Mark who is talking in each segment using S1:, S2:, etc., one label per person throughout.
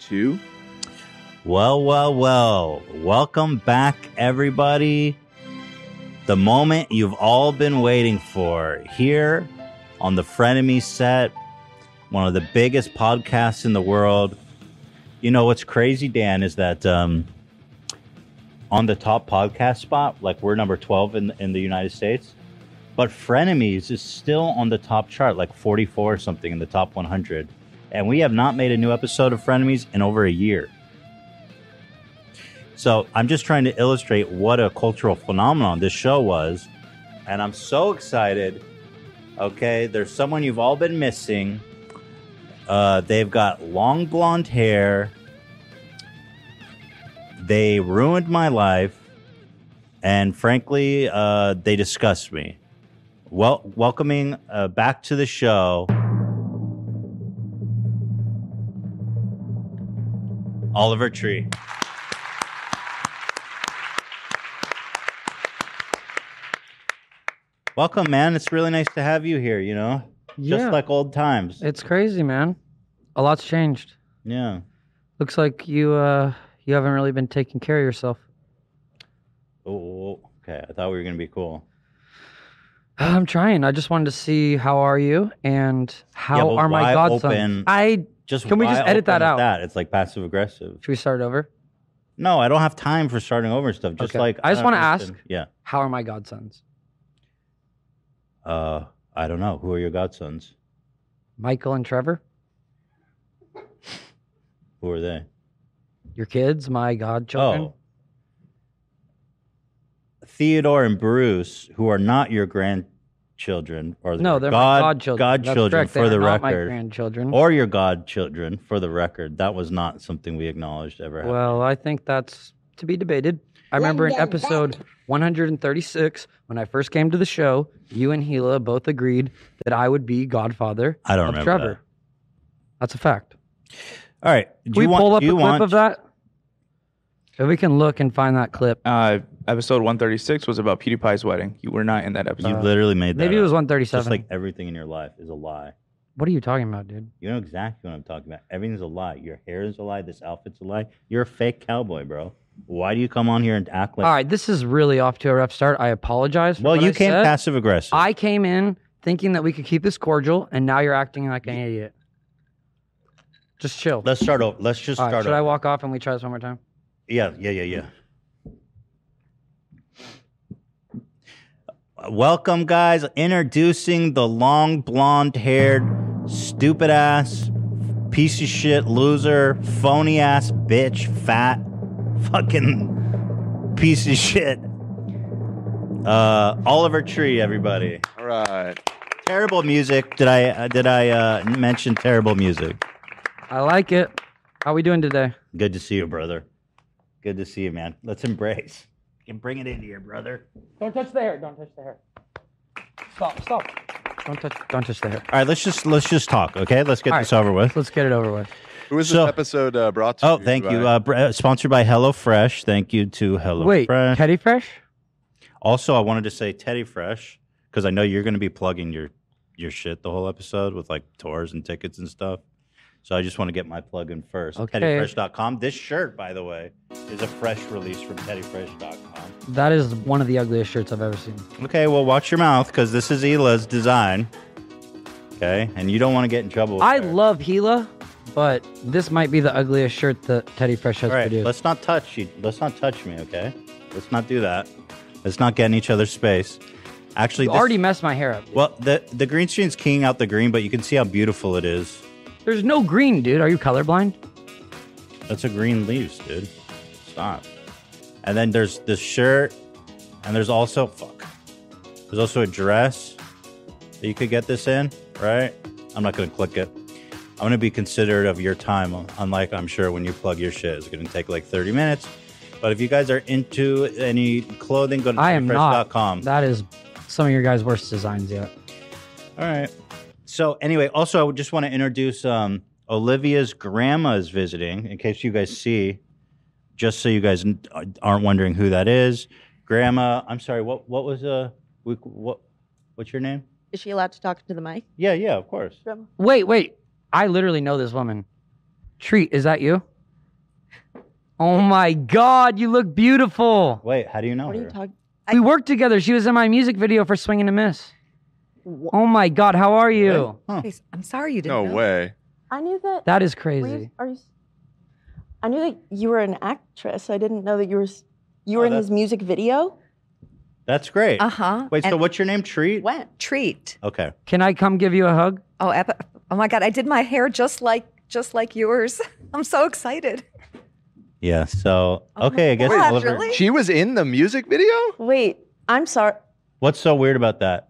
S1: Two.
S2: Well, well, well. Welcome back, everybody. The moment you've all been waiting for here on the Frenemy set, one of the biggest podcasts in the world. You know what's crazy, Dan, is that um, on the top podcast spot, like we're number 12 in, in the United States, but Frenemies is still on the top chart, like 44 or something in the top 100. And we have not made a new episode of Frenemies in over a year. So I'm just trying to illustrate what a cultural phenomenon this show was. And I'm so excited. Okay, there's someone you've all been missing. Uh, they've got long blonde hair. They ruined my life. And frankly, uh, they disgust me. Well, welcoming uh, back to the show, Oliver Tree. Welcome, man. It's really nice to have you here, you know?
S3: Yeah,
S2: Just like old times.
S3: it's crazy, man. A lot's changed.
S2: Yeah.
S3: Looks like you uh you haven't really been taking care of yourself.
S2: Oh, okay. I thought we were going to be cool.
S3: I'm trying. I just wanted to see how are you and
S2: Yeah,
S3: how
S2: but
S3: are my
S2: why
S3: godsons.
S2: open-
S3: I
S2: Just
S3: Can we just
S2: why
S3: edit that
S2: open with
S3: out?
S2: That? It's like passive aggressive.
S3: should we start over?
S2: No, I don't have time for starting over and stuff. Just
S3: Okay.
S2: like
S3: I just
S2: don't
S3: wanna
S2: understand.
S3: ask.
S2: Yeah.
S3: How are my godsons?
S2: Uh, I don't know. Who are your godsons?
S3: Michael and Trevor,
S2: Who are they?
S3: your kids, my godchildren.
S2: Oh. Theodore and Bruce, who are not your grandchildren, or
S3: no,
S2: your
S3: they're
S2: God,
S3: my godchildren. That's
S2: godchildren
S3: correct. They
S2: for
S3: are
S2: the
S3: not my
S2: record,
S3: grandchildren.
S2: or your godchildren for the record. That was not something we acknowledged ever. happened.
S3: Well, I think that's to be debated. I remember in episode 136, when I first came to the show, you and Gila both agreed that I would be godfather
S2: I don't
S3: of
S2: remember
S3: Trevor. That's a fact.
S2: All right. Do
S3: Can we
S2: you want,
S3: pull up
S2: do
S3: a
S2: you
S3: clip
S2: want,
S3: of that? So we can look and find that clip.
S1: Uh, episode 136 was about PewDiePie's wedding. You were not in that
S2: You
S1: episode.
S2: literally made that.
S3: Uh, Maybe it was
S2: up. Just
S3: 137.
S2: like everything in your life is a lie.
S3: what are you talking about, dude?
S2: You know exactly what I'm talking about. Everything's a lie. Your hair is a lie. This outfit's a lie. You're a fake cowboy, bro. Why do you come on here and act like?
S3: All right, this is really off to a rough start. I apologize. For
S2: well,
S3: what
S2: you
S3: I
S2: came
S3: said.
S2: passive aggressive.
S3: I came in thinking that we could keep this cordial, and now you're acting like an idiot. Just chill.
S2: Let's start over. Let's just
S3: All right,
S2: start
S3: should
S2: over.
S3: I walk off and we try this one more time?
S2: Yeah, yeah, yeah, yeah. Welcome, guys. Introducing the long blonde haired, stupid ass, piece of shit loser, phony ass bitch, fat, fucking piece of shit. Uh, Oliver Tree, everybody.
S1: All right.
S2: Terrible music. Did I uh, did I uh, mention terrible music?
S3: I like it. How we doing today?
S2: Good to see you, brother. Good to see you, man. Let's embrace. You can bring it into here, brother.
S3: Don't touch the hair. Don't touch the hair. Stop. Stop. Don't touch. Don't touch the hair.
S2: All right, let's just let's just talk, okay? Let's get
S3: All
S2: this
S3: right.
S2: over with.
S3: Let's get it over with.
S4: Who is
S2: So-
S4: this episode uh, brought to
S2: Oh,
S4: you
S2: thank you.
S4: by?
S2: Uh, br- uh, sponsored by HelloFresh. Thank you to
S3: Wait,
S2: HelloFresh.
S3: Teddy Fresh?
S2: Also, I wanted to say Teddy Fresh because I know you're going to be plugging your your shit the whole episode with like tours and tickets and stuff. So I just want to get my plug in first.
S3: Okay.
S2: TeddyFresh.com. This shirt, by the way, is a fresh release from TeddyFresh.com.
S3: That is one of the ugliest shirts I've ever seen.
S2: Okay, well, watch your mouth because this is Ela's design. Okay, and you don't want to get in trouble. with
S3: I
S2: her.
S3: love Gila, but this might be the ugliest shirt that Teddy Fresh has
S2: All right,
S3: produced.
S2: let's not touch you. Let's not touch me, okay? Let's not do that. Let's not get in each other's space. Actually,
S3: You
S2: this,
S3: already messed my hair up. dude.
S2: well, the the green screen's keying out the green, but you can see how beautiful it is.
S3: There's no green, dude. Are you colorblind?
S2: That's a green leaves, dude. Stop. And then there's this shirt, and there's also fuck. There's also a dress that you could get this in, right? I'm not gonna click it. I'm going to be considerate of your time, unlike I'm sure when you plug your shit, it's going to take like 30 minutes. But if you guys are into any clothing, go to
S3: I am not.
S2: com.
S3: That is some of your guys' worst designs yet.
S2: All right. So anyway, also I would just want to introduce um, Olivia's grandma is visiting. In case you guys see, just so you guys n- uh, aren't wondering who that is, Grandma. I'm sorry. What what was uh we, what what's your name?
S4: Is she allowed to talk to the mic?
S2: Yeah, yeah, of course.
S3: Wait, wait. I literally know this woman. Treat, is that you? Oh my God, you look beautiful.
S2: Wait, how do you know
S4: What are you
S2: her?
S4: talking?
S3: We worked together. She was in my music video for Swinging a Miss.
S4: Wha-
S3: Oh my God, how are you?
S2: Huh.
S5: Please, I'm sorry you didn't.
S1: No
S5: know.
S1: way.
S4: I knew that.
S3: That is
S4: were you-
S3: crazy.
S4: are you? I knew that you were an actress. I didn't know that you were. s- You were
S2: Oh,
S4: in
S2: that-
S4: his music video.
S2: That's great.
S5: Uh
S4: Uh-huh.
S5: huh.
S2: Wait, so what's your name? Treat.
S4: When?
S5: treat?
S2: Okay.
S3: Can I come give you a hug?
S5: Oh, ep- oh my God! I did my hair just like just like yours. I'm so excited.
S2: Yeah. So
S5: Oh my
S2: okay, I guess
S5: God,
S2: Oliver.
S5: really?
S1: She was in the music video?
S4: Wait, I'm sorry.
S2: What's so weird about that?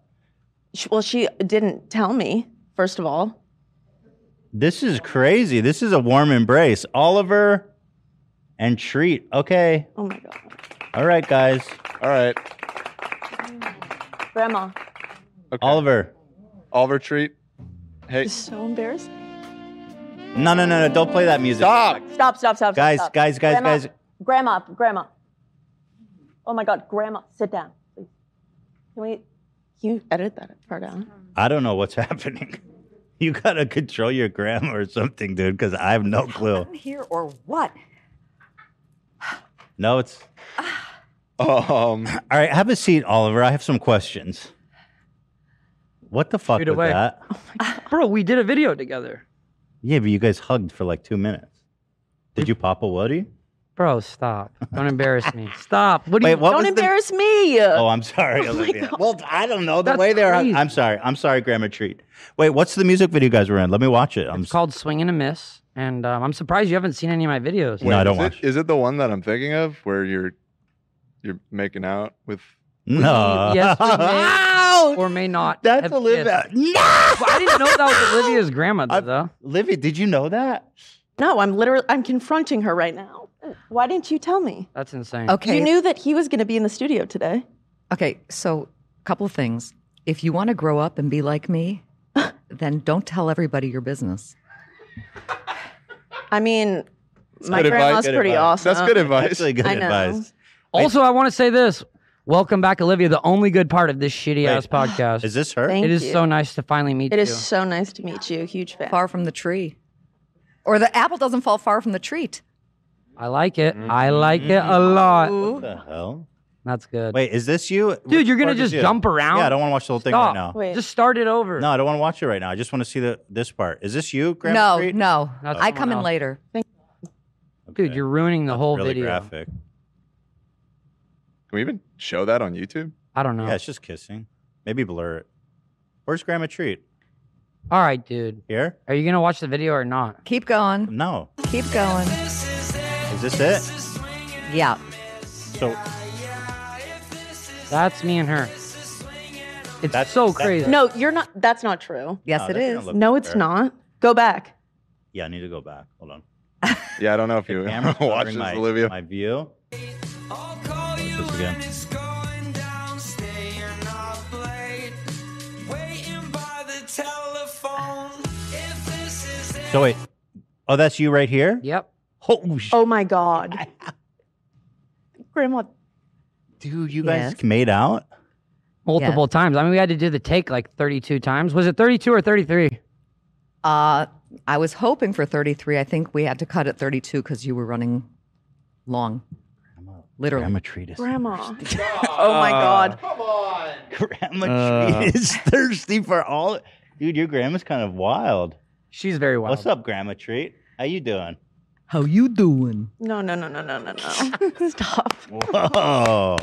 S4: Sh- Well, she didn't tell me. First of all,
S2: This is crazy. This is a warm embrace. Oliver and Treat. Okay.
S4: oh my god,
S2: All right, guys.
S1: All right.
S4: Grandma,
S1: Okay.
S2: Oliver.
S1: Oliver Treat. Hey,
S4: it's so embarrassed.
S2: No, no, no, no. Don't play that music.
S1: stop.
S4: Stop, stop, stop,
S2: Guys,
S4: stop.
S2: guys, guys,
S4: grandma,
S2: guys.
S4: Grandma, grandma. Oh my god, grandma, sit down, please. Can we? Can you edit that part out?
S2: I don't know what's happening. You got to control your grammar or something, dude, because I have no clue.
S5: I'm here or what?
S2: No, it's.
S1: Um,
S2: All right, have a seat, Oliver. I have some questions. What the fuck
S3: Shoot
S2: was
S3: away.
S2: that?
S3: Bro, we did a video together.
S2: Yeah, but you guys hugged for like two minutes. Did you pop a woody?
S3: Bro, stop. Don't embarrass me. Stop. What do
S2: Wait,
S3: you
S2: what
S4: Don't
S2: was the-
S4: embarrass me.
S2: Oh, I'm sorry, Olivia. Well, I don't know the
S3: That's
S2: way they're.
S3: crazy.
S2: I'm sorry. I'm sorry, Grandma Treat. Wait, what's the music video you guys were in? Let me watch it. I'm
S3: It's called Swing and a Miss, and um, I'm surprised you haven't seen any of my videos.
S2: No, I don't
S1: is
S2: watch.
S1: It, is it the one that I'm thinking of where you're you're making out with?
S2: no.
S3: Yes, we may
S2: Ouch!
S3: or may not.
S2: Uh. That's
S3: have
S2: Olivia.
S3: kissed.
S2: No.
S3: Well, I didn't know that was Olivia's grandmother,
S2: I-
S3: though.
S2: Livy, did you know that?
S4: No, I'm literally I'm confronting her right now. Why didn't you tell me?
S3: That's insane.
S5: Okay.
S4: You knew that he was going to be in the studio today.
S5: okay. So, couple things. If you want to grow up and be like me, then don't tell everybody your business.
S4: I mean, my
S1: good advice,
S4: grandma's
S2: good
S4: pretty
S2: advice.
S4: awesome.
S1: That's good advice.
S2: That's really good
S4: I know.
S2: advice.
S3: Also, I want to say this. Welcome back, Olivia, the only good part of this shitty ass podcast.
S2: Is this her?
S4: Thank
S3: it is
S4: you.
S3: so nice to finally meet
S4: It
S3: you.
S4: is so nice to meet you. Huge fan.
S5: Far from the tree, or the apple doesn't fall far from the treat.
S3: I like it. I like it a lot.
S5: Ooh.
S2: Mm-hmm. What the hell?
S3: That's good.
S2: Wait, is this you?
S3: Dude, you're gonna
S2: Which part is
S3: just
S2: you?
S3: jump around?
S2: Yeah, I don't want to watch the whole thing
S3: Stop.
S2: right now.
S4: Wait.
S3: Just start it over.
S2: No, I don't want to watch it right now. I just want to see the this part. Is this you, Grandma?
S5: No,
S2: Treat?
S5: no.
S3: That's
S5: I
S3: someone
S5: come in
S3: else.
S5: later.
S3: Dude,
S2: Okay.
S3: you're ruining the whole
S2: really
S3: video.
S2: graphic.
S1: Can we even show that on YouTube?
S3: I don't know.
S2: Yeah, it's just kissing. Maybe blur it. Where's Grandma Treat?
S3: All right, dude.
S2: Here?
S3: Are you going to watch the video or not?
S5: Keep going.
S2: No.
S5: Keep going.
S2: Is this it?
S5: Yeah.
S2: So
S3: That's me and her. It's
S2: That's-
S3: so
S2: that's-
S3: crazy.
S4: No, you're not. That's not true.
S5: Yes,
S2: No,
S5: it
S2: that doesn't
S5: is.
S2: look-
S4: No, it's
S2: Fair.
S4: not. Go back.
S2: yeah, I need to go back. Hold on.
S1: Yeah, I don't know if you
S2: Camera's
S1: watch
S2: covering
S1: this,
S2: my,
S1: Olivia.
S2: My view. What's this again? So wait. Oh, that's you right here?
S3: Yep.
S2: Oh, sh-
S4: Oh my God. Grandma,
S2: dude, you guys
S5: Yes.
S2: made out?
S3: Multiple times. I mean, we had to do the take like 32 times. Was it 32 or 33?
S5: Uh, I was hoping for 33. I think we had to cut at 32 because you were running long. Literally.
S2: Grandma Treat is
S4: grandma. oh my God.
S2: Grandma
S1: Uh.
S2: Treat is thirsty for all. Dude, your grandma's kind of wild.
S3: She's very wild.
S2: What's up, Grandma Treat? How you doing?
S5: How you doing?
S4: No, no, no, no, no, no, no. Stop.
S2: Whoa.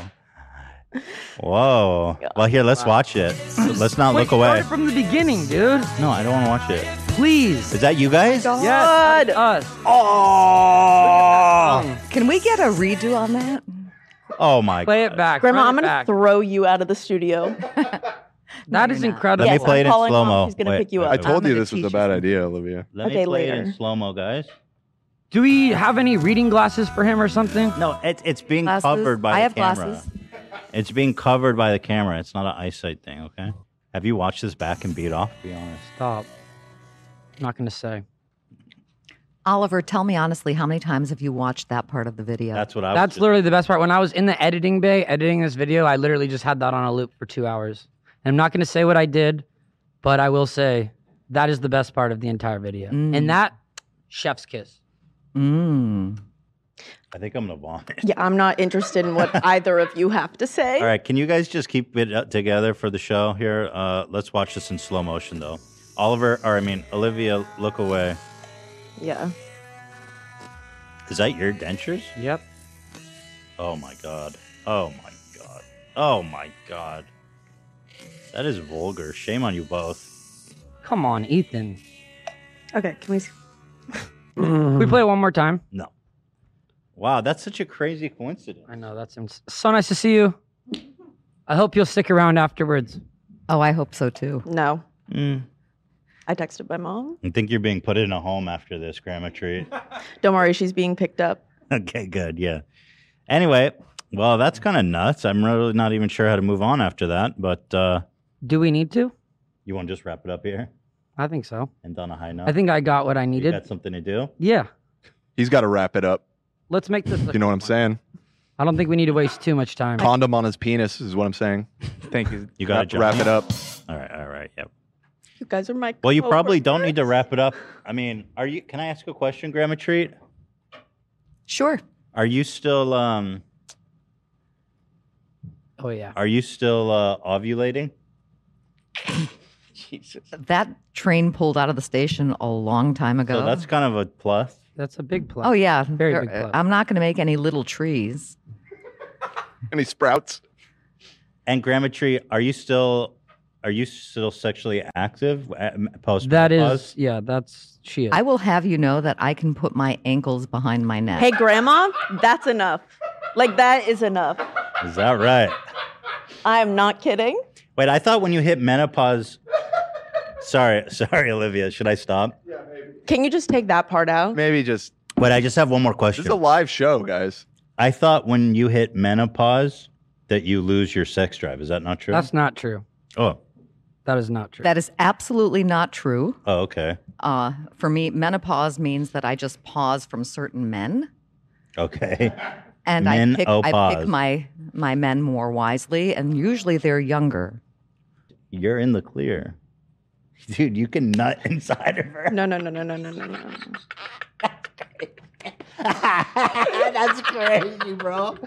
S2: Whoa. Well, here, let's watch it. Let's not
S3: Wait,
S2: look away.
S3: Start it from the beginning, dude.
S2: No, I don't want to watch it.
S3: Please.
S2: Is that you guys?
S4: God.
S3: Yes, that is us.
S2: Oh.
S5: Can we get a redo on that?
S2: Oh my
S3: Play it
S2: God.
S3: back.
S4: Grandma,
S3: run
S4: I'm
S3: it
S4: going to
S3: back.
S4: throw you out of the studio.
S3: That
S5: you're
S3: is
S5: not.
S3: incredible.
S2: Let me
S4: Yes,
S2: play
S4: I'm
S2: it in
S4: calling
S2: slow-mo.
S4: Mom. She's gonna
S2: Wait,
S4: pick you
S2: wait,
S4: up. Um,
S2: wait.
S1: I told
S4: I'm
S1: you
S4: gonna
S1: this was a
S4: teach you
S1: bad
S4: something.
S1: idea, Olivia.
S2: Let me
S4: Okay,
S2: play it in
S4: later.
S2: slow mo, guys.
S3: Do we have any reading glasses for him or something?
S2: No, it, it's being
S5: Glasses?
S2: covered by
S5: I
S2: the
S5: have
S2: camera.
S5: glasses.
S2: It's being covered by the camera. It's not an eyesight thing, okay? Have you watched this back and beat off? Be honest.
S3: Stop. not gonna say.
S5: Oliver, tell me honestly, how many times have you watched that part of the video?
S2: That's what I. was
S3: That's
S2: just-
S3: literally the best part. When I was in the editing bay editing this video, I literally just had that on a loop for two hours. And I'm not gonna say what I did, but I will say that is the best part of the entire video.
S5: Mm.
S3: And that chef's kiss.
S5: mm.
S2: Hmm. I think I'm gonna vomit.
S4: Yeah, I'm not interested in what either of you have to say.
S2: All right, can you guys just keep it uh, together for the show here? Uh, let's watch this in slow motion, though. Oliver, or I mean Olivia, look away.
S4: Yeah.
S2: Is that your dentures?
S3: Yep.
S2: Oh my god. Oh my god. Oh my god. That is vulgar. Shame on you both.
S3: Come on, Ethan.
S4: Okay, can we? s-
S3: Can we play it one more time?
S2: No. Wow, that's such a crazy coincidence.
S3: I know that's ins- so nice to see you. I hope you'll stick around afterwards.
S5: Oh, I hope so too.
S4: No,
S2: Mm.
S4: I texted my mom.
S2: I think you're being put in a home after this, Grandma Treat.
S4: Don't worry, she's being picked up.
S2: okay, good. Yeah. Anyway, well, that's kind of nuts. I'm really not even sure how to move on after that, but uh,
S3: Do we need to?
S2: you want to just wrap it up here
S3: I think so.
S2: and on a high note?
S3: I think I got what I
S2: you
S3: needed.
S2: got something to do.
S3: Yeah.
S1: He's got to wrap it up.
S3: Let's make this.
S1: You know what I'm saying?
S3: I don't think we need to waste too much time.
S1: Condom on his penis is what I'm saying. Thank you.
S2: You got it,
S1: wrap,
S2: Johnny.
S1: wrap it up.
S2: All right, all right. Yep.
S4: You guys are my.
S2: Well, you probably
S4: coworkers.
S2: don't need to wrap it up. I mean, are you? Can I ask a question, Grandma Treat?
S5: Sure.
S2: Are you still um?
S3: Oh yeah.
S2: Are you still uh, ovulating?
S5: That train pulled out of the station a long time ago.
S2: So that's kind of a plus.
S3: That's a big plus.
S5: oh yeah,
S3: Very
S5: There-
S3: big plus.
S5: I'm not going to make any little trees.
S1: And he sprouts.
S2: And Grandma Treat, are you still? Are you still sexually active uh, post?
S3: That is. Yeah. That's she is.
S5: I will have you know that I can put my ankles behind my neck.
S4: Hey, Grandma, that's enough. Like that is enough.
S2: Is that right?
S4: I am not kidding.
S2: Wait, I thought when you hit menopause. sorry, sorry, Olivia. Should I stop?
S4: Can you just take that part out?
S1: Maybe just.
S2: Wait, I just have one more
S1: This
S2: question.
S1: is a live show, guys.
S2: I thought when you hit menopause that you lose your sex drive. Is that not true?
S3: that's not true.
S2: oh,
S3: That is not true.
S5: That is absolutely not true.
S2: oh, okay,
S5: Uh, for me, menopause means that I just pause from certain men,
S2: okay. oh,
S5: and I pick, I
S2: Menopause.
S5: pick my my men more wisely, and usually they're younger.
S2: You're in the clear, dude. You can nut inside of her.
S4: No, no, no, no, no, no, no, no.
S6: Uh.
S2: That's crazy, bro.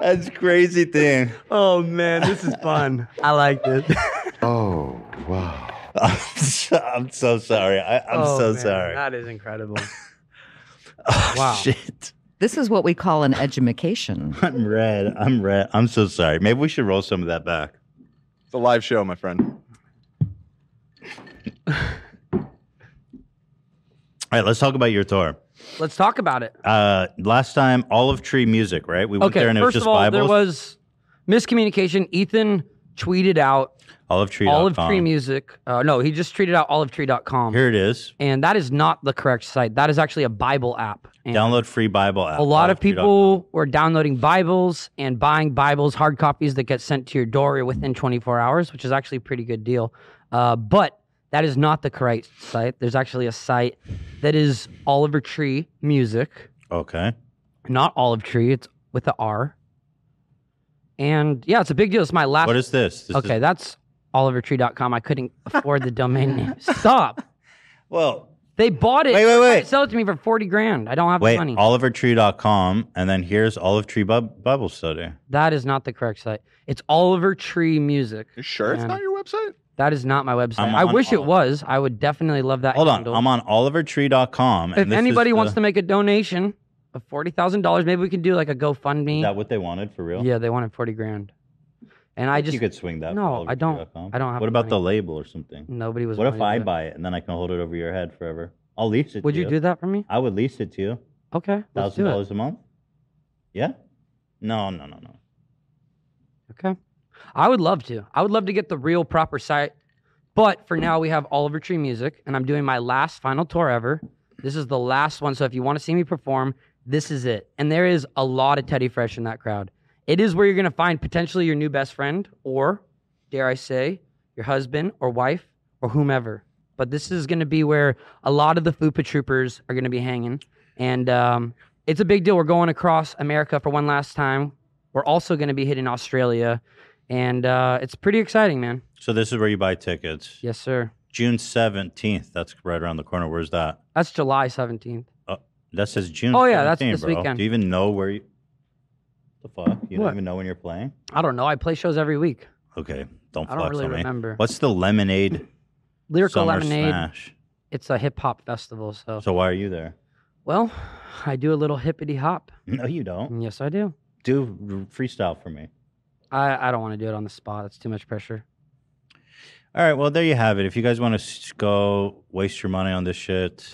S2: That's crazy thing.
S3: oh man, this is fun. I like this.
S1: Oh wow.
S2: I'm so, I'm so sorry. I, I'm
S3: Oh,
S2: so sorry.
S3: That is incredible.
S2: oh,
S3: Wow.
S2: Shit.
S5: This is what we call an edumacation.
S2: I'm red. I'm red. Uh, I'm so sorry. Maybe we should roll some of that back.
S1: It's a live show, my friend.
S2: All right, let's talk about your tour.
S3: Let's talk about it.
S2: Uh, last time, Olive Tree Music, right? We went
S3: Okay.
S2: there and it was
S3: First
S2: just
S3: of all,
S2: Bibles.
S3: there was miscommunication. Ethan tweeted out
S2: Olive Tree.
S3: Olive Tree Music. Uh, no, he just tweeted out olivetree.com.
S2: Here it is.
S3: and that is not the correct site. That is actually a Bible app. And
S2: Download free Bible app.
S3: a lot of
S2: Olive Tree dot-
S3: people were downloading Bibles and buying Bibles, hard copies that get sent to your door within 24 hours, which is actually a pretty good deal. Uh, but that is not the correct site. There's actually a site that is Oliver Tree Music,
S2: Okay.
S3: not Olive Tree. It's with the R. And yeah, it's a big deal. It's my last.
S2: What is this? This
S3: okay,
S2: Is,
S3: that's olivertree.com. I couldn't afford the domain name. Stop.
S2: well,
S3: They bought it.
S2: Wait, wait,
S3: They tried
S2: wait.
S3: to Sell it to me for 40 grand. I don't have
S2: wait.
S3: the money.
S2: OliverTree.com, and then here's Olive Tree Bub- Bible Study.
S3: That is not the correct site. It's Oliver Tree Music.
S1: You sure it's
S3: Yeah.
S1: not your website?
S3: That is not my website.
S2: I'm
S3: I
S2: on
S3: wish it
S2: Oliver.
S3: was. I would definitely love that.
S2: Hold on.
S3: handle.
S2: I'm on OliverTree.com. And
S3: If
S2: this is
S3: anybody
S2: the-
S3: wants to make a donation of forty thousand dollars, maybe we can do like a GoFundMe.
S2: Is that what they wanted for real?
S3: yeah, they wanted forty grand, and I just
S2: you could swing that.
S3: No,
S2: for
S3: I don't-
S2: olivertree.com.
S3: I don't have
S2: What
S3: the
S2: about
S3: money.
S2: the label or something?
S3: nobody was.
S2: What if
S3: wanting to
S2: I
S3: do that.
S2: buy it and then I can hold it over your head forever? I'll lease it.
S3: Would
S2: to
S3: you do that for me?
S2: I would lease it to you.
S3: Okay, let's
S2: Thousand
S3: do it.
S2: dollars a month. Yeah. No, no, no, no.
S3: Okay. I would love to. I would love to get the real proper site. But for now, we have Oliver Tree Music, and I'm doing my last final tour ever. This is the last one. So if you want to see me perform, this is it. And there is a lot of Teddy Fresh in that crowd. It is where you're going to find potentially your new best friend, or dare I say, your husband or wife or whomever. But this is going to be where a lot of the FUPA troopers are going to be hanging. And um, it's a big deal. We're going across America for one last time. We're also going to be hitting Australia. And uh, it's pretty exciting, man.
S2: So this is where you buy tickets.
S3: Yes, sir.
S2: June seventeenth. That's right around the corner. Where's that? Uh,
S3: That's July 17th.
S2: That says June.
S3: Oh, yeah, that's
S2: 17th,
S3: this
S2: bro.
S3: weekend.
S2: Do you even know where? you... The fuck? You
S3: What?
S2: don't even know when you're playing?
S3: I don't know. I play shows every week.
S2: Okay, don't
S3: I
S2: flex
S3: don't really
S2: on me.
S3: remember.
S2: What's the lemonade?
S3: Lyrical
S2: summer
S3: Lemonade,
S2: Smash?
S3: it's a hip hop festival. So,
S2: So why are you there?
S3: well, I do a little hippity hop.
S2: No, you don't.
S3: Yes, I do.
S2: Do r- freestyle for me.
S3: I, I don't want to do it on the spot. It's too much pressure.
S2: All right. Well, there you have it. If you guys want to go waste your money on this shit,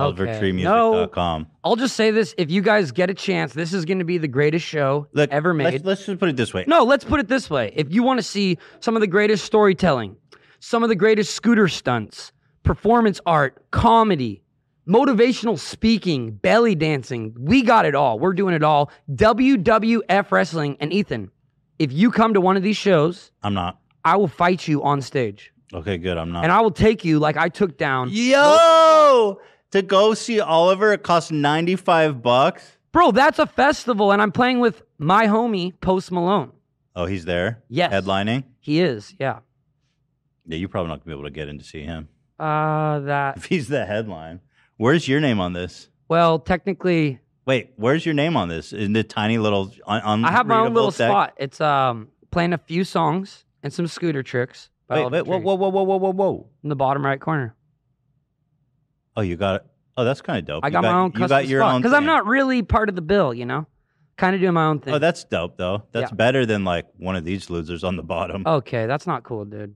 S3: Okay.
S2: olivertreemusic.com.
S3: I'll just say this if you guys get a chance, this is going to be the greatest show
S2: Look,
S3: ever
S2: let's-
S3: made.
S2: Let's, just put it this way.
S3: No, let's put it this way. If you want to see some of the greatest storytelling, some of the greatest scooter stunts, performance art, comedy, motivational speaking, belly dancing, we got it all. We're doing it all. WWF Wrestling. And Ethan, if you come to one of these shows,
S2: I'm not.
S3: I will fight you on stage.
S2: Okay, good. I'm not.
S3: And I will take you like I took down.
S2: Yo, to go see Oliver, it costs 95 bucks.
S3: Bro, that's a festival, and I'm playing with my homie, Post Malone.
S2: Oh, he's there.
S3: Yes.
S2: Headlining.
S3: He is, yeah.
S2: Yeah, you're probably not gonna be able to get in to see him
S3: Uh, that,
S2: if he's the headline. Where's your name on this?
S3: well, technically,
S2: Wait, where's your name on this? In the tiny little, un- un-
S3: I have my own
S2: readable
S3: little
S2: text?
S3: spot. It's um playing a few songs and some scooter tricks. by
S2: Wait,
S3: Oliver
S2: wait, whoa,
S3: Tree
S2: whoa, whoa, whoa, whoa, whoa, whoa!
S3: In the bottom right corner.
S2: Oh, you got it. Oh, that's kind of dope.
S3: I
S2: You
S3: got, my own
S2: You
S3: custom
S2: got your
S3: spot
S2: own.
S3: because I'm
S2: thing.
S3: not really part of the bill, you know. Kind of doing my own thing.
S2: Oh, that's dope though. That's
S3: Yeah.
S2: better than like one of these losers on the bottom.
S3: okay. That's not cool, dude.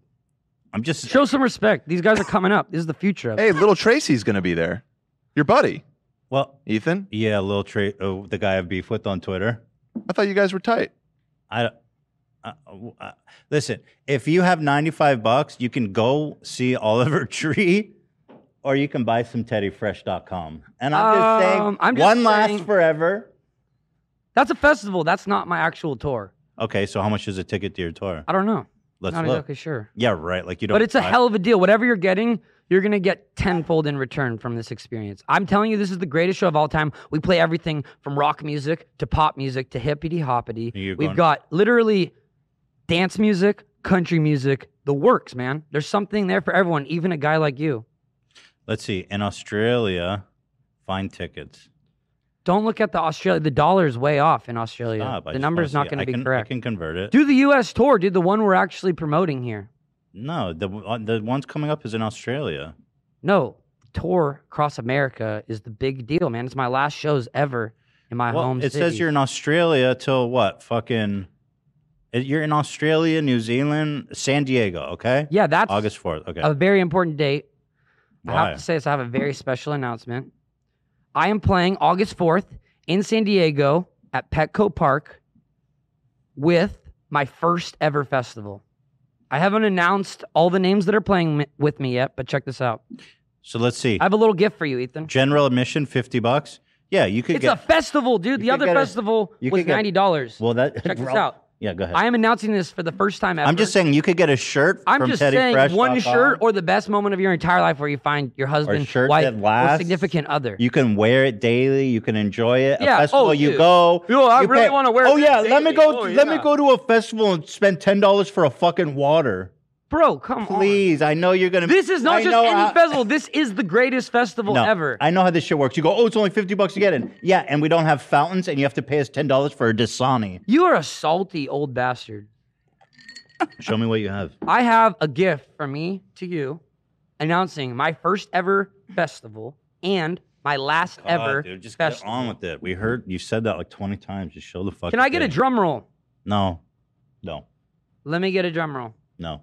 S2: I'm just.
S3: Show some respect. These guys are coming up. This is the future of. it.
S1: Hey, little Tracy's gonna be there. Your buddy,
S2: Well,
S1: Ethan.
S2: yeah, little trait. Oh, the guy I have beef with on Twitter.
S1: I thought you guys were tight.
S2: I, I, I- uh, listen. If you have ninety five bucks, you can go see Oliver Tree, or you can buy some TeddyFresh.com. And I'm just saying,
S3: Um, I'm just
S2: one
S3: saying-
S2: lasts forever.
S3: That's a festival. That's not my actual tour.
S2: Okay, so how much is a ticket to your tour?
S3: I don't know.
S2: Let's
S3: not
S2: look.
S3: exactly sure.
S2: Yeah, right. Like you don't.
S3: But it's a
S2: buy-
S3: hell of a deal. Whatever you're getting, you're gonna get tenfold in return from this experience. I'm telling you, this is the greatest show of all time. We play everything from rock music to pop music to hippity hoppity.
S2: You're
S3: We've
S2: going-
S3: got literally dance music, country music, the works, man. There's something there for everyone, even a guy like you.
S2: Let's see. In Australia, find tickets.
S3: Don't look at the Australia. The dollar's way off in Australia.
S2: Stop, I
S3: the
S2: just
S3: number's
S2: wanna
S3: not
S2: see-
S3: going to
S2: I
S3: be
S2: can-
S3: correct.
S2: I can convert it.
S3: Do the U.S. tour, dude. The one we're actually promoting here.
S2: No, the uh, the ones coming up is in Australia.
S3: No, tour across America is the big deal, man. It's my last shows ever in my
S2: well,
S3: home
S2: it
S3: city.
S2: says you're in Australia till what? Fucking, it- you're in Australia, New Zealand, San Diego. Okay.
S3: Yeah, that's
S2: August fourth. Okay.
S3: a very important date. I
S2: Why?
S3: have to say this. I have a very special announcement. I am playing August 4th in San Diego at Petco Park with my first ever festival. I haven't announced all the names that are playing mi- with me yet, but check this out.
S2: so let's see.
S3: I have a little gift for you, Ethan.
S2: General admission, fifty bucks. Yeah, you could
S3: It's
S2: get.
S3: a festival, dude.
S2: you
S3: The
S2: could
S3: other
S2: get a-
S3: festival
S2: you
S3: was
S2: could get-
S3: $90.
S2: well, that
S3: check this out.
S2: Yeah, go ahead.
S3: I am announcing this for the first time ever.
S2: I'm just saying you could get a shirt
S3: I'm
S2: from
S3: just
S2: Teddy
S3: saying
S2: Fresh. uh-huh.
S3: one shirt or the best moment of your entire life where you find your husband,
S2: shirt
S3: wife,
S2: that lasts.
S3: or significant other.
S2: you can wear it daily. You can enjoy it.
S3: Yeah,
S2: A festival
S3: oh,
S2: you
S3: dude.
S2: go.
S3: Yo, I
S2: you
S3: really
S2: pay-
S3: wanna wear
S2: Oh
S3: this
S2: yeah, let me
S3: daily.
S2: go.
S3: Oh,
S2: Let me
S3: yeah.
S2: go to a festival and spend ten dollars for a fucking water.
S3: Bro, come on.
S2: Please, I know you're gonna.
S3: This is not
S2: I
S3: just
S2: know
S3: any
S2: how-
S3: festival. This is the greatest festival
S2: No,
S3: ever.
S2: I know how this shit works. You go, oh, it's only fifty bucks to get in. Yeah, and we don't have fountains, and you have to pay us ten dollars for a Dasani.
S3: you are a salty old bastard.
S2: Show me what you have.
S3: I have a gift from me to you announcing my first ever festival and my last ever
S2: dude, just get
S3: festival.
S2: on with it. We heard you said that like twenty times. Just show the fuck.
S3: Can I get a drum roll?
S2: No, no,
S3: Let me get a drum roll.
S2: no,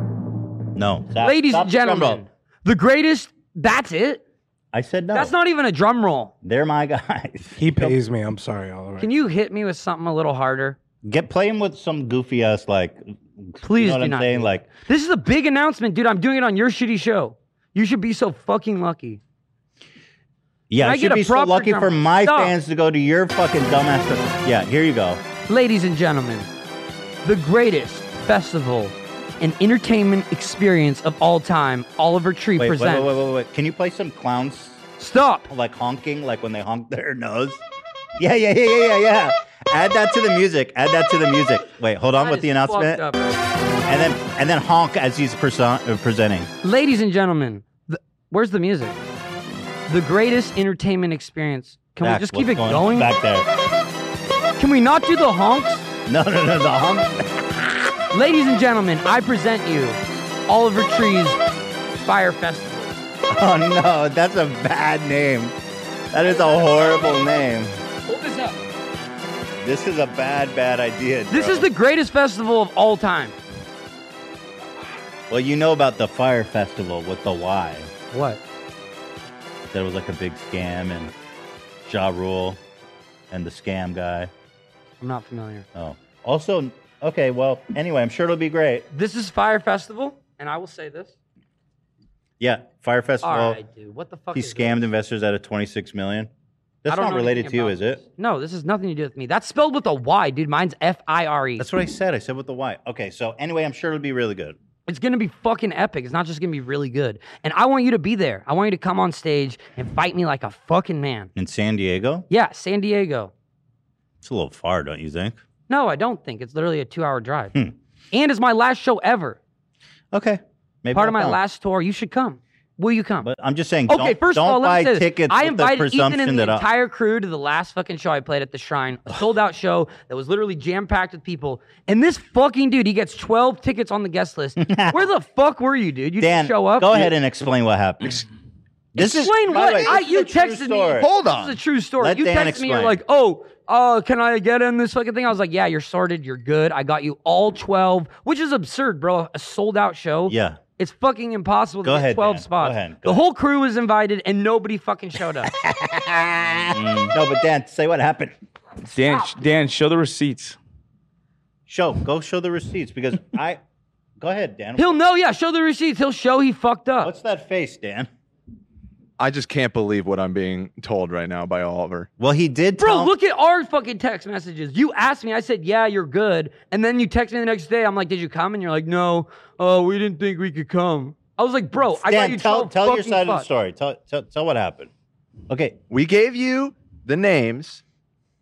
S2: no. Stop-
S3: Ladies
S2: stop
S3: and
S2: the drum roll.
S3: gentlemen, the greatest, that's it.
S2: I said no.
S3: That's not even a drum roll.
S2: They're my guys.
S7: He pays me. I'm sorry, Oliver.
S3: Can you hit me with something a little harder?
S2: Get playing with some goofy ass like.
S3: Please
S2: you know what
S3: do
S2: I'm
S3: not
S2: saying?
S3: do
S2: Like,
S3: This is a big announcement, dude. I'm doing it on your shitty show. You should be so fucking lucky.
S2: yeah,
S3: Can I
S2: I
S3: get
S2: should
S3: a
S2: be so
S3: proper
S2: lucky
S3: drum-
S2: for my
S3: Stop.
S2: fans to go to your fucking dumbass. Yeah, here you go.
S3: Ladies and gentlemen, the greatest festival and entertainment experience of all time, Oliver Tree
S2: Wait, wait, wait,
S3: presents.
S2: wait, wait, wait. Can you play some clowns
S3: Stop!
S2: like honking, like when they honk their nose? Yeah, yeah, yeah, yeah, yeah, yeah. Add that to the music. Add that to the music. Wait, hold on
S3: That
S2: with the
S3: is fucked
S2: announcement,
S3: up.
S2: and then and then honk as he's perso- uh, presenting.
S3: Ladies and gentlemen, the, where's the music? The greatest entertainment experience. Can
S2: Back,
S3: we just keep
S2: what's
S3: it going?
S2: back there?
S3: Can we not do the honks?
S2: No, no, no, the honk.
S3: Ladies and gentlemen, I present you Oliver Tree's Fire Festival.
S2: Oh no, that's a bad name. That is a horrible name.
S3: Hold this up.
S2: This is a bad, bad idea.
S3: This
S2: bro.
S3: is the greatest festival of all time.
S2: Well, you know about the fire festival with the Y.
S3: What?
S2: That was like a big scam and Ja Rule and the scam guy.
S3: I'm not familiar.
S2: Oh, also, okay. Well, anyway, I'm sure it'll be great.
S3: This is Fire Festival, and I will say this.
S2: Yeah, fire festival.
S3: All right, dude. What the fuck?
S2: He
S3: is
S2: scammed
S3: this?
S2: investors out of 26 million.
S3: I
S2: That's
S3: don't
S2: not
S3: know
S2: related
S3: anything
S2: to you,
S3: about
S2: is it?
S3: this. No, this has nothing to do with me. That's spelled with a Y, dude. Mine's F I R E.
S2: That's what I said. I said with the Y. Okay, so anyway, I'm sure it'll be really good.
S3: It's gonna be fucking epic. It's not just gonna be really good. And I want you to be there. I want you to come on stage and fight me like a fucking man.
S2: In San Diego,
S3: Yeah, San Diego.
S2: it's a little far, don't you think?
S3: No, I don't think. It's literally a two hour drive.
S2: Hmm.
S3: And it's my last show ever.
S2: Okay, maybe
S3: Part
S2: I'll
S3: of my
S2: come.
S3: last tour. You should come. Will you come?
S2: But I'm just saying,
S3: okay,
S2: don't,
S3: first
S2: don't
S3: of all,
S2: buy
S3: let me say this.
S2: tickets
S3: I
S2: with the
S3: invited
S2: presumption
S3: Ethan and
S2: that
S3: the
S2: uh, I-
S3: entire crew to the last fucking show I played at the Shrine, a sold out show that was literally jam packed with people. And this fucking dude, he gets 12 tickets on the guest list. Where the fuck were you, dude? You
S2: Dan,
S3: didn't show up.
S2: go ahead and explain what happened. this
S3: Explain
S2: is, by
S3: what
S2: the way,
S3: I,
S2: this is
S3: you
S2: a true
S3: texted me.
S2: story.
S1: Hold
S3: This
S1: on.
S3: is a true story.
S2: Let
S3: you
S2: Dan
S3: texted me. You're
S2: explain.
S3: like, oh, uh, can I get in this fucking thing? I was like, yeah, you're sorted. You're good. I got you all 12, which is absurd, bro. A sold out show.
S2: Yeah.
S3: It's fucking impossible to
S2: Go
S3: get
S2: ahead,
S3: 12
S2: Dan. Go
S3: spots.
S2: ahead. Go
S3: the
S2: ahead.
S3: whole crew was invited and nobody fucking showed up.
S2: No, but Dan, say what happened.
S7: Dan, sh- Dan, show the receipts.
S2: Show, go show the receipts because I. Go ahead, Dan.
S3: He'll know, Oh, yeah, show the receipts. He'll show he fucked up.
S2: What's that face, Dan?
S1: I just can't believe what I'm being told right now by Oliver.
S2: Well, he did.
S3: Bro,
S2: tell-
S3: look at our fucking text messages. You asked me, I said, yeah, you're good. And then you text me the next day. I'm like, did you come? And you're like, no, uh, we didn't think we could come. I was like, bro, I got
S2: Dan,
S3: you
S2: tell
S3: 12
S2: tell your
S3: fucking
S2: side of the
S3: spots.
S2: story. Tell, tell tell what happened. Okay,
S1: We gave you the names,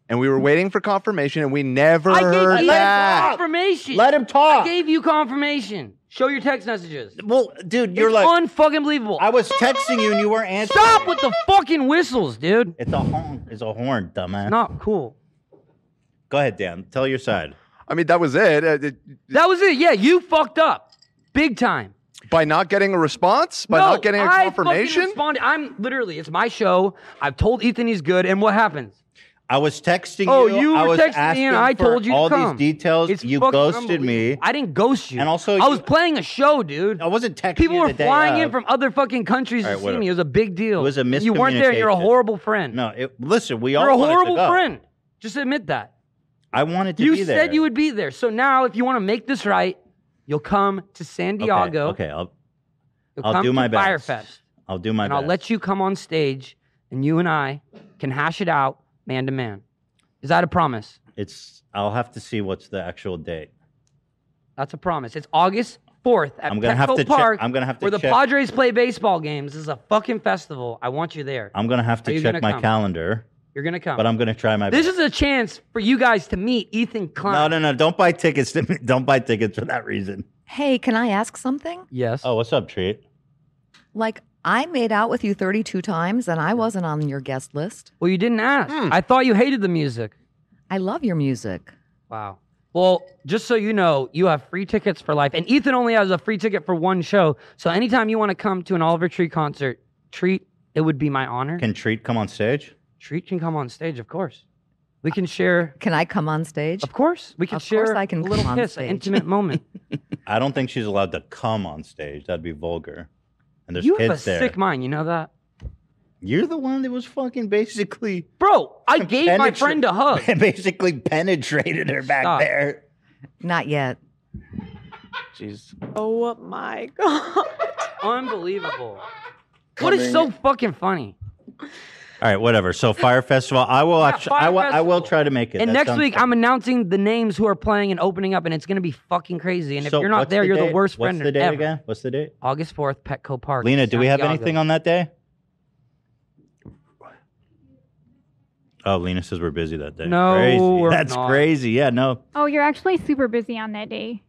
S1: and we were waiting for confirmation, and we never heard
S3: I gave you
S1: back.
S3: confirmation.
S2: let him talk.
S3: I gave you confirmation. Show your text messages.
S2: well, dude, you're
S3: it's
S2: like
S3: unfucking believable.
S2: I was texting you and you weren't answering.
S3: Stop with the fucking whistles, dude.
S2: It's a horn. It's a horn, dumbass.
S3: Not cool.
S2: Go ahead, Dan. Tell your side.
S1: I mean, that was it. Uh, it-
S3: That was it. Yeah, you fucked up. Big time.
S1: By not getting a response, by
S3: no,
S1: not getting a
S3: I fucking
S1: confirmation.
S3: responded. I'm literally, it's my show. I've told Ethan he's good, and what happens?
S2: I was texting
S3: Oh,
S2: you.
S3: you
S2: I
S3: were
S2: was
S3: texting me, and
S2: asking
S3: I
S2: for
S3: told you to
S2: all
S3: come.
S2: these details.
S3: It's
S2: you
S3: fucking
S2: ghosted me.
S3: unbelievable. I didn't ghost you.
S2: And also
S3: I
S2: you-
S3: was playing a show, dude.
S2: I wasn't texting.
S3: People
S2: you
S3: were
S2: the day
S3: flying in
S2: of.
S3: from other fucking countries
S2: All right,
S3: to see
S2: whatever.
S3: me. It was a big deal.
S2: It was a
S3: You weren't there. You're a
S2: miscommunication.
S3: horrible friend.
S2: No, it, listen. We
S3: you're
S2: all
S3: a
S2: wanted to
S3: horrible
S2: go.
S3: friend. Just admit that.
S2: I wanted to
S3: You
S2: be there.
S3: said you would be there. So now, if you want to make this right, you'll come to San
S2: Okay,
S3: Diego.
S2: Okay, I'll
S3: You'll
S2: I'll
S3: come
S2: do
S3: to
S2: my best.
S3: Firefest,
S2: I'll do my
S3: and
S2: best.
S3: I'll let you come on stage, and you and I can hash it out man to man. Is that a promise?
S2: It's. I'll have to see what's the actual date.
S3: That's a promise. It's August 4th at
S2: I'm gonna have
S3: Petco
S2: to check-
S3: Park.
S2: I'm gonna have to
S3: where the
S2: check-
S3: Padres play baseball games. This is a fucking festival. I want you there.
S2: I'm gonna have
S3: Are
S2: to
S3: you
S2: check
S3: gonna
S2: my
S3: come?
S2: calendar,
S3: You're gonna come.
S2: but I'm gonna try my
S3: this
S2: best.
S3: is a chance for you guys to meet Ethan Klein.
S2: no, no, no! Don't buy tickets. To me. Don't buy tickets for that reason.
S5: Hey, can I ask something?
S3: Yes.
S2: Oh, what's up, treat?
S5: Like, I made out with you 32 times and I wasn't on your guest list.
S3: Well, you didn't ask. I thought you hated the music.
S5: Hmm. I love your music.
S3: Wow. Well, just so you know, you have free tickets for life, and Ethan only has a free ticket for one show. So anytime you want to come to an Oliver Tree concert, treat it would be my honor.
S2: Can treat come on stage?
S3: treat can come on stage, of course. We can share.
S5: Can I come on stage?
S3: Of course, we can
S5: Of
S3: share
S5: course I
S3: a
S5: can
S3: little
S5: come on
S3: kiss,
S5: stage.
S3: an intimate moment.
S2: I don't think she's allowed to come on stage. That'd be vulgar. And there's
S3: you have a
S2: kids there.
S3: sick mind. You know that.
S2: You're the one that was fucking basically
S3: Bro, I gave my friend a hug.
S2: basically penetrated her back
S3: Stop.
S2: there.
S5: Not yet.
S7: Jeez.
S4: Oh my god.
S3: Unbelievable. What is so fucking funny?
S2: All right, whatever. So Fire Festival, I will actually,
S3: Fire
S2: I will, I
S3: Festival.
S2: will try to make it.
S3: and
S2: That
S3: next
S2: sounds
S3: week,
S2: fun.
S3: I'm announcing the names who are playing and opening up, and it's going to be fucking crazy. And if
S2: So
S3: you're not
S2: what's
S3: there, you're the
S2: date?
S3: worst
S2: What's
S3: friend
S2: the date
S3: ever.
S2: again? What's the date?
S3: August 4th, Petco Park.
S2: Lena, do we have
S3: Santiago.
S2: anything on that day? Oh, Lena says we're busy that day.
S3: No,
S2: crazy.
S3: we're
S2: that's
S3: not.
S2: crazy. Yeah, no,
S8: Oh, you're actually super busy on that day.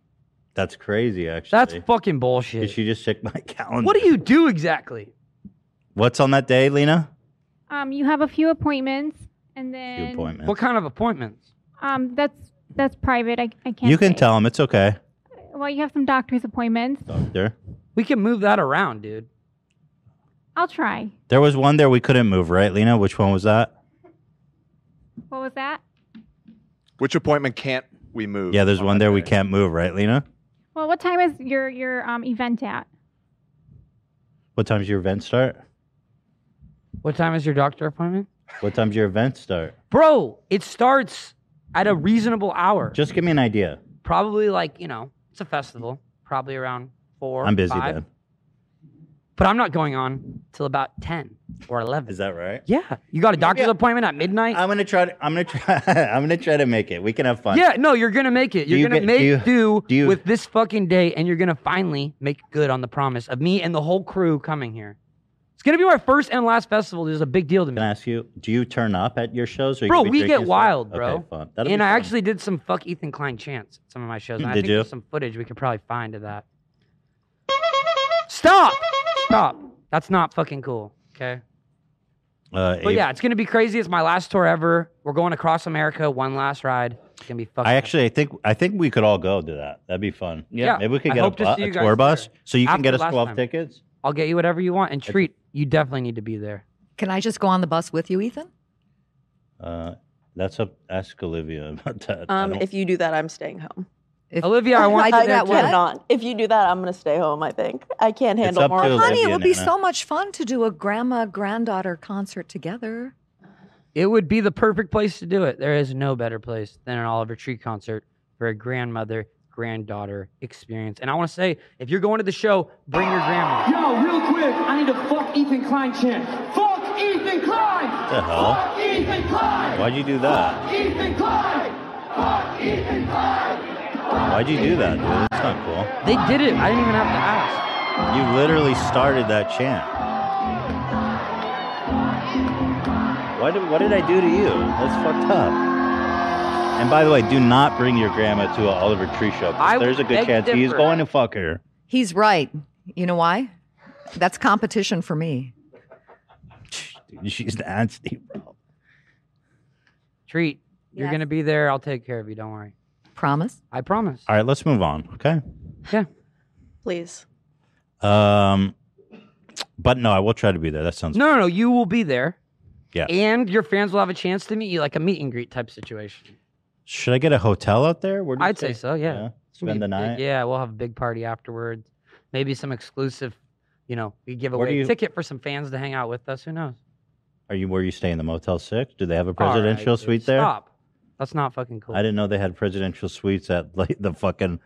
S2: that's crazy. Actually,
S3: That's fucking
S2: Did
S3: bullshit.
S2: she just check my calendar?
S3: What do you do exactly?
S2: What's on that day, Lena?
S8: Um, you have a few appointments, and
S2: Few
S8: then
S2: appointments.
S3: What kind of appointments?
S8: Um, that's that's private. I, I can't.
S2: you can
S8: say.
S2: tell them it's okay,
S8: Well, you have some doctor's appointments.
S2: doctor.
S3: We can move that around, dude.
S8: I'll try.
S2: There was one there we couldn't move, right, Lena? Which one was that?
S8: What was that?
S1: Which appointment can't we move?
S2: Yeah, there's one there we can't move, right, Lena?
S8: Well, what time is your your um event at?
S2: What time's your event start?
S3: What time is your doctor appointment?
S2: What time's your event start?
S3: Bro, it starts at a reasonable hour.
S2: Just give me an idea.
S3: probably like, you know, it's a festival, probably around 4
S2: I'm busy
S3: five.
S2: then.
S3: But I'm not going on till about 10 or 11.
S2: Is that right?
S3: yeah. You got a doctor's
S2: I-
S3: appointment at midnight?
S2: I'm gonna try. To, I'm gonna try. I'm gonna try to make it. We can have fun.
S3: yeah, no, you're going to make it. You're
S2: you
S3: going to
S2: get-
S3: make
S2: do you-
S3: do,
S2: do you-
S3: with this fucking day and you're going to finally make good on the promise of me and the whole crew coming here. It's going to be my first and last festival. This is a big deal to me.
S2: Can I ask you? Do you turn up at your shows? Or you
S3: Bro,
S2: be
S3: we
S2: drinking
S3: get
S2: stuff?
S3: wild, bro.
S2: Okay, fun. That'll
S3: and
S2: be
S3: I
S2: fun.
S3: actually did some fuck Ethan Klein chants at some of my shows. And I
S2: Did
S3: think
S2: you?
S3: there's some footage we could probably find of that. Stop! Stop. That's not fucking cool. Okay.
S2: Uh,
S3: But
S2: Abe-
S3: yeah, it's gonna be crazy. It's my last tour ever. We're going across America, one last ride. It's gonna be fucking.
S2: I actually, I think, I think we could all go to that. That'd be fun.
S3: Yeah.
S2: Maybe we could
S3: I
S2: get a,
S3: hope to
S2: bu-
S3: see
S2: a
S3: you guys
S2: tour bus,
S3: there.
S2: so you can
S3: After
S2: get us
S3: last
S2: twelve
S3: time.
S2: tickets.
S3: I'll get you whatever you want. And treat, you definitely need to be there.
S5: Can I just go on the bus with you, Ethan?
S2: Uh, that's up. Ask Olivia about that. I
S4: Um,
S2: don't-
S4: if you do that, I'm staying home.
S5: If-
S3: Olivia, I want
S5: I
S3: you
S5: did
S3: there
S5: that
S3: too.
S5: What? one-
S4: Cannot. If you do that, I'm gonna stay home. I think I can't
S2: It's
S4: handle
S2: up
S4: more.
S2: to
S5: Honey, it
S2: Olivia
S5: would be
S2: now.
S5: so much fun to do a grandma granddaughter concert together.
S3: It would be the perfect place to do it. There is no better place than an Oliver Tree concert for a grandmother granddaughter experience. And I want to say, if you're going to the show, bring your grandma.
S9: Yo, real quick, I need a fuck Ethan Klein chant. Fuck E- Ethan Klein!
S2: the hell?
S9: Fuck Ethan Klein!
S2: Why'd you do that?
S9: Fuck Ethan Klein! Fuck Ethan Klein!
S2: Why'd you do that, dude? That's not cool.
S3: They did it. I didn't even have to ask.
S2: You literally started that chant. Why did, what did I do to you? That's fucked up. And by the way, do not bring your grandma to an Oliver Tree show. 'cause
S3: I
S2: There's a
S3: would
S2: good
S3: beg
S2: chance
S3: to
S2: he's
S3: differ.
S2: going to fuck her.
S5: He's right. You know why? That's competition for me.
S2: Dude, she's nasty, bro.
S3: Treat, you're
S5: Yes.
S3: gonna be there. I'll take care of you. Don't worry.
S5: Promise?
S3: I promise.
S2: All right, let's move on. Okay.
S3: Yeah.
S4: Please.
S2: Um, but no, I will try to be there. That sounds
S3: No, no, no. You will be there.
S2: Yeah.
S3: And your fans will have a chance to meet you, like a meet and greet type situation.
S2: Should I get a hotel out there? Where do you
S3: I'd say so. Yeah. It's gonna be
S2: Spend the
S3: a big-
S2: night.
S3: yeah, we'll have a big party afterwards. Maybe some exclusive. You know, we give
S2: Where do
S3: away
S2: you-
S3: a ticket for some fans to hang out with us. Who knows?
S2: Are you where you stay in the Motel Six? Do they have a
S3: All right,
S2: presidential
S3: dude,
S2: suite there?
S3: Stop. That's not fucking cool.
S2: I didn't know they had presidential suites at like the fucking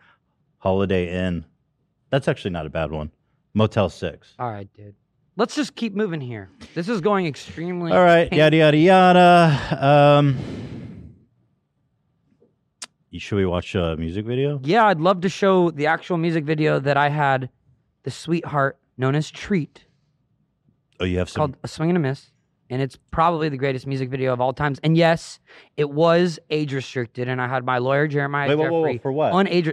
S2: Holiday Inn. That's actually not a bad one. Motel Six.
S3: All right, dude. Let's just keep moving here. This is going extremely.
S2: All right, yada yada yada. Um, you- should we watch a music video?
S3: Yeah, I'd love to show the actual music video that I had, the sweetheart known as Treat.
S2: Oh, you have some.
S3: called A Swing and a Miss, and it's probably the greatest music video of all times. And yes, it was age restricted, and I had my lawyer Jeremiah
S2: Wait, whoa,
S3: Jeffrey
S2: whoa, whoa, for what?
S3: on age.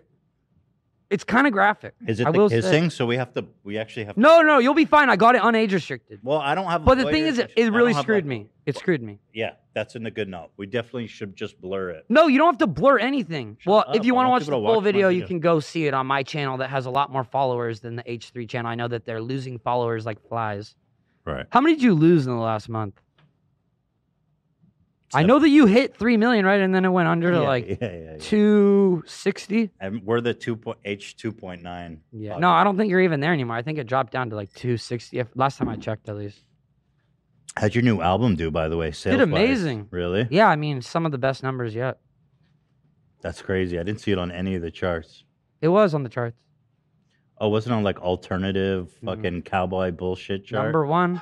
S3: It's kind of graphic.
S2: Is it
S3: I
S2: the
S3: will say-
S2: kissing? So we have to. We actually have.
S3: No, no, you'll be fine. I got it on age restricted.
S2: Well, I don't have.
S3: But the thing
S2: lawyers
S3: is, it,
S2: and shit. I
S3: it
S2: don't
S3: really
S2: have,
S3: screwed
S2: like-
S3: me. It screwed me.
S2: Yeah, that's in the good note. We definitely should just blur it.
S3: No, you don't have to blur anything. well,
S2: up.
S3: if you
S2: I
S3: want to
S2: want
S3: watch the
S2: people to
S3: full
S2: watch my
S3: video, you
S2: video.
S3: can go see it on my channel that has a lot more followers than the H3 channel. I know that they're losing followers like flies.
S2: Right.
S3: How many did you lose in the last month? I know that you hit 3 million, right? And then it went under to
S2: Yeah,
S3: like
S2: yeah, yeah, yeah.
S3: 260.
S2: And we're the two point H two point nine.
S3: Yeah. No, I don't think you're even there anymore. I think it dropped down to like 260 if- last time I checked, at least.
S2: How'd your new album do, by the way? Sales
S3: amazing.
S2: Really?
S3: Yeah, I mean, some of the best numbers yet.
S2: That's crazy. I didn't see it on any of the charts.
S3: It was on the charts.
S2: Oh, wasn't it on like alternative fucking cowboy bullshit chart.
S3: Mm-hmm. Number one.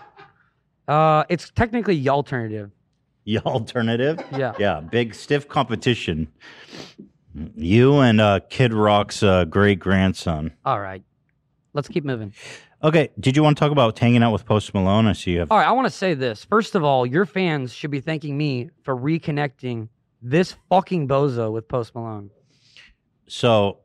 S3: Uh, it's technically the alternative.
S2: The alternative?
S3: Yeah.
S2: Yeah. Big stiff competition. You and uh, Kid Rock's uh, great grandson.
S3: All right. Let's keep moving.
S2: Okay. Did you want to talk about hanging out with Post Malone? I see you have.
S3: All right, I want to say this. First of all, your fans should be thanking me for reconnecting this fucking bozo with Post Malone.
S2: So,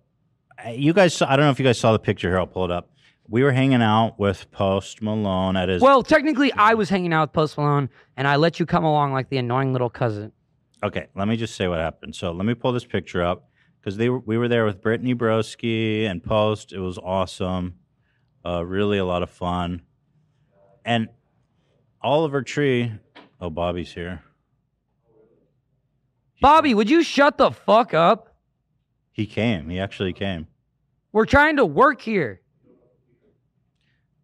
S2: uh, you guys, saw, I don't know if you guys saw the picture here. I'll pull it up. We were hanging out with Post Malone at his.
S3: Well, technically, I was hanging out with Post Malone, and I let you come along like the annoying little cousin.
S2: Okay, let me just say what happened. So let me pull this picture up because they were, we were there with Brittany Broski and Post. It was awesome, uh, really a lot of fun, and Oliver Tree. Oh, Bobby's here.
S3: Bobby, would you shut the fuck up?
S2: He came. He actually came.
S3: We're trying to work here.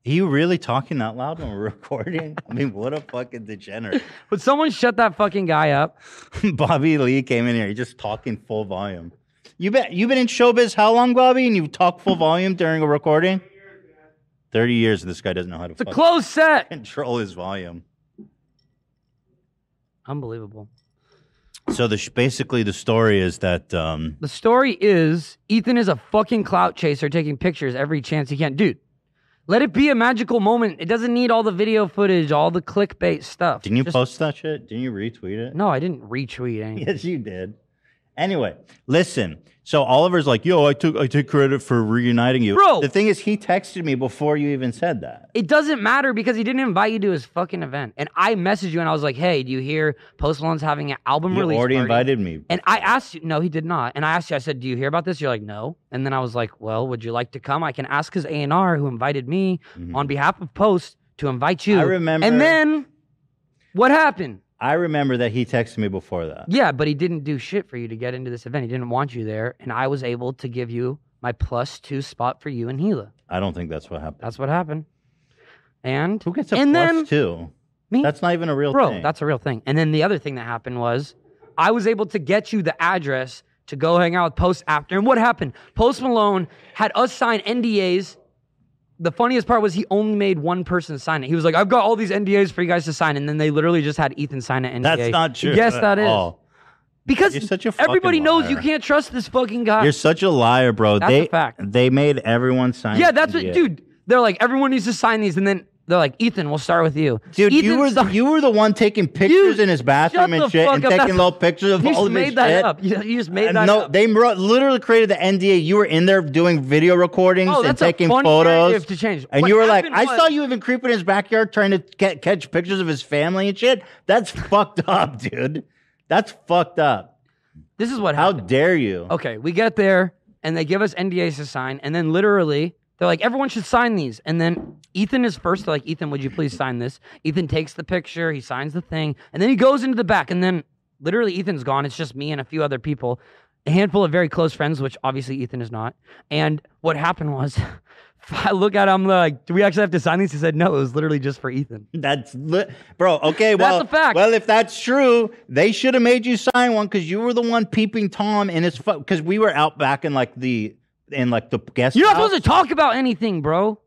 S2: Are you really talking that loud when we're recording? I mean, what a fucking degenerate.
S3: Would someone shut that fucking guy up?
S2: Bobby Lee came in here. He's just talking full volume. You bet. You've been in showbiz how long, Bobby? And you talk full volume during a recording? Thirty years. and This guy doesn't know how to
S3: It's a
S2: fucking
S3: closed set.
S2: control his volume.
S3: Unbelievable.
S2: So the sh- basically the story is that um,
S3: The story is Ethan is a fucking clout chaser taking pictures every chance he can. Dude, let it be a magical moment. It doesn't need all the video footage, all the clickbait stuff.
S2: didn't you
S3: Just-
S2: post that shit? Didn't you retweet it?
S3: No, I didn't retweet anything.
S2: Yes, you did. Anyway, listen. So Oliver's like, "Yo, I took I take credit for reuniting you."
S3: Bro!
S2: the thing is, he texted me before you even said that.
S3: It doesn't matter because he didn't invite you to his fucking event. And I messaged you and I was like, hey, do you hear Post Malone's having an album
S2: You
S3: release?
S2: already
S3: party?
S2: invited me.
S3: And I asked you, no, he did not. And I asked you, I said, do you hear about this? You're like, no. And then I was like, well, would you like to come? I can ask his A&R who invited me on behalf of Post to invite you.
S2: Mm-hmm. I remember-
S3: And then what happened?
S2: I remember that he texted me before that.
S3: Yeah, but he didn't do shit for you to get into this event. He didn't want you there. And I was able to give you my plus two spot for you and Gila.
S2: I don't think that's what happened.
S3: That's what happened. And
S2: Who gets a
S3: and
S2: plus
S3: then,
S2: two?
S3: Me?
S2: That's not even a real
S3: Bro,
S2: thing.
S3: that's a real thing. And then the other thing that happened was I was able to get you the address to go hang out with Post after. And what happened? Post Malone had us sign NDAs. The funniest part was he only made one person sign it. He was like, I've got all these NDAs for you guys to sign. And then they literally just had Ethan sign an NDA.
S2: That's not true.
S3: Yes,
S2: at
S3: that is.
S2: all.
S3: Because
S2: You're such a fucking
S3: everybody knows you
S2: liar.
S3: can't trust this fucking guy.
S2: You're such a liar, bro.
S3: Ah. That's
S2: they
S3: a fact.
S2: they made everyone sign.
S3: yeah, that's what,
S2: NDA.
S3: dude. They're like, everyone needs to sign these. And then they're like, Ethan, we'll start with you.
S2: Dude, you
S3: Ethan
S2: were the,
S3: signed-
S2: you were the one taking pictures
S3: Dude,
S2: in his
S3: shut
S2: bathroom
S3: the
S2: and shit,
S3: fuck
S2: and
S3: up.
S2: taking
S3: That's-
S2: little pictures of
S3: you
S2: all
S3: just
S2: of his
S3: made that
S2: shit.
S3: up. You, you just made
S2: Uh,
S3: that
S2: no,
S3: up.
S2: they wrote, literally created the NDA. You were in there doing video recordings
S3: Oh,
S2: and
S3: that's a
S2: taking
S3: funny
S2: photos.
S3: narrative to change.
S2: And
S3: What
S2: you were like,
S3: happened
S2: I
S3: was-
S2: saw you even creeping in his backyard trying to ca- catch pictures of his family and shit. That's fucked up, dude. That's fucked up.
S3: This is what
S2: How
S3: happened.
S2: dare you?
S3: okay, we get there and they give us NDAs to sign, and then literally they're like, everyone should sign these. And then Ethan is first. They're like, Ethan, would you please sign this? Ethan takes the picture, he signs the thing, and then he goes into the back. And then literally Ethan's gone. It's just me and a few other people, a handful of very close friends, which obviously Ethan is not. And what happened was. I look at him like, do we actually have to sign these? He said, no, it was literally just for Ethan.
S2: That's li- bro. Okay,
S3: That's
S2: well,
S3: a fact.
S2: well, if that's true, they should have made you sign one because you were the one peeping Tom in his because we were out back in like the in like the guest.
S3: You're not
S2: house,
S3: supposed to talk about anything, bro.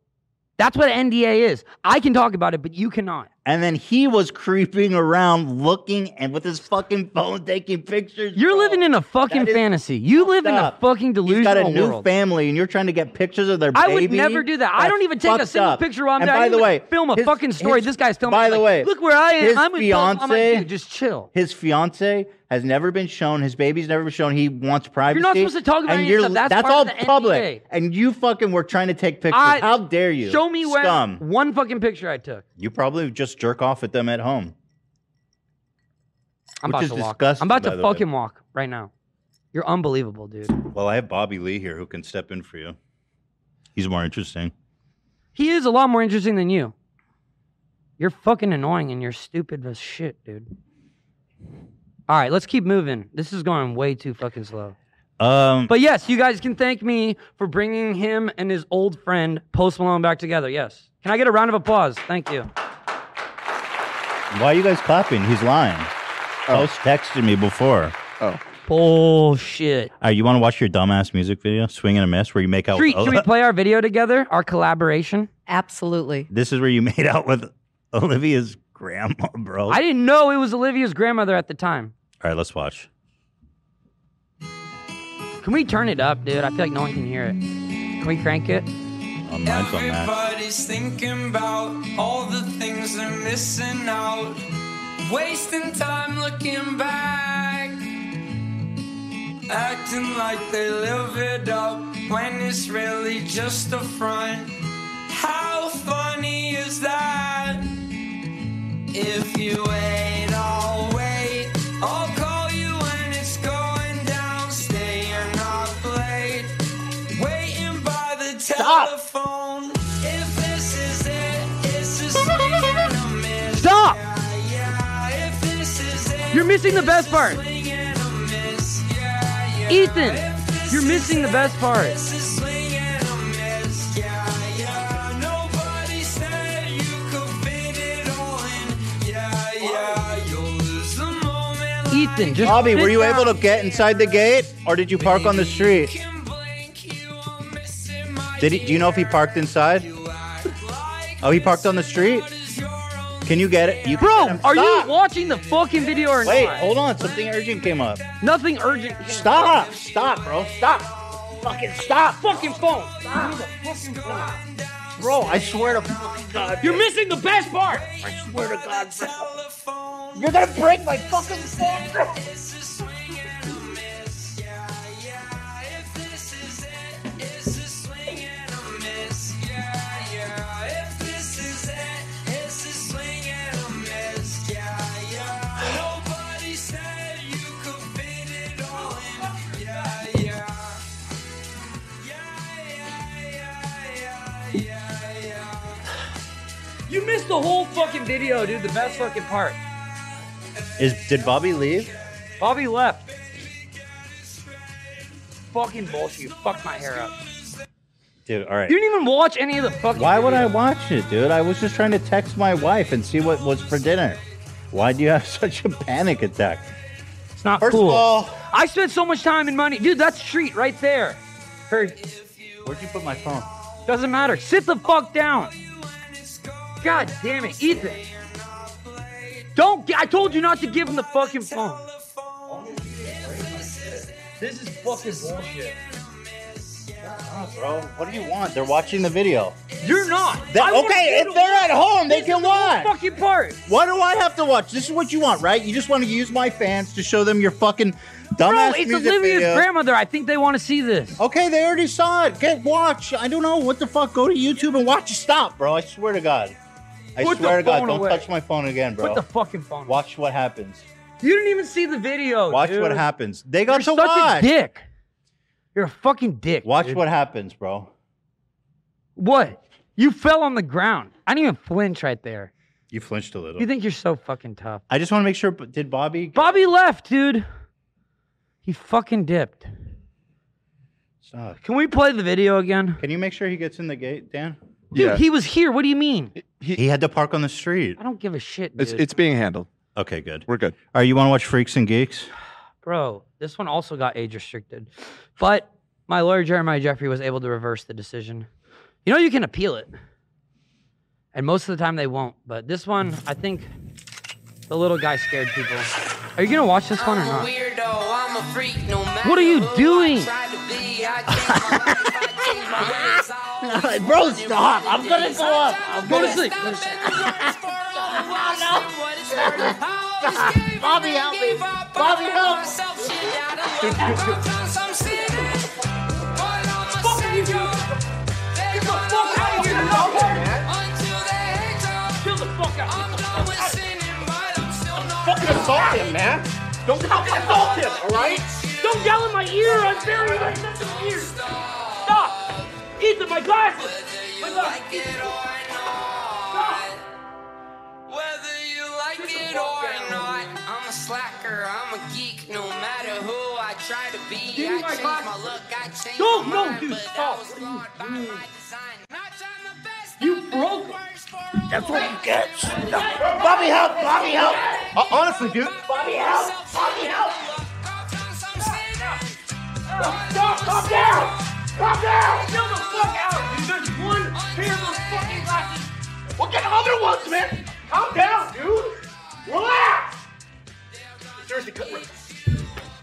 S3: That's what an NDA is. I can talk about it, but you cannot.
S2: And then he was creeping around, looking and with his fucking phone taking pictures.
S3: You're
S2: bro.
S3: living in a fucking
S2: that is
S3: fantasy. You live in a
S2: up.
S3: fucking
S2: He's
S3: delusional
S2: got a new
S3: world.
S2: family, and you're trying to get pictures of their
S3: I
S2: baby.
S3: would never do that. I
S2: That's
S3: don't even take a
S2: fucked
S3: single
S2: up.
S3: picture while I'm
S2: and
S3: there. I
S2: By the
S3: don't
S2: way,
S3: even film a
S2: his-
S3: fucking story.
S2: his-
S3: this guy's filming.
S2: By
S3: he's
S2: the
S3: like,
S2: way,
S3: look where I am.
S2: his
S3: I'm with Bob." I'm like,
S2: fiance-
S3: dude, just chill.
S2: His fiance has never been shown. His baby's never been shown. He wants privacy.
S3: supposed to talk about
S2: and
S3: any
S2: you're,
S3: of that stuff. That's
S2: That's
S3: part
S2: all
S3: of the
S2: public.
S3: NDA.
S2: And you fucking were trying to take pictures.
S3: I-
S2: How dare you?
S3: Show me where
S2: Scum.
S3: one fucking picture I took.
S2: You probably just jerk off at them at home.
S3: I'm
S2: Which
S3: about
S2: is
S3: to walk.
S2: disgusting,
S3: I'm about
S2: by
S3: to
S2: the way.
S3: fucking walk right now. You're unbelievable, dude.
S2: Well, I have Bobby Lee here who can step in for you. He's more interesting.
S3: He is a lot more interesting than you. You're fucking annoying and you're stupid as shit, dude. All right, let's keep moving. This is going way too fucking slow.
S2: Um,
S3: But yes, you guys can thank me for bringing him and his old friend Post Malone back together. Yes. Can I get a round of applause? Thank you.
S2: Why are you guys clapping? He's lying.
S1: Oh.
S2: Host texted me before.
S1: Oh,
S3: Bullshit.
S2: Uh, you want to watch your dumbass music video, Swing and a Miss, where you make out
S3: Treat,
S2: with
S3: should we play our video together? Our collaboration?
S5: Absolutely.
S2: This is where you made out with Olivia's grandma, bro.
S3: I didn't know it was Olivia's grandmother at the time.
S2: All right, let's watch.
S3: Can we turn it up, dude? I feel like no one can hear it. Can we crank it?
S2: Oh, mine's on that.
S10: Everybody's thinking about all the things they're missing out, wasting time looking back, acting like they live it up when it's really just a front. How funny is that? If you wait, I'll wait. I'll call you when it's going down. Staying up late, waiting by the telephone. If this is it, it's just swinging a miss.
S3: Stop!
S10: Yeah, yeah. If this is it,
S3: You're missing the best part.
S10: swinging a miss. Yeah, yeah.
S3: Ethan, you're missing the best part.
S10: This is swinging a miss. Yeah, yeah. Nobody said you could fit it all in. Yeah, yeah. You'll lose the moment.
S3: Ethan, just
S6: Bobby, were
S3: sit
S6: you
S3: down.
S6: able to get inside the gate, or did you park on the street?
S10: Can blink, you are missing my
S6: Did he, do you know if he parked inside? Oh, he parked on the street. Can you get it? You
S3: Bro, are
S6: Stop.
S3: you watching the fucking video or
S6: Wait,
S3: not?
S6: hold on. Something urgent came up.
S3: Nothing urgent.
S6: Stop! Stop, bro! Stop! Fucking stop!
S3: Fucking phone.
S6: Bro, I swear to fucking God.
S3: You're missing the best part.
S6: I swear to God, bro.
S10: telephone.
S6: You're gonna break my fucking phone!
S10: This is swinging a miss. Yeah, yeah. If this is it, it's just swinging a miss. Yeah, yeah. If this is it, it's just swinging a miss. Yeah, yeah. Nobody said you could fit it all in. Yeah, yeah. Yeah, yeah, yeah, yeah, yeah, yeah.
S3: You missed the whole fucking video, dude. The best fucking part.
S2: Is did Bobby leave?
S3: Bobby left. Fucking bullshit. You fucked my hair up.
S2: Dude, all right.
S3: You didn't even watch any of the fucking.
S2: Why would I
S3: video.
S2: watch it, dude? I was just trying to text my wife and see what was for dinner. Why do you have such a panic attack?
S3: It's not
S6: First
S3: cool.
S6: of all,
S3: I spent so much time and money, dude. That's street right there. Her
S6: where'd you put my phone?
S3: doesn't matter. Sit the fuck down. God damn it, Ethan. Don't. gi- I told you not to give him the fucking phone. This is fucking bullshit.
S6: Oh, bro, what do you want? They're watching the video.
S3: You're not.
S6: They-
S3: I want
S6: okay,
S3: you to
S6: if they're at home, they
S3: This is
S6: can
S3: the whole
S6: watch.
S3: Fucking part.
S6: Why do I have to watch? This is what you want, right? You just want to use my fans to show them your fucking dumbass
S3: Bro, it's
S6: music
S3: Olivia's
S6: video.
S3: grandmother. I think they want to see this.
S6: Okay, they already saw it. Get watch. I don't know what the fuck. Go to YouTube and watch. Stop, bro. I swear to God. I
S3: Put the
S6: swear to God.
S3: phone
S6: Don't
S3: away.
S6: touch my phone again, bro.
S3: Put the fucking phone. away.
S6: watch what happens.
S3: You didn't even see the video.
S6: Watch
S3: dude.
S6: what happens. They
S3: You're
S6: got to
S3: such
S6: watch.
S3: a dick. You're a fucking dick.
S6: Watch
S3: dude.
S6: what happens, bro.
S3: What? You fell on the ground. I didn't even flinch right there.
S6: You flinched a little.
S3: You think you're so fucking tough.
S6: I just want to make sure. but Did Bobby?
S3: Bobby left, dude. He fucking dipped.
S6: Stop.
S3: Can we play the video again?
S6: Can you make sure he gets in the gate, Dan?
S3: Dude,
S1: yeah.
S3: he was here. What do you mean?
S6: He had to park on the street.
S3: I don't give a shit, dude.
S1: it's it's being handled.
S2: Okay, good.
S1: We're good.
S2: All right, you want to watch Freaks and Geeks?
S3: Bro, this one also got age restricted. But my lawyer, Jeremiah Jeffrey, was able to reverse the decision. You know, you can appeal it. And most of the time they won't. But this one, I think the little guy scared people. Are you going to watch this one or
S10: I'm a
S3: not?
S10: weirdo, I'm a freak, no matter
S3: What are you
S10: who I
S3: doing?
S10: try to be, I change my life, I change my ways, I always
S6: bro, stop. I'm gonna go up. I'm
S3: Go
S6: gonna
S3: to sleep.
S10: stop making words for all the while, see what it's worth. I always gave
S6: Bobby,
S10: in and
S6: help me.
S10: gave up, I
S6: Bobby,
S10: found
S6: help.
S10: myself shit out of luck. Sometimes I'm sinning, but I'm a savior. They run away until they hate us. I'm done with sinning, but I'm still not perfect.
S6: him, man. Don't fucking assault him, all right?
S3: Don't yell in my ear. I'm very sensitive ears. Stop. Ethan, my glasses.
S10: Whether you like it or not. Whether you like it or not, I'm a slacker, I'm a geek, no matter who I try to be. I change my look, I change
S3: No,
S10: my
S3: no,
S10: mind,
S3: dude,
S10: but
S3: stop.
S10: I was
S3: What are you
S10: flawed by my design. Not trying the best,
S3: You
S10: not the
S3: broke it.
S10: worst.
S2: That's what you get. No. Bobby, help! Bobby, help! Uh, honestly, dude. Bobby, help! Bobby, help!
S6: No, calm down! Calm down! Chill the fuck out! dude. There's one pair of those fucking glasses. We'll get other ones, man! Calm down, dude! Relax! Seriously, cut Ow,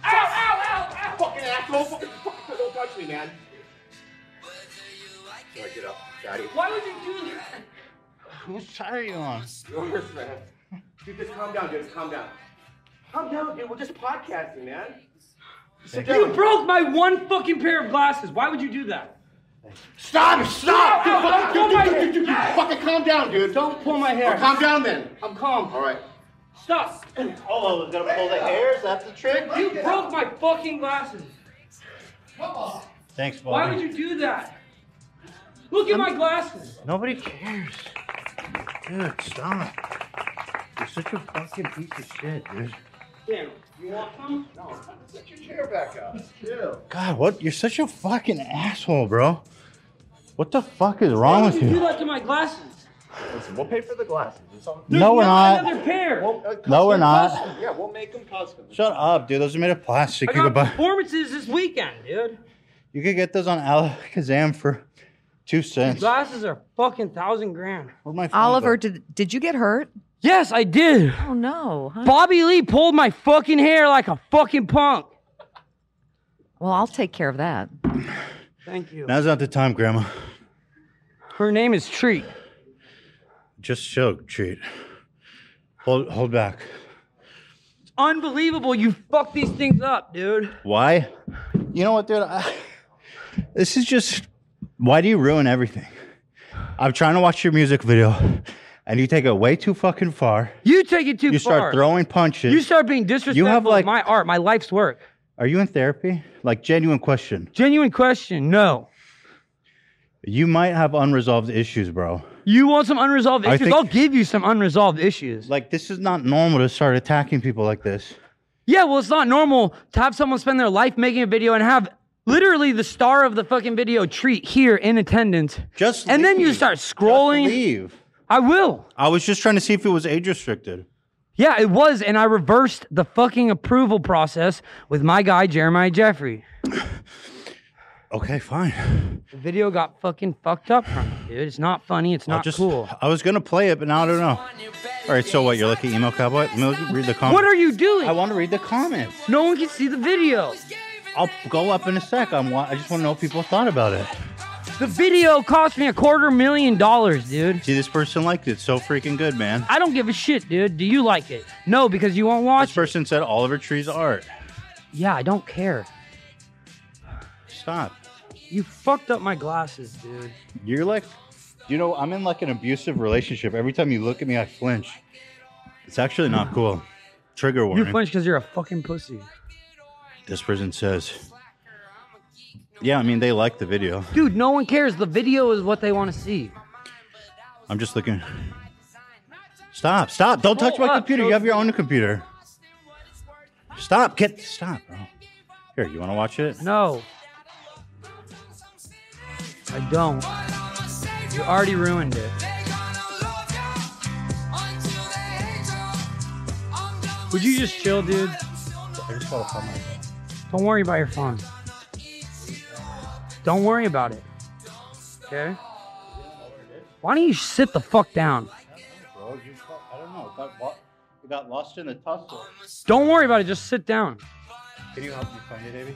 S6: ow, ow, ow! Fucking asshole! Fucking, fucking, don't touch me, man. Sorry, get up. Get out of here. Why would you do that?
S2: Who's tired on?
S6: Yours, man. Dude, just calm down, dude. Calm down. Calm down, dude. We're just podcasting, man. Sit
S3: You
S6: down.
S3: broke my one fucking pair of glasses. Why would you do that?
S6: Stop! Stop!
S3: Ow, ow,
S6: Dude,
S3: ow,
S6: fucking-
S3: don't
S6: dude,
S3: bite
S6: dude, dude, dude, fucking calm down, dude. Don't pull my
S3: hair.
S6: calm down then. I'm calm. All right.
S3: Stop.
S2: Oh, we're gonna pull the hairs. That's the trick.
S3: You broke my fucking glasses.
S2: Thanks, Bobby.
S3: Why would you do that? Look at my glasses.
S2: Nobody cares. Dude, stop. You're such a fucking piece of shit, dude.
S3: Damn. You want some? No.
S6: Sit your chair back up. Chill.
S2: God, what? You're such a fucking asshole, bro. What the fuck is wrong
S3: Why
S2: with
S3: would you do
S2: you?
S3: that to my glasses?
S6: Listen, we'll pay for the glasses. It's all- uh,
S2: No, we're not.
S3: Another pair.
S2: No, we're not.
S6: Yeah, we'll make them custom.
S2: Shut up, dude. Those are made of plastic.
S3: I
S2: You
S3: got
S2: could buy.
S3: performances this weekend, dude.
S2: You could get those on Alakazam for two cents.
S3: Glasses are fucking thousand grand.
S9: Oliver, did did you get hurt?
S3: Yes, I did.
S9: Oh no. huh?
S3: Bobby Lee pulled my fucking hair like a fucking punk.
S9: Well, I'll take care of that.
S3: Thank you.
S2: Now's not the time, Grandma.
S3: Her name is Treat.
S2: Just chill, treat. Hold, hold back.
S3: It's unbelievable. You fuck these things up, dude.
S2: Why? You know what, dude? I, this is just. Why do you ruin everything? I'm trying to watch your music video, and you take it way too fucking far.
S3: You take it too
S2: You
S3: far.
S2: start throwing punches.
S3: You start being disrespectful.
S2: You have,
S3: of
S2: like-
S3: my art, my life's work.
S2: Are you in therapy? Like genuine question.
S3: Genuine question. No.
S2: You might have unresolved issues, bro.
S3: You want some unresolved
S2: I
S3: issues? Oh,
S2: think-
S3: I'll give you some unresolved issues.
S2: Like this is not normal to start attacking people like this.
S3: Yeah, well, it's not normal to have someone spend their life making a video and have literally the star of the fucking video treat here in attendance.
S2: Just
S3: and then you start scrolling.
S2: leave.
S3: I will.
S2: I was just trying to see if it was age restricted.
S3: Yeah, it was, and I reversed the fucking approval process with my guy Jeremiah Jeffrey.
S2: Okay, fine.
S3: The video got fucking fucked up from it, dude. It's not funny. It's
S2: I'll
S3: not
S2: just-
S3: cool.
S2: I was gonna play it, but now I don't know. All right, so what? You're like an emo cowboy. Let me read the comments.
S3: What are you doing?
S2: I want to read the comments.
S3: No one can see the video.
S2: I'll go up in a sec. I'm. wa- I just want to know what people thought about it.
S3: The video cost me a quarter million dollars, dude.
S2: See, this person liked it so freaking good, man.
S3: I don't give a shit, dude. Do you like it? No, because you won't watch.
S2: This person said Oliver Tree's art.
S3: Yeah, I don't care.
S2: Stop.
S3: You fucked up my glasses, dude.
S2: You're like, you know, I'm in like an abusive relationship. Every time you look at me, I flinch. Hmm. It's actually not cool. Trigger
S3: You
S2: warning.
S3: flinched because you're a fucking pussy.
S2: This person says. Yeah, I mean, they like the video.
S3: Dude, no one cares. The video is what they want to see.
S2: I'm just looking. Stop, stop. Don't touch my
S3: Hold up,
S2: computer. You have your own computer. Stop, get, stop, bro. Here, you want to watch it?
S3: No. I don't. You already ruined it. Would you just chill, dude?
S2: I just want to find my
S3: Don't worry about your phone. Don't worry about it. Okay? Why don't you sit the fuck down?
S2: Bro, you, I don't know. Got, lo- you got lost in the tussle.
S3: Don't worry about it. Just sit down.
S2: Can you help me find it, AB?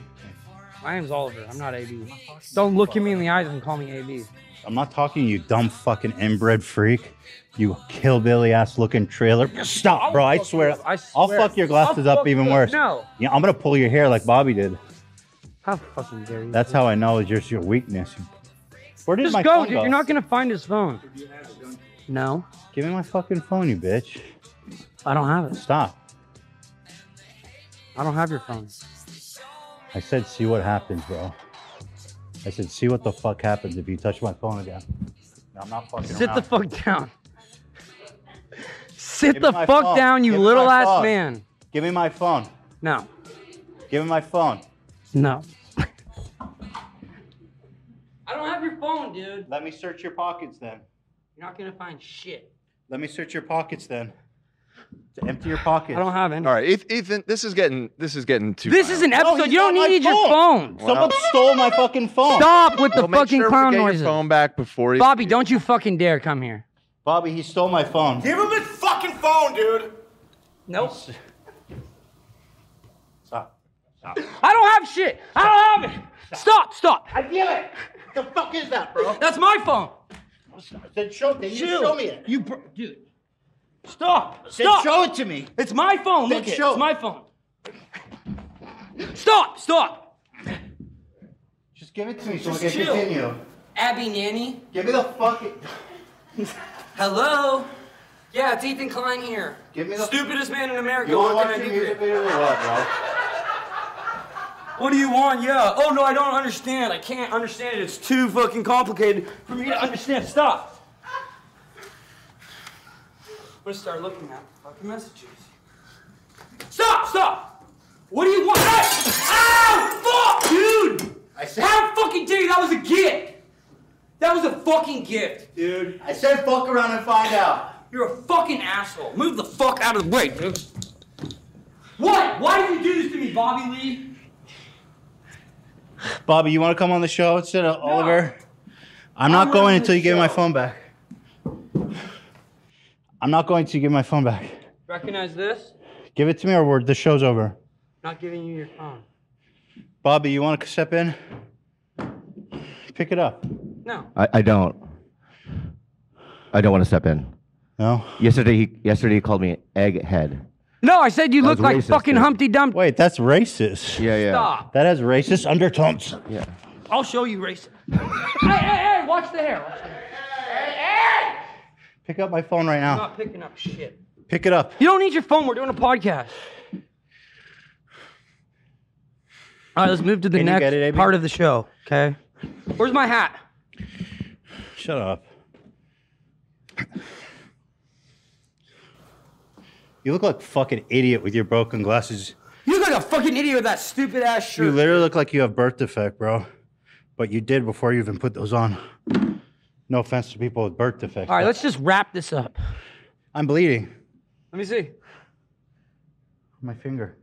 S3: My name's Oliver. I'm not AB. Don't look at me in the eyes and call me AB.
S2: I'm not talking you dumb fucking inbred freak. You killbilly ass looking trailer. Stop, bro. I swear.
S3: I
S2: I'll
S3: swear.
S2: fuck your glasses
S3: I'll
S2: up even
S3: fuck-
S2: worse.
S3: No.
S2: Yeah, I'm going to pull your hair like Bobby did.
S3: How fucking dare you?
S2: That's how I know it's just your weakness. Where did
S3: Just
S2: my
S3: go,
S2: phone
S3: dude.
S2: go?
S3: You're not gonna find his phone. No,
S2: Give me my fucking phone, you bitch.
S3: I don't have it.
S2: Stop.
S3: I don't have your phone.
S2: I said, see what happens, bro. I said, see what the fuck happens if you touch my phone again. I'm not fucking
S3: Sit the
S2: around.
S3: fuck down. Sit
S2: Give me
S3: the
S2: my
S3: fuck
S2: phone.
S3: down, you
S2: Give me
S3: little
S2: my
S3: ass
S2: phone.
S3: man.
S2: Give me my phone.
S3: No,
S2: Give me my phone.
S3: no. I don't have your phone, dude.
S2: Let me search your pockets then.
S3: You're not gonna find shit.
S2: Let me search your pockets then. To empty your pockets.
S3: I don't have any.
S1: All right, Eth- Ethan, this is getting this is getting too.
S3: This is an episode. you don't need your phone.
S2: Someone stole my fucking phone.
S3: Stop with the
S2: Well, make
S3: fucking
S2: sure we
S3: clown
S2: get your
S3: noises.
S2: phone
S1: back before you.
S3: Bobby, don't you fucking dare come here.
S2: Bobby, he stole my phone.
S6: Give him his fucking phone, dude.
S3: Nope.
S2: Stop.
S3: I don't have shit. I don't have it. Stop. Stop.
S2: I feel it. The fuck is that, bro?
S3: That's my phone.
S2: Then show, then you
S3: Chill.
S2: show me it.
S3: You, br- dude. Stop.
S2: Then
S3: Stop.
S2: show it to me.
S3: It's my phone.
S2: Then
S3: Look it.
S2: show
S3: It's my phone. Stop. Stop.
S2: Just give it to me so I
S3: Just
S2: can
S3: chill.
S2: continue.
S3: Abby Nanny.
S2: Give me the fucking.
S3: Hello. Yeah, it's Ethan Klein here.
S2: Give me the-
S3: Stupidest man in America.
S2: You wanna
S3: What
S2: watch
S3: can I
S2: your
S3: do
S2: music
S3: for you?
S2: video or what, bro?
S3: What do you want? Yeah. Oh no, I don't understand. I can't understand it. It's too fucking complicated for me to understand. Stop. I'm gonna start looking at the fucking messages. Stop! Stop! What do you want? Ow! Fuck, dude! I said, How fucking dare you? That was a gift. That was a fucking gift, dude.
S2: I said fuck around and find out.
S3: You're a fucking asshole. Move the fuck out of the way, dude. What? Why did you do this to me, Bobby Lee?
S2: Bobby, you want to come on the show instead of Oliver? I'm not going until you give my phone back. I'm not going to give my phone back.
S3: Recognize this?
S2: Give it to me or we're, the show's over.
S3: Not giving you your phone.
S2: Bobby, you want to step in? Pick it up.
S11: I, I don't. I don't want to step in.
S2: No.
S11: Yesterday, he, yesterday he called me egghead.
S3: No, I said you
S11: That
S3: look
S11: was
S3: like
S11: racist,
S3: fucking
S11: dude.
S3: Humpty Dumpty.
S2: Wait, that's racist.
S11: Yeah, yeah.
S3: Stop.
S2: That has racist undertones.
S11: Yeah.
S3: I'll show you racist. hey, hey, hey, watch the hair. Watch the hair.
S2: Pick up my phone right
S3: I'm
S2: now.
S3: not picking up shit.
S2: Pick it up.
S3: You don't need your phone. We're doing a podcast. All right, let's move to the
S2: Can you
S3: next
S2: get it, AB?
S3: part of the show. Okay. Where's my hat?
S2: Shut up. You look like a fucking idiot with your broken glasses.
S3: You look like a fucking idiot with that stupid ass shirt.
S2: You literally look like you have birth defect, bro. But you did before you even put those on. No offense to people with birth defects.
S3: All right,
S2: but
S3: let's just wrap this up.
S2: I'm bleeding.
S3: Let me see.
S2: My finger.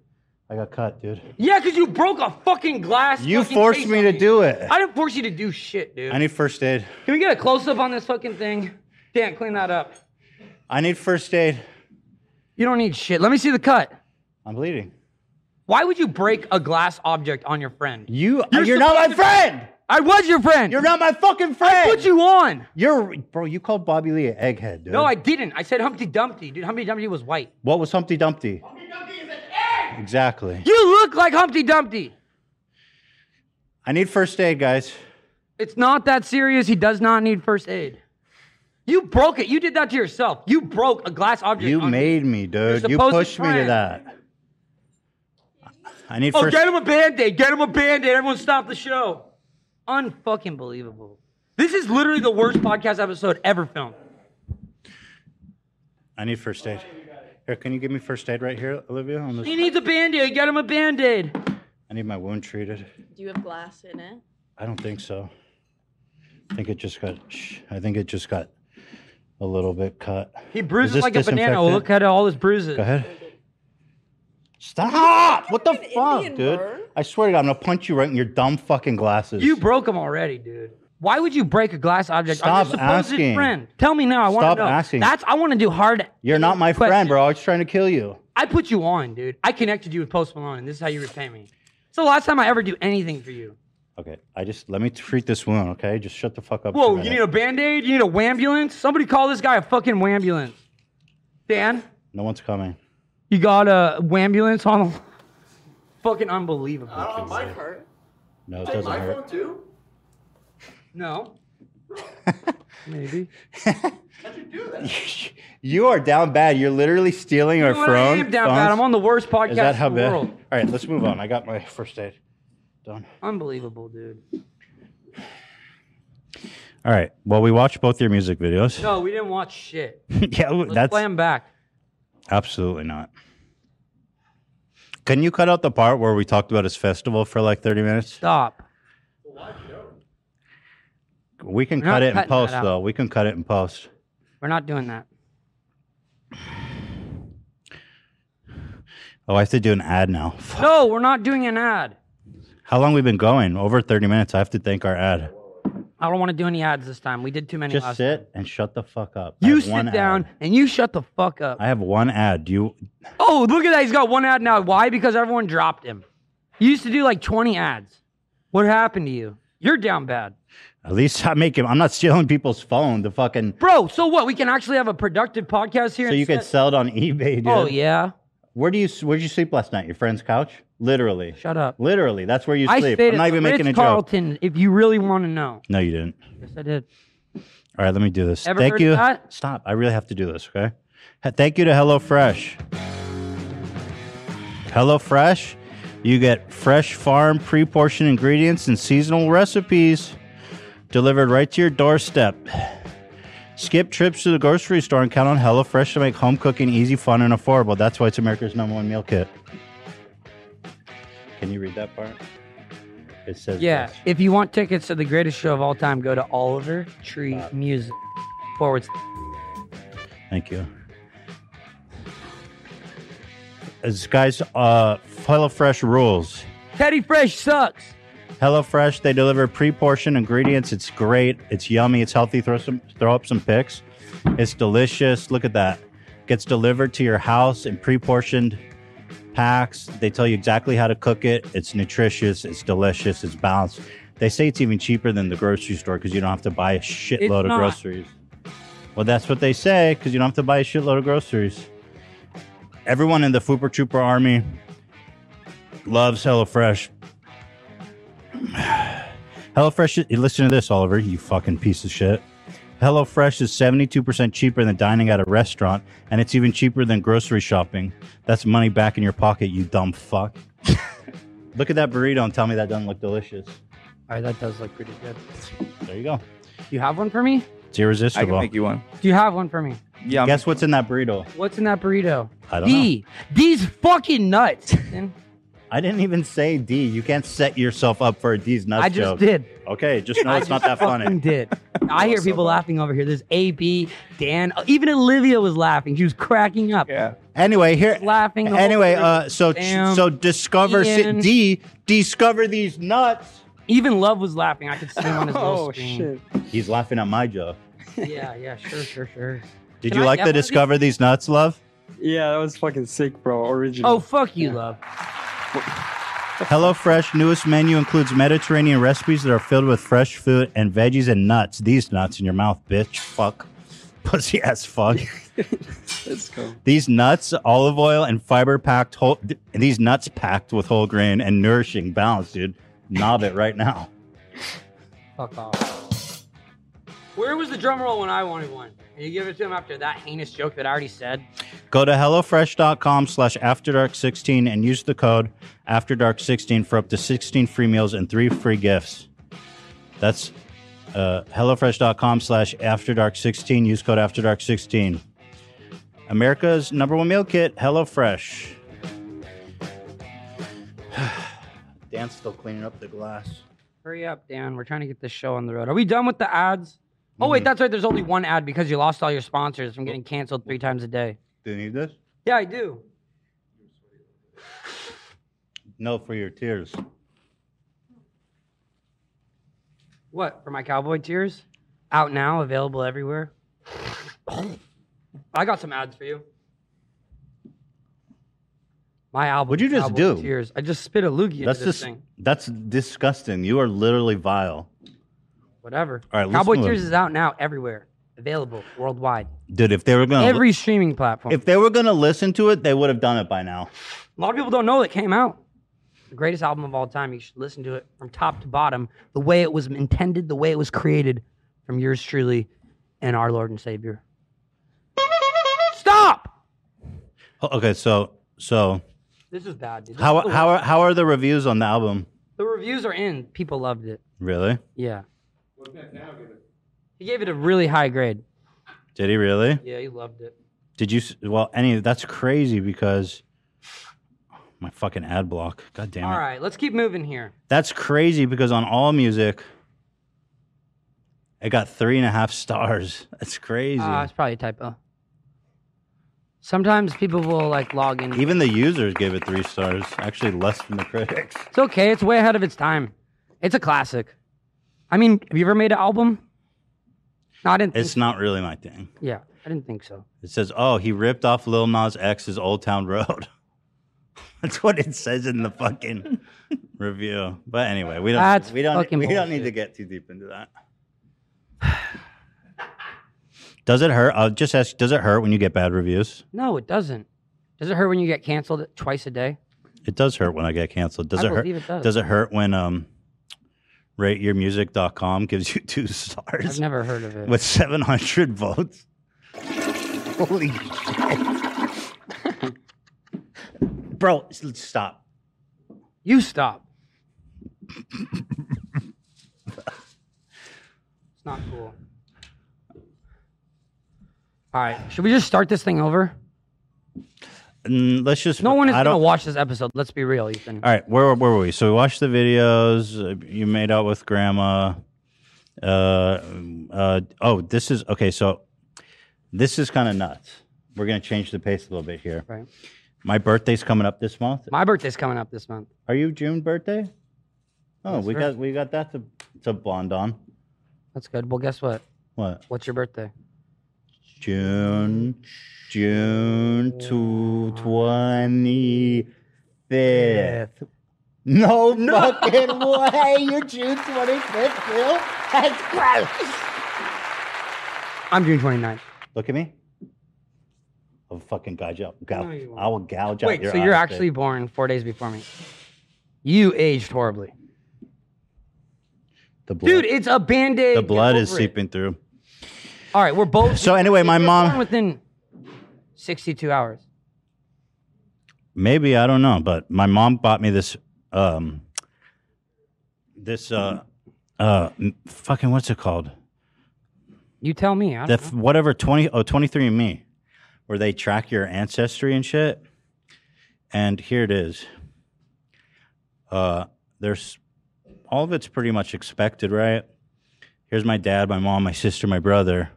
S2: I got cut, dude.
S3: Yeah, because you broke a fucking glass.
S2: You
S3: fucking
S2: forced
S3: case
S2: me
S3: on
S2: to do it.
S3: I didn't force you to do shit, dude.
S2: I need first aid.
S3: Can we get a close up on this fucking thing? Dan, clean that up.
S2: I need first aid.
S3: You don't need shit. Let me see the cut.
S2: I'm bleeding.
S3: Why would you break a glass object on your friend?
S2: You you're, not my
S3: supposed to-
S2: friend.
S3: I was your friend.
S2: You're not my fucking friend.
S3: I put you on.
S2: You're bro, you called Bobby Lee an egghead, dude.
S3: No, I didn't. I said Humpty Dumpty, dude. Humpty Dumpty was white.
S2: What was Humpty Dumpty? Exactly.
S3: You look like Humpty Dumpty.
S2: I need first aid, guys.
S3: It's not that serious. He does not need first aid. You broke it. You did that to yourself. You broke a glass object.
S2: You
S3: on-
S2: made me, dude. You
S3: supposed to
S2: pushed me to
S3: friend.
S2: that. I need
S3: Oh,
S2: first
S3: get him a band aid. Get him a band aid. Everyone stop the show. Unfucking believable. This is literally the worst podcast episode ever filmed.
S2: I need first aid. Here, can you give me first aid right here, Olivia? On
S3: He
S2: this?
S3: needs a band aid. Get him a band aid.
S2: I need my wound treated.
S9: Do you have glass in it?
S2: I don't think so. I think it just got. Shh, I think it just got a little bit cut.
S3: He
S2: Is
S3: bruises
S2: this
S3: like a banana. Oh,
S2: disinfectant?
S3: look at all his bruises.
S2: Go ahead. Stop! What the fuck,
S3: Indian
S2: dude? I swear to God, I'm gonna punch you right in your dumb fucking glasses.
S3: You broke him already, dude. Why would you break a glass object on your
S2: Stop
S3: supposed
S2: asking.
S3: friend? Tell me now. I want
S2: Stop
S3: to know.
S2: asking.
S3: That's I want to do hard.
S2: You're not my friend, bro. I was trying to kill you.
S3: I put you on, dude. I connected you with Post Malone, and this is how you repay me. It's the last time I ever do anything for you.
S2: Okay, I just let me treat this wound. Okay, just shut the fuck up. for a
S3: Whoa, you
S2: minute.
S3: need a band aid? You need a wambulance? Somebody call this guy a fucking wambulance. Dan,
S2: no one's coming.
S3: you got a wambulance on the. Fucking unbelievable.
S9: I don't have my card.
S2: No, it doesn't hurt.
S9: too?
S3: No. Maybe.
S2: You are down bad. You're literally stealing our
S3: know what? I
S2: phone.
S3: am down bad.
S2: phones.
S3: I'm on the worst
S2: Is
S3: podcast
S2: that how
S3: in the
S2: bad?
S3: world.
S2: All right, let's move on. I got my first aid.
S3: Unbelievable, dude.
S2: All right. Well, we watched both your music videos.
S3: No, we didn't watch shit.
S2: yeah,
S3: Let's
S2: that's
S3: play him back.
S2: absolutely not. Can you cut out the part where we talked about his festival for like 30 minutes?
S3: Stop.
S2: We can
S3: We're
S2: cut
S3: not
S2: it in
S3: cutting that
S2: post,
S3: out.
S2: though. We can cut it in post.
S3: We're not doing that.
S2: Oh, I have to do an ad now.
S3: No, we're not doing an ad.
S2: How long we been going? Over 30 minutes. I have to thank our ad.
S3: I don't want to do any ads this time. We did too many
S2: Just
S3: last
S2: sit and shut the fuck up. I
S3: You
S2: have
S3: sit
S2: one ad.
S3: down and you shut the fuck up.
S2: I have one ad. Do you
S3: Oh, look at that. He's got one ad now. Why? Because everyone dropped him. You used to do like 20 ads. What happened to you? You're down bad.
S2: at least I make him I'm not stealing people's phone. The fucking
S3: Bro, so what? We can actually have a productive podcast here.
S2: So you could
S3: instead?
S2: sell it on eBay, dude.
S3: Oh, yeah.
S2: Where do you where'd you sleep last night? Your friend's couch? Literally.
S3: Shut up.
S2: Literally. That's where you
S3: I
S2: sleep.
S3: stayed
S2: I'm not
S3: at
S2: even making a joke.
S3: Carlton, if you really want to know.
S2: No, you didn't.
S3: Yes, I did.
S2: All right, let me do this.
S3: Ever
S2: Thank
S3: heard of
S2: you.
S3: that?
S2: Stop. I really have to do this, okay? Ha- Thank you to HelloFresh. HelloFresh, you get fresh farm pre portioned ingredients and seasonal recipes delivered right to your doorstep. Skip trips to the grocery store and count on HelloFresh to make home cooking easy, fun, and affordable. That's why it's America's number one meal kit. Can you read that part? It says,
S3: Yeah. If you want tickets to the greatest show of all time, go to Oliver Tree Music. Forwards.
S2: Thank you. This guy's uh, HelloFresh rules.
S3: Teddy Fresh sucks.
S2: HelloFresh, they deliver pre-portioned ingredients. It's great. It's yummy. It's healthy. Throw some, throw up some pics. It's delicious. Look at that. Gets delivered to your house in pre-portioned packs. They tell you exactly how to cook it. It's nutritious. It's delicious. It's balanced. They say it's even cheaper than the grocery store because you don't have to buy a shitload of
S3: not.
S2: groceries. Well, that's what they say because you don't have to buy a shitload of groceries. Everyone in the Fooper Trooper Army loves HelloFresh. HelloFresh, is- listen to this, Oliver, you fucking piece of shit. HelloFresh is 72% cheaper than dining at a restaurant, and it's even cheaper than grocery shopping. That's money back in your pocket, you dumb fuck. look at that burrito and tell me that doesn't look delicious.
S3: All right, that does look pretty good.
S2: There you go.
S3: You have one for me?
S2: It's irresistible.
S3: make
S2: you one.
S3: Do you have one for me?
S2: Yeah. Guess what's in that burrito?
S3: What's in that burrito?
S2: I don't
S3: D. D's fucking nuts. man.
S2: I didn't even say D. You can't set yourself up for a D's nuts
S3: I just
S2: joke.
S3: did.
S2: Okay, just know
S3: I
S2: it's not that funny.
S3: fucking did. I hear people laughing over here. There's AB, Dan, uh, even Olivia was laughing. She was cracking up. Yeah.
S2: Anyway, here.
S3: Laughing. the whole
S2: Anyway,
S3: thing.
S2: uh, so
S3: Damn.
S2: so discover
S3: Ian.
S2: si- D. Discover these nuts.
S3: Even Love was laughing. I could see him on his little
S2: Oh,
S3: screen.
S2: He's laughing at my joke.
S3: Yeah, yeah, sure, sure, sure.
S2: Did
S3: Can
S2: you
S3: I
S2: like
S3: get
S2: the
S3: one of these?
S2: discover these nuts, love?
S7: Yeah, that was fucking sick, bro. Original.
S3: Oh, fuck you, Love.
S2: HelloFresh newest menu includes Mediterranean recipes that are filled with fresh food and veggies and nuts. These nuts in your mouth, bitch. Fuck. Pussy ass fuck.
S7: Let's go.
S2: These nuts, olive oil, and fiber packed whole. th- These nuts packed with whole grain and nourishing balance, dude. Knob it right now.
S3: Fuck
S2: Oh
S3: off. Where was the drum roll when I wanted one? And you give it to him after that heinous joke that I already said?
S2: Go to HelloFresh.com slash AfterDark16 and use the code AfterDark16 for up to 16 free meals and three free gifts. That's uh, HelloFresh.com slash AfterDark16. Use code AfterDark16. America's number one meal kit, HelloFresh. Dan's still cleaning up the glass.
S3: Hurry up, Dan. We're trying to get this show on the road. Are we done with the ads? Oh,
S2: Mm-hmm.
S3: wait, that's right. There's only one ad because you lost all your sponsors from getting canceled three times a day.
S2: Do you need this?
S3: Yeah, I do.
S2: No, for your tears.
S3: What, for my cowboy tears? Out now, available everywhere. I got some ads for you. My album.
S2: What'd you just
S3: Cowboy
S2: do?
S3: Tears. I just spit a loogie into
S2: That's
S3: this
S2: just,
S3: thing.
S2: that's disgusting. You are literally vile.
S3: Whatever.
S2: All right,
S3: Cowboy
S2: listen to
S3: Tears
S2: it.
S3: is out now everywhere, available worldwide.
S2: Dude, if they were going to
S3: Every streaming platform.
S2: If they were going to listen to it, they would have done it by now.
S3: A lot of people don't know it came out. The greatest album of all time. You should listen to it from top to bottom, the way it was intended, the way it was created, from yours truly, and our Lord and Savior. Stop!
S2: Oh, Okay, so so
S3: This is bad, dude. This
S2: how
S3: is the
S2: how
S3: worst.
S2: are, how are the reviews on the album?
S3: The reviews are in. People loved it.
S2: Really?
S3: Yeah. He gave it a really high grade.
S2: Did he really?
S3: Yeah, he loved it.
S2: Did you? s- Well, any that's crazy because my fucking ad block. God damn it.
S3: All right, let's keep moving here.
S2: That's crazy because on all music, It got three and a half stars. That's crazy.
S3: Uh, it's probably a typo. Sometimes people will like log in.
S2: Even the users gave it three stars. Actually, less than the critics.
S3: It's okay. It's way ahead of its time. It's a classic. I mean, have you ever made an album? No, I didn't.
S2: It's not really my thing.
S3: Yeah, I didn't think so.
S2: It says, "Oh, he ripped off Lil Nas X's Old Town Road." That's what it says in the fucking review. But anyway, we don't.
S3: That's
S2: we don't.
S3: fucking
S2: We don't need
S3: bullshit.
S2: to get too deep into that. Does it hurt? I'll just ask. Does it hurt when you get bad reviews?
S3: No, it doesn't. Does it hurt when you get canceled twice a day?
S2: It does hurt when I get canceled. Does
S3: I
S2: it hurt?
S3: believe it does.
S2: it hurt when um, rateyourmusic.com gives you two stars?
S3: I've never heard of it.
S2: With seven hundred votes. Holy Bro, s- stop.
S3: You stop. it's not cool. All right, should we just start this thing over?
S2: Mm, let's just.
S3: No one is
S2: I
S3: gonna
S2: don't-
S3: watch this episode. Let's be real, Ethan.
S2: All right, where, where were we? So we watched the videos. uh, You made out with grandma. Uh, uh, oh, this is okay. So this is kind of nuts. We're gonna change the pace a little bit here.
S3: Right.
S2: My birthday's coming up this month.
S3: My birthday's coming up this month.
S2: Are you June birthday? Oh,
S3: Yes,
S2: we
S3: sir.
S2: got we got that to to bond on.
S3: That's good. Well, guess what?
S2: What?
S3: What's your birthday?
S2: June June to twenty fifth. No, no. fucking way! You're June 25th, Phil? That's gross!
S3: I'm June 29th.
S2: Look at me. I'll fucking gouge up. Gou-
S3: No, you won't.
S2: I will gouge out
S3: Wait,
S2: your
S3: so you're
S2: eyes,
S3: actually
S2: babe.
S3: born four days before me. You aged horribly.
S2: the blood,
S3: Dude, it's a band aid.
S2: the blood is seeping through.
S3: All right, we're both.
S2: So anyway, my
S3: You're
S2: mom-
S3: born Within 62 hours.
S2: Maybe I don't know, but my mom bought me this um this uh uh m- fucking what's it called?
S3: You tell me. I
S2: the
S3: don't
S2: f- whatever 20 oh 23 and me where they track your ancestry and shit and here it is uh there's all of it's pretty much expected right here's my dad my mom my sister my brother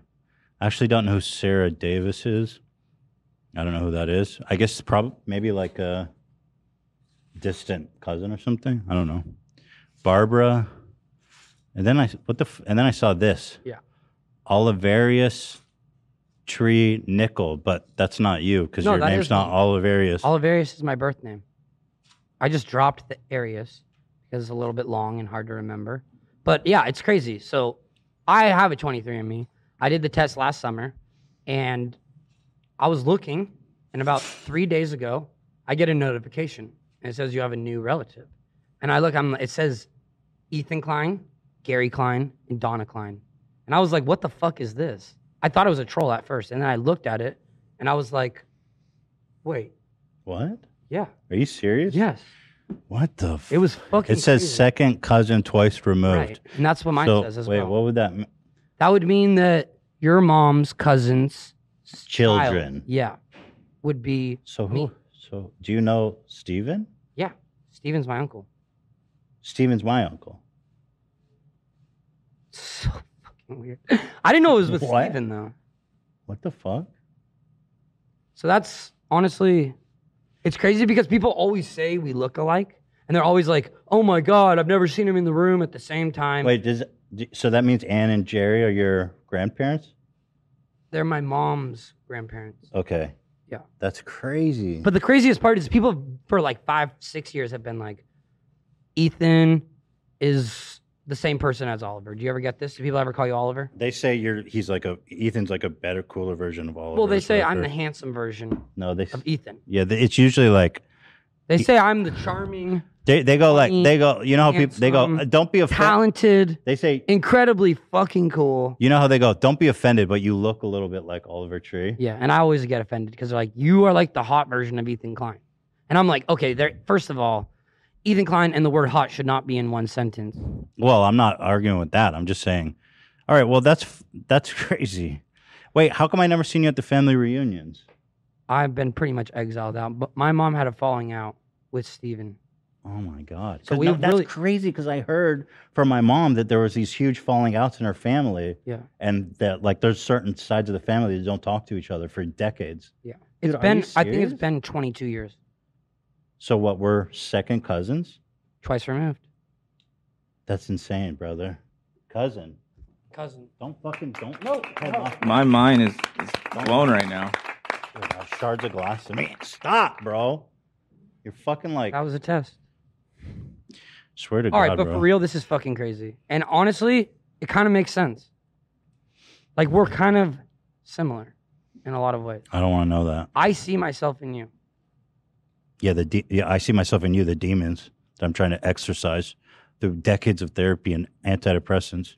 S2: i actually don't know who sarah davis is i don't know who that is i guess probably maybe like a distant cousin or something i don't know barbara and then i what the f- and then i saw this
S3: Yeah.
S2: Olivarius Tree Nickel, but that's not you because
S3: No,
S2: your
S3: that
S2: name's
S3: is
S2: not
S3: me.
S2: Olivarius.
S3: Olivarius is my birth name. I just dropped the Arius because it's a little bit long and hard to remember. But yeah, it's crazy. So I have a 23andMe. I did the test last summer and I was looking, and about three days ago, I get a notification and it says you have a new relative. And I look, I'm it says Ethan Klein, Gary Klein, and Donna Klein. And I was like, what the fuck is this? I thought it was a troll at first. And then I looked at it and I was like, wait,
S2: what?
S3: yeah.
S2: Are you serious?
S3: Yes.
S2: What the? F-
S3: It was fucking.
S2: it says
S3: crazy.
S2: second cousin twice removed.
S3: Right. And that's what mine
S2: So,
S3: says as
S2: wait,
S3: well.
S2: what would that mean?
S3: That would mean that your mom's cousins,
S2: Children.
S3: yeah, would be.
S2: So who?
S3: me.
S2: So do you know Steven?
S3: Yeah, Steven's my uncle.
S2: Steven's my uncle.
S3: So fucking weird. I didn't know it was with
S2: What?
S3: Steven though.
S2: What the fuck?
S3: So that's honestly, it's crazy because people always say we look alike, and they're always like, "Oh my god, I've never seen him in the room at the same time."
S2: Wait, does d- so that means Anne and Jerry are your grandparents?
S3: They're my mom's grandparents.
S2: Okay.
S3: Yeah.
S2: That's crazy.
S3: But the craziest part is people for like five, six years have been like, Ethan is the same person as Oliver. Do you ever get this? Do people ever call you Oliver?
S2: they say you're he's like a Ethan's like a better, cooler version of all.
S3: well, they say I'm the handsome version
S2: no. They s-
S3: of Ethan.
S2: yeah. They, it's usually like
S3: They say I'm the charming,
S2: They they go like they go. You know how people they go. uh,
S3: handsome,
S2: Don't be offended.
S3: talented,
S2: They say
S3: incredibly fucking cool.
S2: You know how they go. Don't be offended, but you look a little bit like Oliver Tree.
S3: Yeah, and I always get offended because they're like, you are like the hot version of Ethan Klein. And I'm like, okay, there first of all, Ethan Klein and the word hot should not be in one sentence.
S2: Well, I'm not arguing with that. I'm just saying. All right. Well, that's f- that's crazy. Wait, how come I never seen you at the family reunions?
S3: I've been pretty much exiled out, but my mom had a falling out with Steven.
S2: Oh my god!
S3: So
S2: So
S3: we
S2: that's
S3: really-
S2: crazy because I heard from my mom that there was these huge falling outs in her family.
S3: Yeah.
S2: and that like there's certain sides of the family that don't talk to each other for decades.
S3: Yeah.
S2: Dude,
S3: it's
S2: are
S3: been
S2: you
S3: I think
S2: serious?
S3: it's been 22 years.
S2: So what? We're second cousins.
S3: Twice removed.
S2: That's insane, brother. Cousin.
S3: Cousin.
S2: Don't fucking don't.
S3: No. no.
S6: My mind is, is blown right now.
S2: Dude, I have shards of glass in me. Stop, bro. You're fucking like. That
S3: was a test.
S2: Swear to
S3: All
S2: God,
S3: right, but
S2: bro.
S3: for real, this is fucking crazy. And honestly, it kind of makes sense. Like we're kind of similar in a lot of ways.
S2: I don't want to know that.
S3: I see myself in you.
S2: Yeah, the de- yeah, I see myself in you, the demons that I'm trying to exercise through decades of therapy and antidepressants.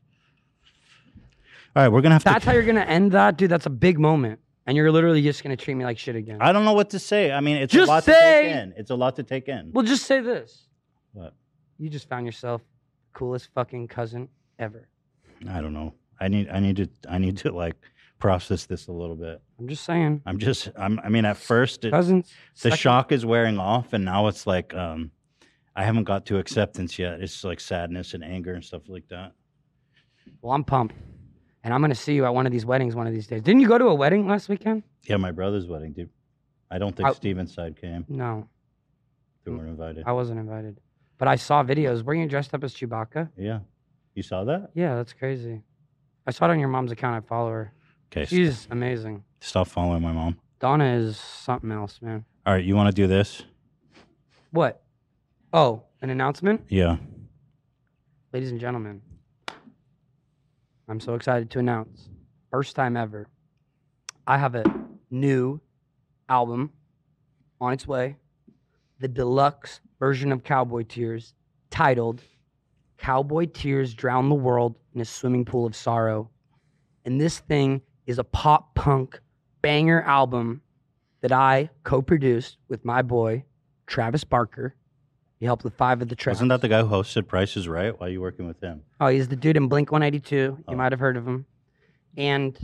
S2: All right, we're gonna have
S3: That's
S2: to.
S3: how you're gonna end that, dude. That's a big moment, and you're literally just gonna treat me like shit again.
S2: I don't know what to say. I mean, it's
S3: Just
S2: a lot
S3: say-
S2: to take in. It's a lot to take in.
S3: Well, just say this.
S2: What?
S3: You just found yourself the coolest fucking cousin ever.
S2: I don't know. I need. I need to. I need to like process this a little bit.
S3: I'm just saying.
S2: I'm just. I'm. I mean, at first, it,
S3: Cousins,
S2: the
S3: second-
S2: shock is wearing off, and now it's like, um, I haven't got to acceptance yet. It's like sadness and anger and stuff like that.
S3: Well, I'm pumped, and I'm gonna see you at one of these weddings one of these days. Didn't you go to a wedding last weekend?
S2: Yeah, my brother's wedding, dude. I don't think
S3: I-
S2: Steven's side came.
S3: No,
S2: They weren't invited.
S3: I wasn't invited, but I saw videos. Were you dressed up as Chewbacca?
S2: Yeah. You saw that?
S3: Yeah, that's crazy. I saw it on your mom's account. I follow her.
S2: 'Kay, so-
S3: she's amazing.
S2: Stop following my mom.
S3: Donna is something else, man.
S2: All right, you want to do this?
S3: What? Oh, an announcement.
S2: Yeah.
S3: Ladies and gentlemen, I'm so excited to announce, first time ever, I have a new album on its way, the deluxe version of Cowboy Tears, titled Cowboy Tears Drown the World in a Swimming Pool of Sorrow. And this thing is a pop punk banger album that I co produced with my boy, Travis Barker. He helped with five of the tracks.
S2: Wasn't that the guy who hosted Price is Right? Why are you working with him?
S3: Oh, he's the dude in Blink 182. You
S2: Oh.
S3: might have heard of him. And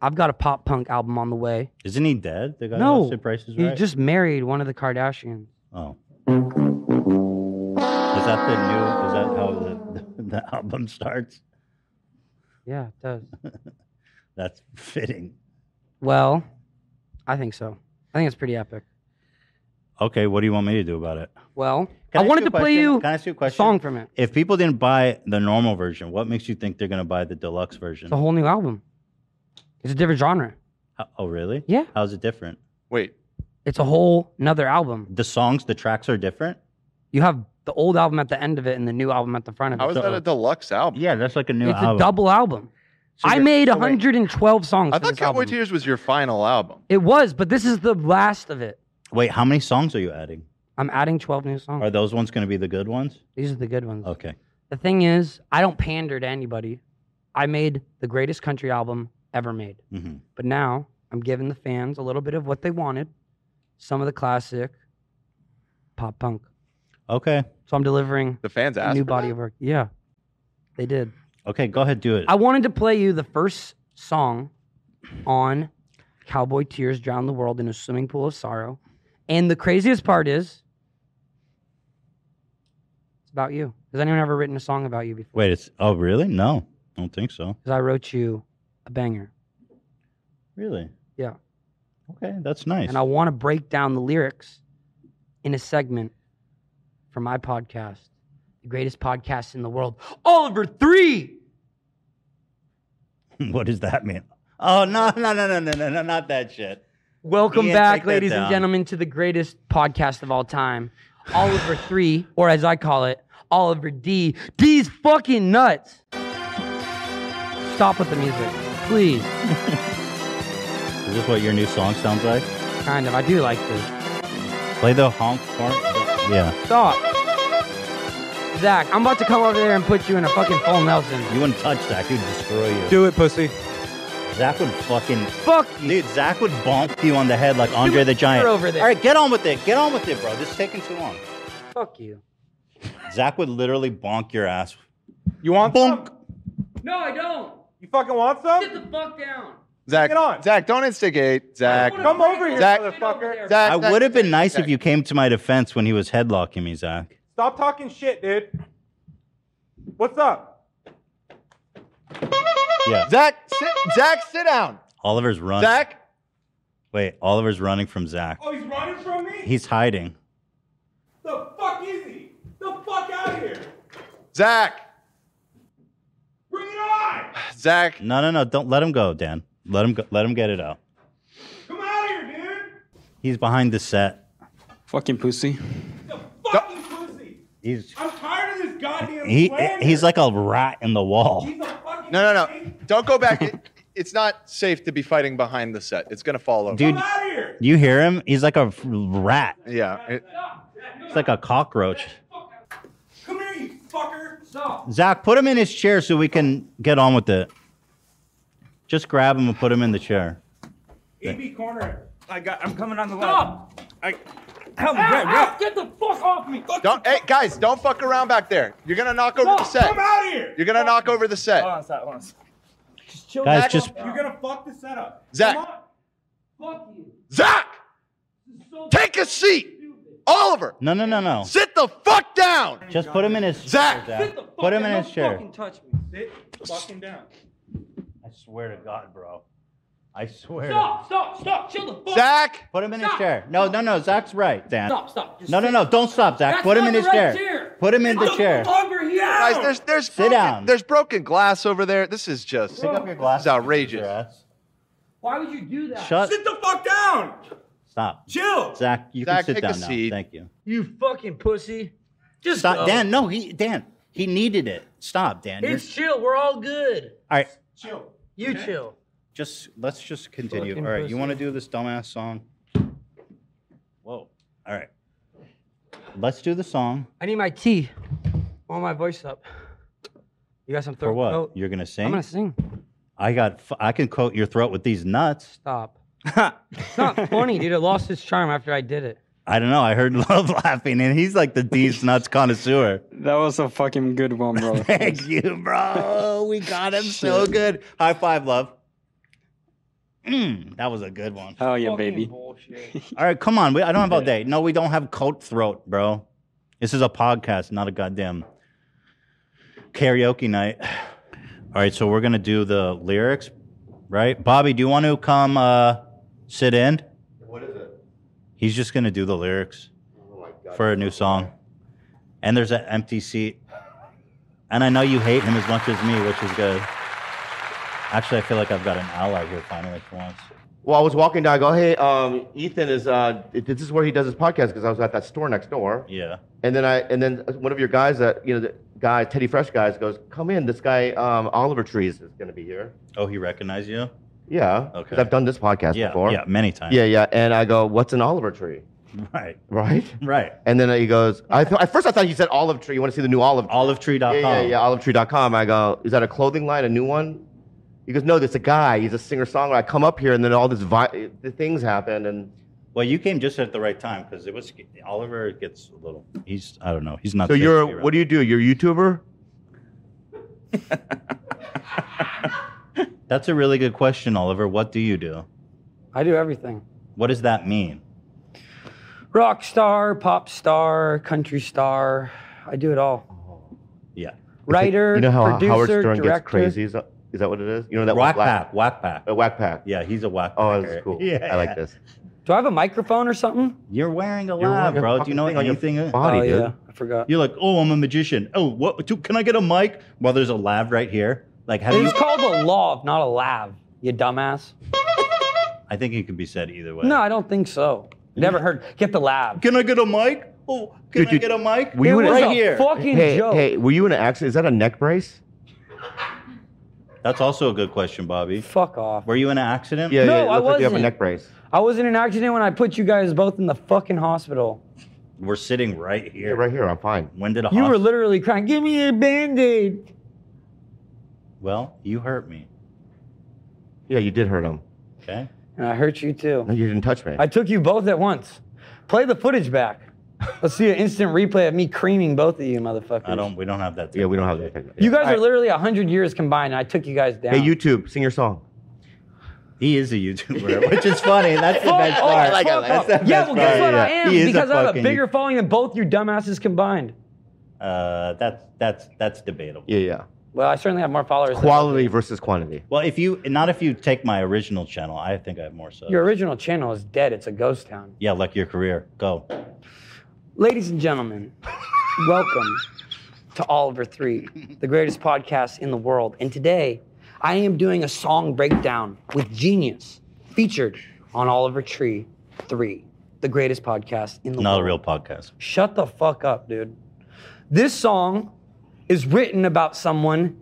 S3: I've got a pop punk album on the way.
S2: Isn't he dead? The guy
S3: no,
S2: who hosted Price is
S3: he
S2: Right?
S3: just married one of the Kardashians.
S2: Oh. Is that the new? Is that how the, the album starts?
S3: Yeah, it does.
S2: That's fitting.
S3: well, I think so. I think it's pretty epic.
S2: Okay, what do you want me to do about it?
S3: Well,
S2: Can
S3: I,
S2: I ask
S3: wanted
S2: you
S3: to
S2: a
S3: play
S2: question?
S3: you,
S2: Can I ask you a
S3: a
S2: question?
S3: song from it.
S2: If people didn't buy the normal version, what makes you think they're going to buy the deluxe version?
S3: It's a whole new album. It's a different genre.
S2: Ho- oh, really?
S3: Yeah.
S2: How's it different?
S9: Wait.
S3: It's a whole another album.
S2: The songs, the tracks are different?
S3: You have the old album at the end of it and the new album at the front of it.
S9: How is that a deluxe album?
S2: Yeah, that's like a new
S3: it's a double album. I
S9: you're-
S3: made
S9: so wait.
S3: 112 songs.
S9: I
S3: for
S9: thought
S3: this
S9: Cowboy
S3: album.
S9: Tears was your final album.
S3: It was, but this is the last of it.
S2: Wait, how many songs are you adding?
S3: I'm adding 12 new songs.
S2: Are those ones going to be the good ones?
S3: These are the good ones.
S2: Okay.
S3: The thing is, I don't pander to anybody. I made the greatest country album ever made.
S2: Mhm.
S3: But now I'm giving the fans a little bit of what they wanted, some of the classic pop punk.
S2: Okay.
S3: So I'm delivering
S9: The fans
S3: a
S9: asked.
S3: new
S9: for
S3: body
S9: that?
S3: of work. Yeah, they did.
S2: Okay, go ahead, do it.
S3: I wanted to play you the first song on Cowboy Tears Drown the World in a Swimming Pool of Sorrow. And the craziest part is, it's about you. Has anyone ever written a song about you before?
S2: Wait, it's oh really? No, I don't think so.
S3: Because I wrote you a banger.
S2: Really?
S3: Yeah.
S2: Okay, that's nice.
S3: And I want to break down the lyrics in a segment for my podcast, the greatest podcast in the world, Oliver 3.
S2: what does that mean? Oh no, no, no, no, no, no, no, not that shit.
S3: Welcome
S2: Ian,
S3: back,
S2: take that
S3: ladies and
S2: down.
S3: gentlemen, to the greatest podcast of all time, Oliver 3, or as I call it, Oliver D. D's fucking nuts. Stop with the music, please.
S2: Is this what your new song sounds like?
S3: kind of. I do like this.
S2: Play the honk part. Yeah.
S3: Stop. Zach, I'm about to come over there and put you in a fucking full Nelson.
S2: You wouldn't touch Zach. He'd destroy you.
S12: Do it, pussy.
S2: Zach would fucking
S3: fuck you.
S2: Dude, Zach would bonk you on the head like Andre the Giant.
S3: over there.
S2: All right, get on with it. Get on with it, bro. This is taking too long.
S3: Fuck you.
S2: Zach would literally bonk your ass.
S12: You want bonk?
S3: No, I don't.
S12: You fucking want some?
S3: Sit the fuck down.
S9: Zach, Zach, don't instigate. Zach,
S12: Come over here,
S9: Zach,
S12: motherfucker.
S9: Zach,
S2: I
S9: Zach,
S2: would have been
S9: Zach,
S2: nice
S9: Zach.
S2: if you came to my defense when he was headlocking me, Zach.
S6: Stop talking shit, dude. What's up?
S2: Yeah.
S1: Zach, sit, Zach, sit down.
S2: Oliver's running.
S1: Zach?
S2: Wait, Oliver's running from Zach.
S6: Oh, he's running from me?
S2: He's hiding.
S6: The fuck is he? The fuck out of here.
S1: Zach.
S6: Bring it on.
S1: Zach.
S2: No, no, no. Don't let him go, Dan. Let him go. Let him get it out.
S6: Come out of here, dude.
S2: He's behind the set.
S13: Fucking pussy.
S6: Fucking pussy.
S2: He's
S6: I'm tired of this goddamn
S2: he
S6: slander.
S2: he's like a rat in the wall.
S1: No, no, no. Don't go back. It- it's not safe to be fighting behind the set. It's going to fall over.
S2: Dude, you hear him? He's like a f- rat.
S1: Yeah. it-
S2: It's like a cockroach.
S6: Come here, you fucker. Stop.
S2: Zach, put him in his chair so we can get on with it. Just grab him and put him in the chair.
S6: EB corner. I got. I'm coming on the Stop. I. Help me,
S9: Ow,
S6: grab,
S9: ow,
S6: grab.
S9: Ah, Get the fuck off me. Fuck
S1: Don't, hey, guys, don't fuck around back there. You're going to knock over
S9: No,
S1: the set.
S9: come out here.
S1: You're going to knock over the set.
S9: Hold on, stop, hold on. stop. Just chill
S2: Guys,
S9: back
S2: just-
S9: up.
S6: You're gonna fuck this setup.
S1: Zach.
S9: Fuck you.
S1: Zach! Take a seat! Oliver!
S2: No, no, no, no.
S1: Sit the fuck down!
S2: Just put him in his
S1: Zach!
S2: chair. Zach. Put him in his chair.
S6: touch me. Sit fucking down.
S2: I swear to God, bro. I swear.
S9: Stop, stop, stop. Chill the fuck.
S1: Zach!
S2: Put him in
S9: Stop.
S2: his chair. No, no, no. Zach's right, Dan.
S9: Stop, stop. Just
S2: No, no,
S9: sit.
S2: no. Don't stop, Zach.
S9: That's
S2: Put him
S9: not
S2: in
S9: the
S2: his
S9: right
S2: chair.
S9: chair.
S2: Put him in
S9: Get
S2: the chair.
S9: Longer here.
S1: Guys, there's there's
S2: Sit
S1: broken,
S2: down.
S1: There's broken glass over there. This is just
S2: Pick up your glasses.
S1: It's outrageous.
S9: Why would you do that?
S2: Shut-
S9: Sit the fuck down.
S2: Stop.
S9: Chill.
S2: Zach, you
S1: Zach,
S2: can sit
S1: take a
S2: down now.
S1: seat.
S2: Thank you.
S9: You fucking pussy. Just
S2: Stop. Dan, no. He, Dan, he needed it. Stop, Dan. You're-
S3: It's chill. We're all good.
S2: all right.
S6: Chill.
S3: You chill.
S2: Just let's just continue.
S3: Fucking
S2: All right. You
S3: pussy.
S2: want to do this dumbass song? Whoa. All right. Let's do the song.
S3: I need my tea. All my voice up. You got some throat
S2: For what?
S3: coat?
S2: You're gonna sing.
S3: I'm gonna sing.
S2: I got. f- I can coat your throat with these nuts.
S3: Stop. it's not funny, dude. It lost its charm after I did it.
S2: I don't know. I heard Love laughing, and he's like the these nuts connoisseur.
S13: That was a fucking good one, bro.
S2: Thank you, bro. Oh, We got him so good. High five, love. Mm, that was a good one.
S13: Hell yeah, baby.
S2: All right, come on. We, I don't have all day. No, we don't have coat throat, bro. This is a podcast, not a goddamn karaoke night. All right, so we're gonna do the lyrics, right? Bobby, do you want to come uh, sit in?
S11: What is it?
S2: He's just gonna do the lyrics
S11: Oh my God.
S2: for a new song. And there's an empty seat. And I know you hate him as much as me, which is good. Actually, I feel like I've got an ally here finally for once.
S11: Well, I was walking down. I go, hey, um, Ethan is. Uh, this is where he does his podcast because I was at that store next door.
S2: Yeah.
S11: And then I and then one of your guys that you know the guy Teddy Fresh guys goes, come in. This guy um, Oliver Trees is going to be here.
S2: Oh, he recognized you?
S11: Yeah.
S2: Okay.
S11: 'cause I've done this podcast
S2: Yeah,
S11: before.
S2: yeah, many times.
S11: Yeah, yeah. And I go, what's an olive tree?
S2: Right.
S11: Right.
S2: Right.
S11: And then he goes, I th- at first I thought you said olive tree. You want to see the new olive tree?
S2: Olivetree.com.
S11: Yeah, yeah, yeah, olivetree.com. I go, is that a clothing line, a new one? He goes, no, there's a guy. He's a singer songwriter. I come up here and then all this vi- the things happen. And
S2: Well, you came just at the right time because it was Oliver gets a little. He's I don't know. He's not.
S11: so
S2: safe
S11: you're,
S2: to be around.
S11: what do you do? You're a YouTuber?
S2: That's a really good question, Oliver. What do you do?
S3: I do everything.
S2: What does that mean?
S3: Rock star, pop star, country star. I do it all.
S2: Yeah.
S3: Writer,
S11: You know how
S3: producer,
S11: Howard Stern
S3: director.
S11: gets crazy? Is that, is that what it is? You know that
S2: Whack
S11: one
S2: pack. Whack pack.
S11: A whack pack.
S2: Yeah, he's a whack.
S11: Oh,
S2: packer.
S11: that's cool.
S2: Yeah.
S11: I like this.
S3: Do I have a microphone or something?
S2: You're wearing a
S11: You're
S2: lab,
S11: wearing a
S2: bro. Do you
S11: fucking
S2: know
S11: thing on your
S2: anything?
S11: body,
S3: oh
S11: dude.
S3: yeah, I forgot.
S2: You're like, oh, I'm a magician. Oh, what? do- Can I get a mic? Well, there's a lab right here. Like, have you?
S3: It's called a lav, not a lav. You dumbass.
S2: I think it could be said either way.
S3: No, I don't think so. Never heard. Get the lab.
S2: Can I get a mic? Oh, can
S11: Dude,
S2: I
S11: you-
S2: get a mic?
S11: were you in a-
S2: right here.
S3: Fucking
S11: Hey,
S3: joke.
S11: hey, were you in an accident? Is that a neck brace?
S2: That's also a good question, Bobby.
S3: Fuck off.
S2: Were you in an accident?
S11: Yeah,
S3: No,
S11: yeah. It
S3: I
S11: looks like you have a
S3: wasn't.
S11: neck brace.
S3: I was in an accident when I put you guys both in the fucking hospital.
S2: We're sitting right
S11: Yeah,
S2: here.
S11: right here. I'm fine.
S2: When did a
S3: You
S2: hos-
S3: were literally crying, give me a band-aid.
S2: Well, you hurt me.
S11: Yeah, you did hurt him.
S2: Okay.
S3: And I hurt you too.
S11: No, you didn't touch me.
S3: I took you both at once. Play the footage back. Let's see an instant replay of me creaming both of you motherfuckers.
S2: I don't. We don't have that.
S11: yeah, we don't have
S2: technology.
S11: that.
S3: You guys
S11: All
S3: are literally 100 years combined, and I took you guys down.
S11: right. Hey, YouTube, sing your song.
S2: He is a YouTuber, which is funny. That's the
S3: Fuck
S2: best
S3: off,
S2: part.
S3: fuck off.
S2: That's the
S3: yeah,
S2: best
S3: well, guess
S2: part.
S3: what? I
S2: Yeah. He
S3: am
S2: is
S3: because I have a
S2: fucking
S3: bigger following than both you dumbasses combined.
S2: Uh, that's that's that's debatable.
S11: Yeah, yeah.
S3: Well, I certainly have more followers. than-
S11: Quality versus quantity.
S2: Well, if you not if you take my original channel, I think I have more subs.
S3: Your original channel is dead. It's a ghost town.
S2: yeah, like your career. Go.
S3: Ladies and gentlemen, welcome to Oliver 3, the greatest podcast in the world. And today, I am doing a song breakdown with Genius, featured on Oliver Tree 3, the greatest podcast in the
S2: Not a
S3: world.
S2: real podcast.
S3: Shut the fuck up, dude. This song is written about someone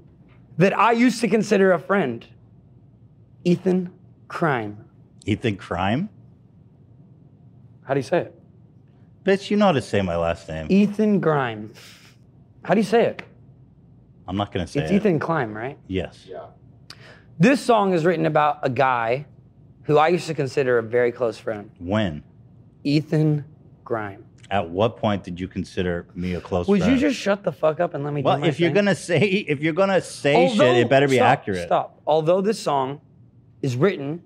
S3: that I used to consider a friend, Ethan Crime.
S2: Ethan Crime?
S3: How do you say it?
S2: Bitch, you know how to say my last name.
S3: Ethan Grime. How do you say it?
S2: I'm not gonna say
S3: it's
S2: it.
S3: Ethan Klein, right?
S2: Yes.
S3: This song is written about a guy who I used to consider a very close friend,
S2: When?
S3: Ethan Grime.
S2: At what point did you consider me a close
S3: Would
S2: friend?
S3: you just shut the fuck up and let me?
S2: Well,
S3: do my
S2: if you're
S3: thing?
S2: gonna say if you're gonna say shit, it better be
S3: stop,
S2: accurate.
S3: Stop. Although this song is written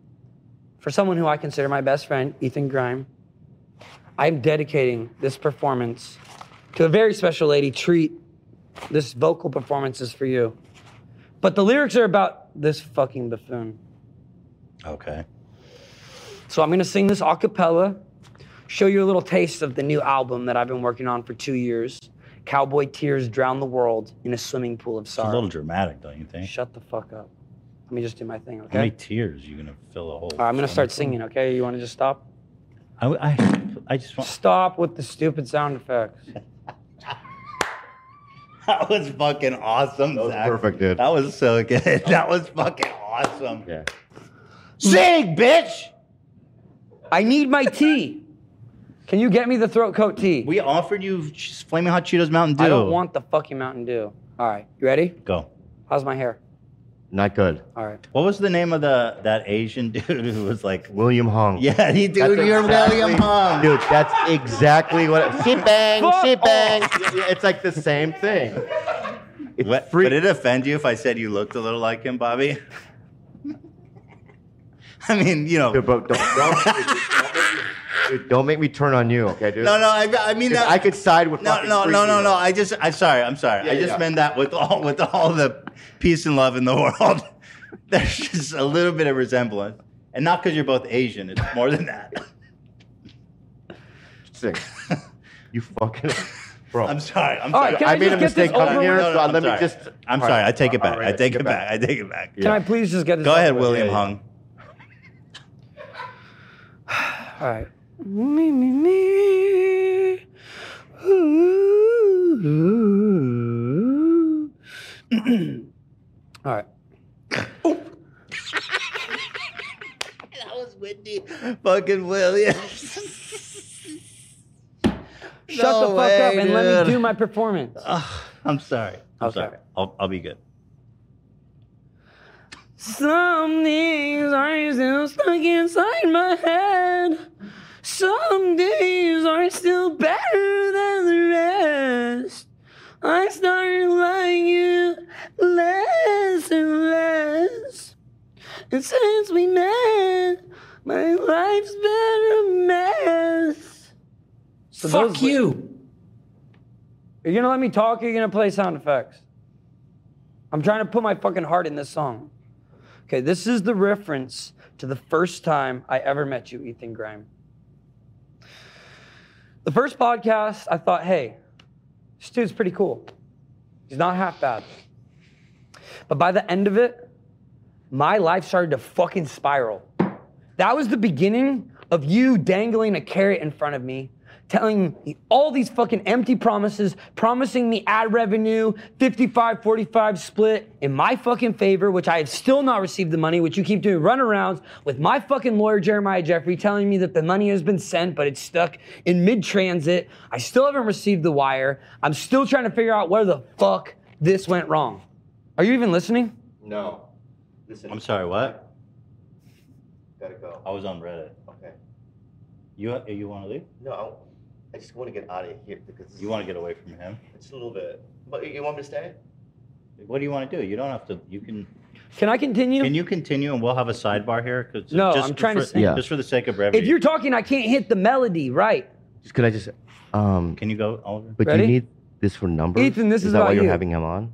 S3: for someone who I consider my best friend, Ethan Grime, I'm dedicating this performance to a very special lady. Treat this vocal performance is for you. But the lyrics are about this fucking buffoon.
S2: Okay.
S3: So I'm gonna sing this a cappella, show you a little taste of the new album that I've been working on for two years. Cowboy Tears Drown the World in a Swimming Pool of
S2: It's a
S3: Sorrow.
S2: little eh? dramatic, don't you think?
S3: Shut the fuck up. Let me just do my thing, okay?
S2: How many tears are you gonna fill a hole?
S3: All right, I'm gonna start singing, okay? You wanna just stop?
S2: I, I, I just want.
S3: Stop with the stupid sound effects.
S2: That was fucking awesome. That was
S11: perfect, dude.
S2: That was so good. That was fucking awesome.
S11: Yeah.
S3: Sing, bitch! I need my tea. Can you get me the throat coat tea?
S2: We offered you just flaming hot Cheetos Mountain Dew.
S3: I don't want the fucking Mountain Dew. All right, you ready?
S2: Go.
S3: How's my hair?
S11: Not good.
S3: All right.
S2: What was the name of the that Asian dude who was like?
S11: William Hong.
S2: Yeah, he, dude,
S11: That's
S2: you're William Hung.
S11: Dude, that's exactly what. She bang,
S2: Fuck
S11: she bang. Yeah, yeah, It's like the same thing.
S2: What, would it offend you if I said you looked a little like him, Bobby? I mean, you know.
S11: Dude, bro, don't, don't- dude, don't make me turn on you, okay, dude?
S2: No, no, I, I mean
S11: If
S2: that.
S11: I could side with
S2: no,
S11: fucking
S2: no, no, no,
S11: Freaky.
S2: no. I just, I'm sorry, I'm sorry.
S11: Yeah,
S2: I just
S11: yeah.
S2: meant that with all, with all the peace and love in the world. There's just a little bit of resemblance, and not because you're both Asian. It's more than that.
S11: Sing. You fucking. Bro.
S2: I'm sorry. I'm
S3: All
S2: sorry.
S3: right, can I I made just a get this mistake coming over here, with? so
S2: I'm
S11: let me
S2: sorry.
S11: just-
S2: I'm
S11: all
S2: sorry.
S11: right,
S2: I take it
S11: all
S2: back.
S11: right,
S2: I take
S11: get
S2: it
S11: back.
S2: back. I take it back.
S3: Can I please just get this?
S2: Go
S3: over
S2: ahead,
S3: with?
S2: William Hung.
S3: All right. Me, me, me. Ooh. All right.
S2: That was windy. Fucking Williams.
S3: Shut the fuck up and let me do my performance.
S2: I'm sorry. I'm sorry. I'll, I'll be good.
S3: Some things are still stuck inside my head. Some days are still better than the rest. I started liking you less and less. And since we met, my life's been a mess. Fuck you. Are you gonna let me talk or are you gonna play sound effects? I'm trying to put my fucking heart in this song. Okay, this is the reference to the first time I ever met you, Ethan Grime. The first podcast, I thought, hey, this dude's pretty cool. He's not half bad. But by the end of it, my life started to fucking spiral. That was the beginning of you dangling a carrot in front of me, telling me all these fucking empty promises, promising me ad revenue, 55 45 split in my fucking favor, which I have still not received the money, which you keep doing runarounds with my fucking lawyer, Jeremiah Jeffrey, telling me that the money has been sent, but it's stuck in mid transit. I still haven't received the wire. I'm still trying to figure out where the fuck this went wrong. Are you even listening?
S11: No. Listen.
S2: I'm sorry. What?
S11: Gotta go.
S2: I was on Reddit.
S11: Okay.
S2: You you want to leave?
S11: No, I just want to get out of here because this
S2: You want to get away from him?
S11: is just a little bit. But you want me to stay?
S2: What do you want to do? You don't have to. You can.
S3: Can I continue?
S2: Can you continue? And we'll have a sidebar here. 'Cause
S3: No,
S2: just
S3: I'm trying to
S2: for-
S3: sing. Yeah.
S2: Just for the sake of
S3: If
S2: brevity.
S3: you're talking, I can't hit the melody, right?
S11: Just, could I just? Um,
S2: Can you go, Oliver?
S11: But
S3: Ready?
S11: you need. this for numbers?
S3: Ethan, this is
S11: that why
S3: about
S11: you're
S3: you.
S11: having him on?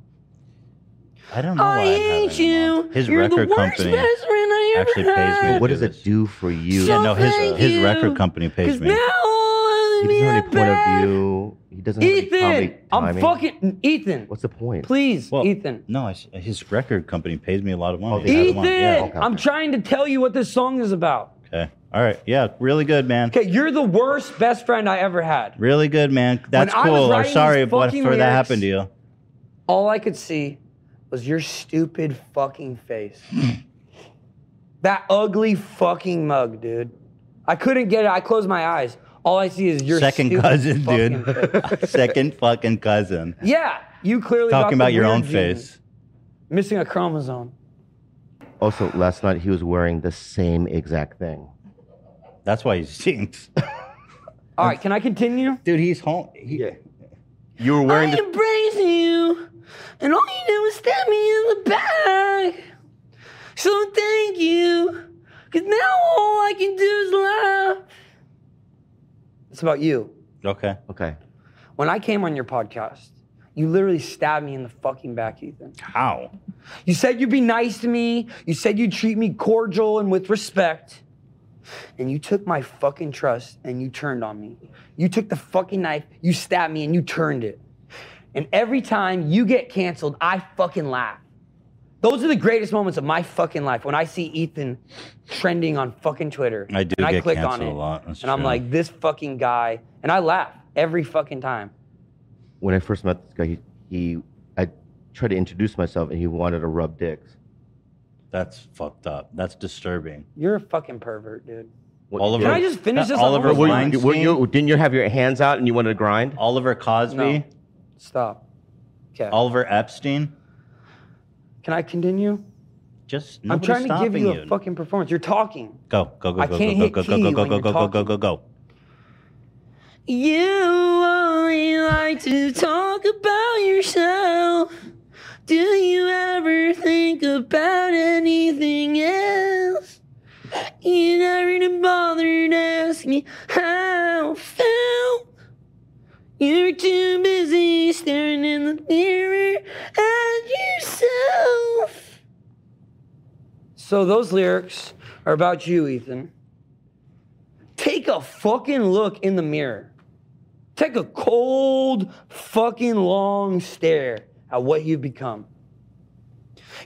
S2: I don't
S11: know.
S3: I hate you.
S11: His
S3: You're the
S11: record
S3: worst
S11: company
S3: best friend I ever
S2: actually pays me.
S3: had.
S2: to
S11: What
S2: do
S11: does it do for you?
S2: this. Yeah, no, his his record company pays
S3: 'Cause
S2: me.
S3: now all
S11: He
S3: of
S11: doesn't
S3: me are
S11: have any point
S3: bad.
S11: of view. He doesn't have any
S3: Ethan,
S11: comedy
S3: I'm
S11: timing.
S3: fucking Ethan.
S11: What's the point?
S3: Please, Ethan.
S2: No, I s- his record company pays me a lot of money. I don't
S3: Ethan,
S2: want- yeah.
S3: I'm trying to tell you what this song is about.
S2: Okay. All right. Yeah. Really good, man.
S3: Okay, you're the worst best friend I ever had.
S2: Really good, man. That's
S3: When I was
S2: cool. I'm
S3: writing
S2: sorry
S3: these
S2: but
S3: fucking
S2: for that
S3: lyrics-
S2: happened to you.
S3: All I could see was your stupid fucking face. that ugly fucking mug, dude. I couldn't get it. I closed my eyes. All I see is your
S2: Second
S3: stupid
S2: cousin,
S3: fucking
S2: dude. Second fucking cousin.
S3: Yeah, you clearly got
S2: Talking
S3: the
S2: about your
S3: weird
S2: own
S3: gene.
S2: face.
S3: Missing a chromosome.
S11: Also, last night he was wearing the same exact thing.
S2: That's why he's jinxed.
S3: All right, can I continue?
S2: Dude, he's home. yeah.
S11: You were
S3: I embraced you, and all you did was stab me in the back. So thank you, because now all I can do is laugh. It's about you.
S2: Okay.
S11: Okay.
S3: When I came on your podcast, you literally stabbed me in the fucking back, Ethan.
S2: How?
S3: You said you'd be nice to me. You said you'd treat me cordial and with respect. And you took my fucking trust and you turned on me. You took the fucking knife, you stabbed me, and you turned it. And every time you get canceled, I fucking laugh. Those are the greatest moments of my fucking life when I see Ethan trending on fucking Twitter.
S2: I do
S3: and I
S2: get
S3: click on
S2: canceled
S3: it.
S2: a lot. That's
S3: and I'm
S2: true.
S3: like, this fucking guy. And I laugh every fucking time.
S11: When I first met this guy, he, he I tried to introduce myself and he wanted to rub dicks.
S2: That's fucked up. That's disturbing.
S3: You're a fucking pervert, dude.
S2: Oliver,
S3: Can I just finish this?
S2: Oliver
S3: I'm almost
S11: Were
S3: done.
S11: you, were you, didn't you have your hands out and you wanted to grind?
S2: Oliver Cosby,
S3: No. Stop. Okay.
S2: Oliver Epstein.
S3: Can I continue?
S2: Just
S3: I'm
S2: nobody's
S3: trying to
S2: stopping
S3: give you,
S2: you.
S3: a fucking performance. You're talking.
S2: Go, go, go,
S3: I
S2: go,
S3: can't
S2: go,
S3: hit
S2: go, go,
S3: key
S2: go, go,
S3: when
S2: go,
S3: you're
S2: go, go, go, go, go.
S10: You only like to talk about yourself. Do you ever think about anything else? You never bothered asking how I felt. You're too busy staring in the mirror at yourself.
S3: So those lyrics are about you, Ethan. Take a fucking look in the mirror. Take a cold, fucking long stare at what you've become.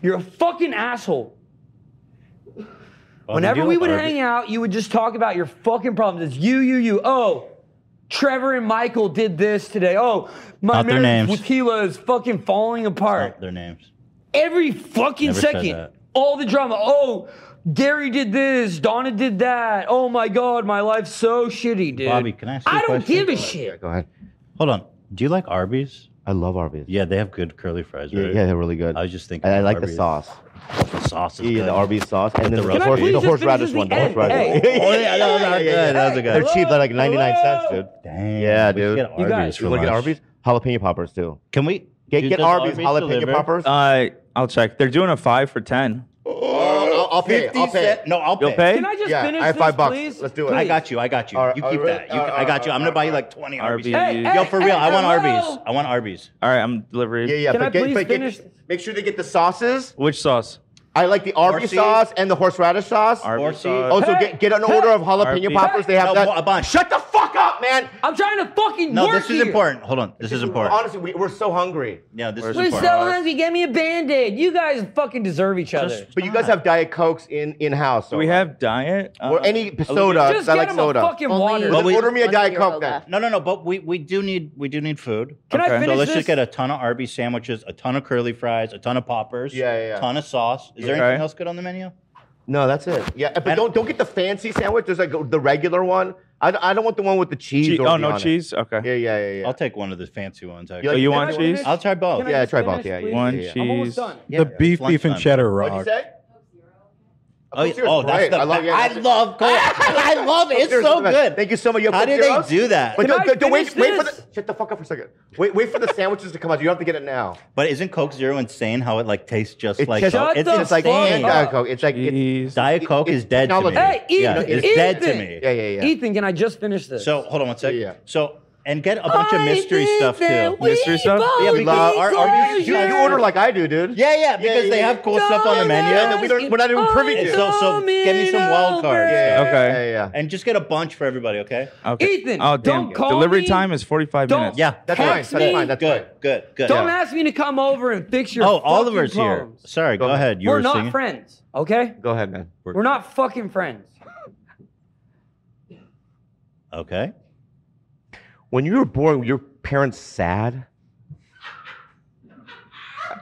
S3: You're a fucking asshole.
S10: Well,
S3: Whenever
S10: deal
S3: we
S10: with
S3: would
S10: it.
S3: hang out, you would just talk about your fucking problems. It's you, you, you. Oh, Trevor and Michael did this today. Oh, my
S2: Not their
S3: marriage
S2: names.
S3: with Hila is fucking falling apart.
S2: Their names.
S3: Every fucking
S2: Never said
S3: second.
S2: that.
S3: All the drama. Oh, Gary did this. Donna did that. Oh my God, my life's so shitty, dude.
S2: Bobby, can I ask you a
S3: don't
S2: question?
S3: give a shit.
S11: Go ahead.
S2: Hold on. Do you like Arby's?
S11: I love Arby's.
S2: Yeah, they have good curly fries,
S11: Yeah,
S2: right?
S11: yeah, they're really good.
S2: I was just thinking.
S11: And I like
S2: Arby's.
S11: the sauce.
S2: The sauce is
S11: Yeah,
S2: good.
S11: the Arby's sauce. And then
S2: The
S11: the,
S2: roast
S11: horse-
S2: beef.
S11: the
S2: Just
S11: horseradish one. The horseradish one.
S2: Oh, yeah, no, no, good. That was a good.
S11: They're cheap. They're like 99 cents, dude.
S2: Damn.
S11: Yeah,
S2: we should
S11: dude.
S2: get You Arby's guys- for
S11: You wanna get
S2: lunch.
S11: Arby's? Jalapeno poppers, too.
S2: Can we?
S11: Get,
S2: dude,
S11: get
S2: does
S11: Arby's,
S2: Arby's
S11: jalapeno
S2: deliver?
S11: poppers.
S6: Uh, I'll check. They're doing a five for ten.
S11: I'll, I'll pay. I'll pay.
S2: No, I'll
S6: You'll pay? Can
S11: I
S6: just
S11: yeah,
S6: finish
S11: I have
S6: this,
S11: five bucks.
S6: please?
S11: Let's do it.
S2: I got you. I got you.
S11: All right,
S2: you
S11: all
S2: keep
S11: right,
S2: that. You,
S11: all right,
S2: I got
S11: all
S2: you. I'm
S11: right,
S2: gonna buy you
S11: all
S2: like 20 Arby's.
S11: Hey,
S2: Yo, for
S11: hey,
S2: real. I
S11: hey,
S2: want
S11: hello.
S2: Arby's. I want Arby's.
S6: All right, I'm delivery.
S11: Yeah, yeah.
S6: Can
S11: but
S6: I
S11: get,
S6: please
S11: but get- make sure they get the sauces.
S6: Which sauce?
S11: I like the Arby's
S6: Horsey.
S11: sauce and the horseradish sauce.
S6: Arby's sauce.
S11: Also,
S6: Hey,
S11: get, get an order of jalapeno
S6: Arby's.
S11: poppers. They have
S6: No,
S11: that.
S6: a
S2: bunch.
S11: Shut the fuck up, man.
S3: I'm trying to fucking
S2: No, this is important. Hold on. This is important.
S11: Honestly, we, we're so hungry.
S2: Yeah, this is
S3: We're so
S2: important.
S3: hungry. Get me a band aid. You guys fucking deserve each other.
S11: But you guys have Diet Cokes in in house.
S6: Do we have diet?
S11: Or any soda.
S3: Just
S11: I
S3: get
S11: like
S3: him a
S11: soda.
S3: fucking Only water.
S11: Well, then
S3: one
S11: order me a Diet
S3: zero
S11: Coke then.
S2: No, no, no. But we, we do need we do need food.
S3: Can I
S2: So
S3: finish
S2: let's
S3: this?
S2: just get a ton of Arby's sandwiches, a ton of curly fries, a ton of poppers.
S11: Yeah, yeah, yeah.
S2: Ton of sauce. Is there
S11: Okay.
S2: anything else good on the menu?
S11: No, that's it. Yeah, but don't don't get the fancy sandwich. There's like the regular one. I, don't- I don't want the one with the cheese.
S2: Cheese-
S11: already
S2: oh, no
S11: on it.
S2: cheese?
S6: Okay.
S11: Yeah, yeah, yeah, yeah.
S2: I'll take one of the fancy ones.
S11: You like
S2: Actually.
S11: Oh, you want Can I cheese? finish?
S2: I'll try both.
S11: Can I Yeah, just try both, finish, yeah, yeah, please? yeah,
S6: One
S11: yeah,
S6: cheese.
S11: yeah. I'm almost done. Yeah,
S14: the beef, beef, and cheddar
S11: What'd you
S14: rock.
S11: say?
S2: Oh, yeah.
S11: Coke
S2: oh,
S11: Zero's
S2: that's
S11: great.
S2: the.
S11: I love- yeah,
S2: I
S11: that's it.
S2: love. Coke. I love it. It's
S11: Zero's
S2: so
S11: the best.
S2: good.
S11: Thank you so much. You have
S2: How
S11: Coke
S2: did they
S11: Zeros?
S2: do that?
S11: But don't, don't, don't wait, wait for the shut the fuck up for a second. Wait, wait for the sandwiches to come out. You don't have to get it now.
S2: But isn't Coke Zero insane? How it like tastes just
S11: It's
S2: like
S11: just-
S2: Coke?
S11: Shut the
S2: insane.
S11: fuck up. Diet Coke. It's like
S2: Diet Coke is dead to me.
S11: technology.
S3: Hey,
S2: yeah,
S3: Ethan,
S2: it's dead to
S3: Ethan.
S2: me.
S11: Yeah, yeah,
S3: Ethan, can I just finish this?
S2: So hold on one sec. So and get a bunch of mystery stuff too.
S15: Mystery stuff?
S2: Yeah, because our, our
S11: you, you order like I do, dude.
S2: Yeah, yeah, because they have cool stuff on the menu.
S11: Yeah, that we don't, we're not even privy to.
S2: So, so get me some wild cards.
S11: Yeah, yeah,
S15: Okay.
S11: Yeah, yeah.
S2: And just get a bunch for everybody, okay?
S15: Okay.
S16: Ethan,
S15: oh damn!
S16: don't call
S15: Delivery
S16: me.
S15: time is forty-five
S16: Don't-
S15: minutes.
S16: Yeah, that's
S15: right.
S16: Text fine, that's me. fine, that's
S2: good, good, good.
S16: Don't ask me to come over and fix your.
S2: Oh,
S16: fucking
S2: Oliver's here.
S16: problems.
S2: Sorry, go, ahead. You
S16: we're
S2: were
S16: not
S2: singing.
S16: friends, okay?
S11: Go ahead, man.
S16: We're not fucking friends.
S2: Okay.
S11: When you were born, were your parents sad?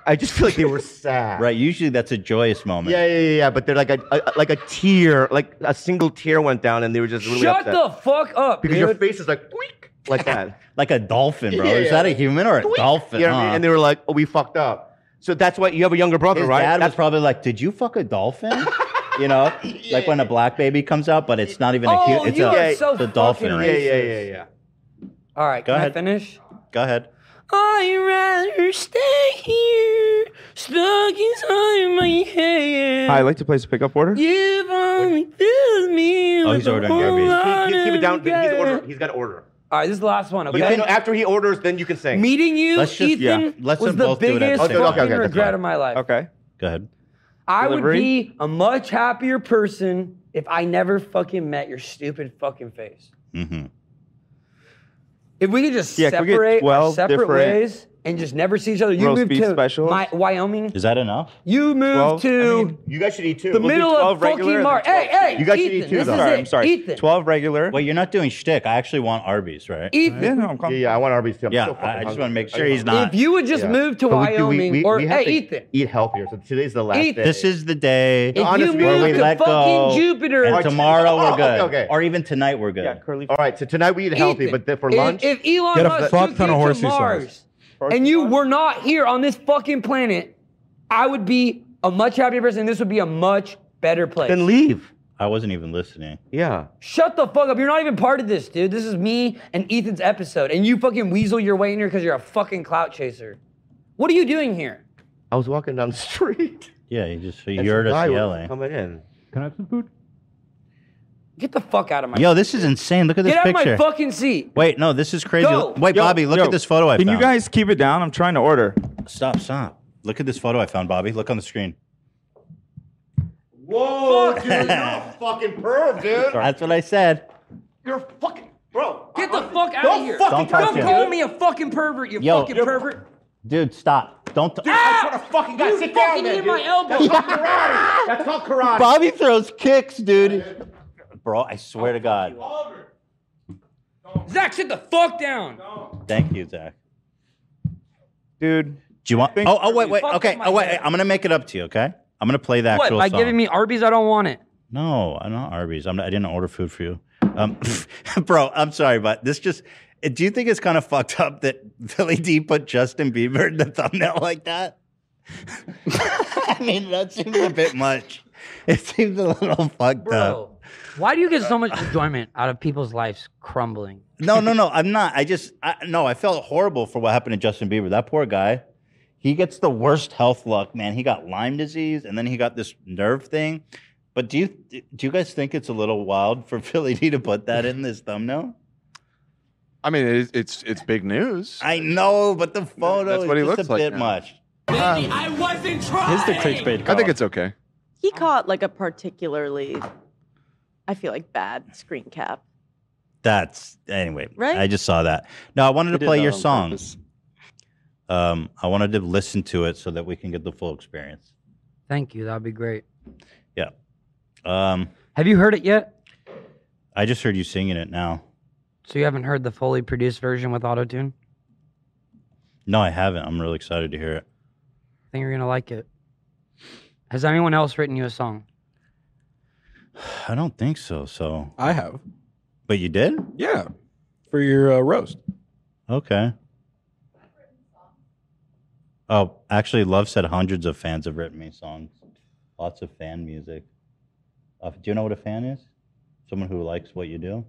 S11: I just feel like they were sad.
S2: Right. Usually that's a joyous moment.
S11: Yeah, yeah, yeah, yeah. But they're like a, a like a tear, like a single tear went down, and they were just really
S16: Shut
S11: upset.
S16: the fuck up,
S11: because
S16: dude.
S11: your face is like tweak like that,
S2: like a dolphin, bro.
S11: Yeah,
S2: Is
S11: yeah.
S2: that a human or a
S11: Tweak.
S2: dolphin?
S11: You know what I mean?
S2: huh?
S11: And they were like, "Oh, we fucked up." So that's why you have a younger brother,
S2: His
S11: right?
S2: dad
S11: That's-
S2: was probably like, "Did you fuck a dolphin?" you know, like when a black baby comes out, but it's not even a
S16: Oh,
S2: cute. It's
S16: you
S2: a,
S16: are so
S2: it's a dolphin,
S16: fucking
S2: right?
S16: Yeah,
S11: yeah, yeah.
S16: All right,
S2: Go
S16: can
S2: ahead.
S16: I finish?
S2: Go ahead.
S16: I'd rather stay here, stuck inside my head.
S15: Hi, I'd like to place a pickup order.
S16: You've only filled me.
S15: Oh, he's
S16: with a
S15: ordering
S16: whole
S15: garbage.
S16: lot
S11: He- he- keep it down.
S16: of
S11: He's
S16: regret.
S11: order. He's got to order.
S16: All right, this is the last one.
S11: But
S16: Okay.
S11: then after he orders, then you can sing.
S16: Meeting you,
S11: Let's just-
S16: Ethan,
S11: yeah, let's
S16: was
S11: them
S16: the
S11: both do it at the
S16: biggest
S11: same time. Okay, okay,
S16: fucking
S11: okay, that's
S16: regret
S11: fine.
S16: of my life.
S15: Okay.
S2: Go ahead.
S16: I
S15: Delivery?
S16: would be a much happier person if I never fucking met your stupid fucking face.
S2: Mm-hmm.
S16: If we could just
S15: Yeah, if we get
S16: separate our
S15: 12
S16: separate
S15: different
S16: ways and just never see each other. You
S15: roast
S16: moved
S15: beef
S16: to
S15: specials.
S16: my, Wyoming.
S2: Is that enough?
S16: You moved
S15: 12?
S16: to
S15: I mean,
S11: You guys should eat too.
S16: the middle of fucking March. Hey, hey,
S15: You guys should
S16: Ethan,
S15: eat
S11: E
S15: two,
S16: this
S15: though.
S16: is
S15: Sorry,
S16: it.
S15: I'm sorry.
S16: Ethan.
S15: 12 regular.
S2: Well, you're not doing shtick. I actually want Arby's, right?
S16: Ethan. Yeah, no,
S15: I'm
S11: Yeah, yeah, I want Arby's too. I'm
S2: Yeah,
S11: so
S2: I- I
S11: fucking
S2: just wanna
S11: hungry.
S2: make sure he's not-
S16: If you would just
S11: Yeah.
S16: move to
S11: But we- do
S16: Wyoming,
S11: we- we-
S16: or
S11: we have
S16: hey,
S11: to
S16: Ethan,
S11: Eat healthier. So today's the last
S16: Ethan.
S11: day.
S2: This is the day.
S16: If you
S11: Honestly,
S16: move
S11: where we
S16: to
S11: let
S16: fucking
S2: go.
S16: Jupiter,
S2: And tomorrow
S11: Oh,
S2: we're good.
S11: okay, okay.
S2: Or even tonight we're good.
S11: All right, so tonight we eat healthy, but then for
S16: if-
S11: lunch,
S16: if, Elon
S11: Get a
S16: Musk
S11: fuck
S16: took
S11: ton
S16: you
S11: of horsey
S16: to
S11: sauce.
S16: Mars and you were not here on this fucking planet, I would be a much happier person. This would be a much better place.
S11: then leave.
S2: I wasn't even listening.
S11: Yeah.
S16: Shut the fuck up. You're not even part of this, dude. This is me and Ethan's episode, and you fucking weasel your way in here because you're a fucking clout chaser. What are you doing here?
S11: I was walking down the street.
S2: Yeah, you just you
S11: and
S2: heard
S11: some guy
S2: us
S11: was
S2: yelling.
S11: Coming in.
S17: Can I have some food?
S16: Get the fuck out of my.
S2: Yo, this is insane. Look at this
S16: Get out of
S2: picture.
S16: my fucking seat.
S2: Wait, no, this is crazy.
S16: Go.
S2: Wait, Bobby, look
S15: yo,
S2: at this photo I
S15: Can
S2: found.
S15: you guys keep it down? I'm trying to order.
S2: stop, stop. Look at this photo I found, Bobby. Look on the screen.
S11: Whoa, dude, you're a fucking perv, dude.
S2: That's what I said.
S11: You're a fucking bro.
S16: Get the fuck out
S11: Don't
S16: of here.
S11: fucking
S2: Don't touch
S16: Don't
S2: it.
S16: call me a fucking pervert, you
S2: Yo.
S16: fucking pervert. Ah!
S2: Dude, stop. Don't.
S11: Dude, that's what a fucking guy.
S16: You
S11: Sit
S16: fucking
S11: down, man,
S16: hit
S11: dude.
S16: my elbow.
S11: That's called karate. That's called karate.
S2: Bobby throws kicks, dude. Bro, I swear to God.
S16: Zach, sit the fuck down.
S2: Thank you, Zach.
S15: Dude.
S2: Do you want?
S15: Thank
S2: Oh, oh, wait,
S16: you.
S2: wait.
S16: Fuck
S2: Okay.
S16: with my
S2: Oh, wait.
S16: hair.
S2: I'm gonna make it up to you. Okay. I'm gonna play the
S3: What?
S2: actual
S3: By
S2: song.
S3: giving me Arby's, I don't want it.
S2: No, I'm not Arby's. I'm not, I didn't order food for you. Um, bro, I'm sorry, but this just. Do you think it's kind of fucked up that Billy D put Justin Bieber in the thumbnail like that? I mean, that seems a bit much. It seems a little fucked
S3: Bro,
S2: up.
S3: why do you get so much enjoyment out of people's lives crumbling?
S2: No, no, no. I'm not. I just, I, no, I felt horrible for what happened to Justin Bieber. That poor guy, he gets the worst health luck, man. He got Lyme disease and then he got this nerve thing. But do you do you guys think it's a little wild for Philly D to put that in this thumbnail?
S1: I mean, it is, it's it's big news.
S2: I
S1: Oh,
S2: know, but the photo
S1: That's
S2: is
S1: what he
S2: just
S1: looks
S2: a
S1: like
S2: bit
S1: now.
S2: much.
S9: I wasn't trying.
S1: I think it's okay.
S4: He caught like a particularly, I feel like bad screen cap.
S2: That's anyway.
S4: Right?
S2: I just saw that. No, I wanted
S4: He
S2: to
S4: did
S2: play
S4: that
S2: your
S4: on
S2: song. Um, I wanted to listen to it so that we can get the full experience.
S3: Thank you. That would be great.
S2: Yeah. Um,
S3: Have you heard it yet?
S2: I just heard you singing it now.
S3: So you haven't heard the fully produced version with autotune?
S2: No, I haven't. I'm really excited to hear it.
S3: I think you're going to like it. Has anyone else written you a song?
S2: I don't think so. So,
S18: I have.
S2: but you did?
S18: Yeah. For your uh, roast.
S2: Okay. Oh, actually, Love said hundreds of fans have written me songs. Lots of fan music. Uh, do you know what a fan is? Someone who likes what you do.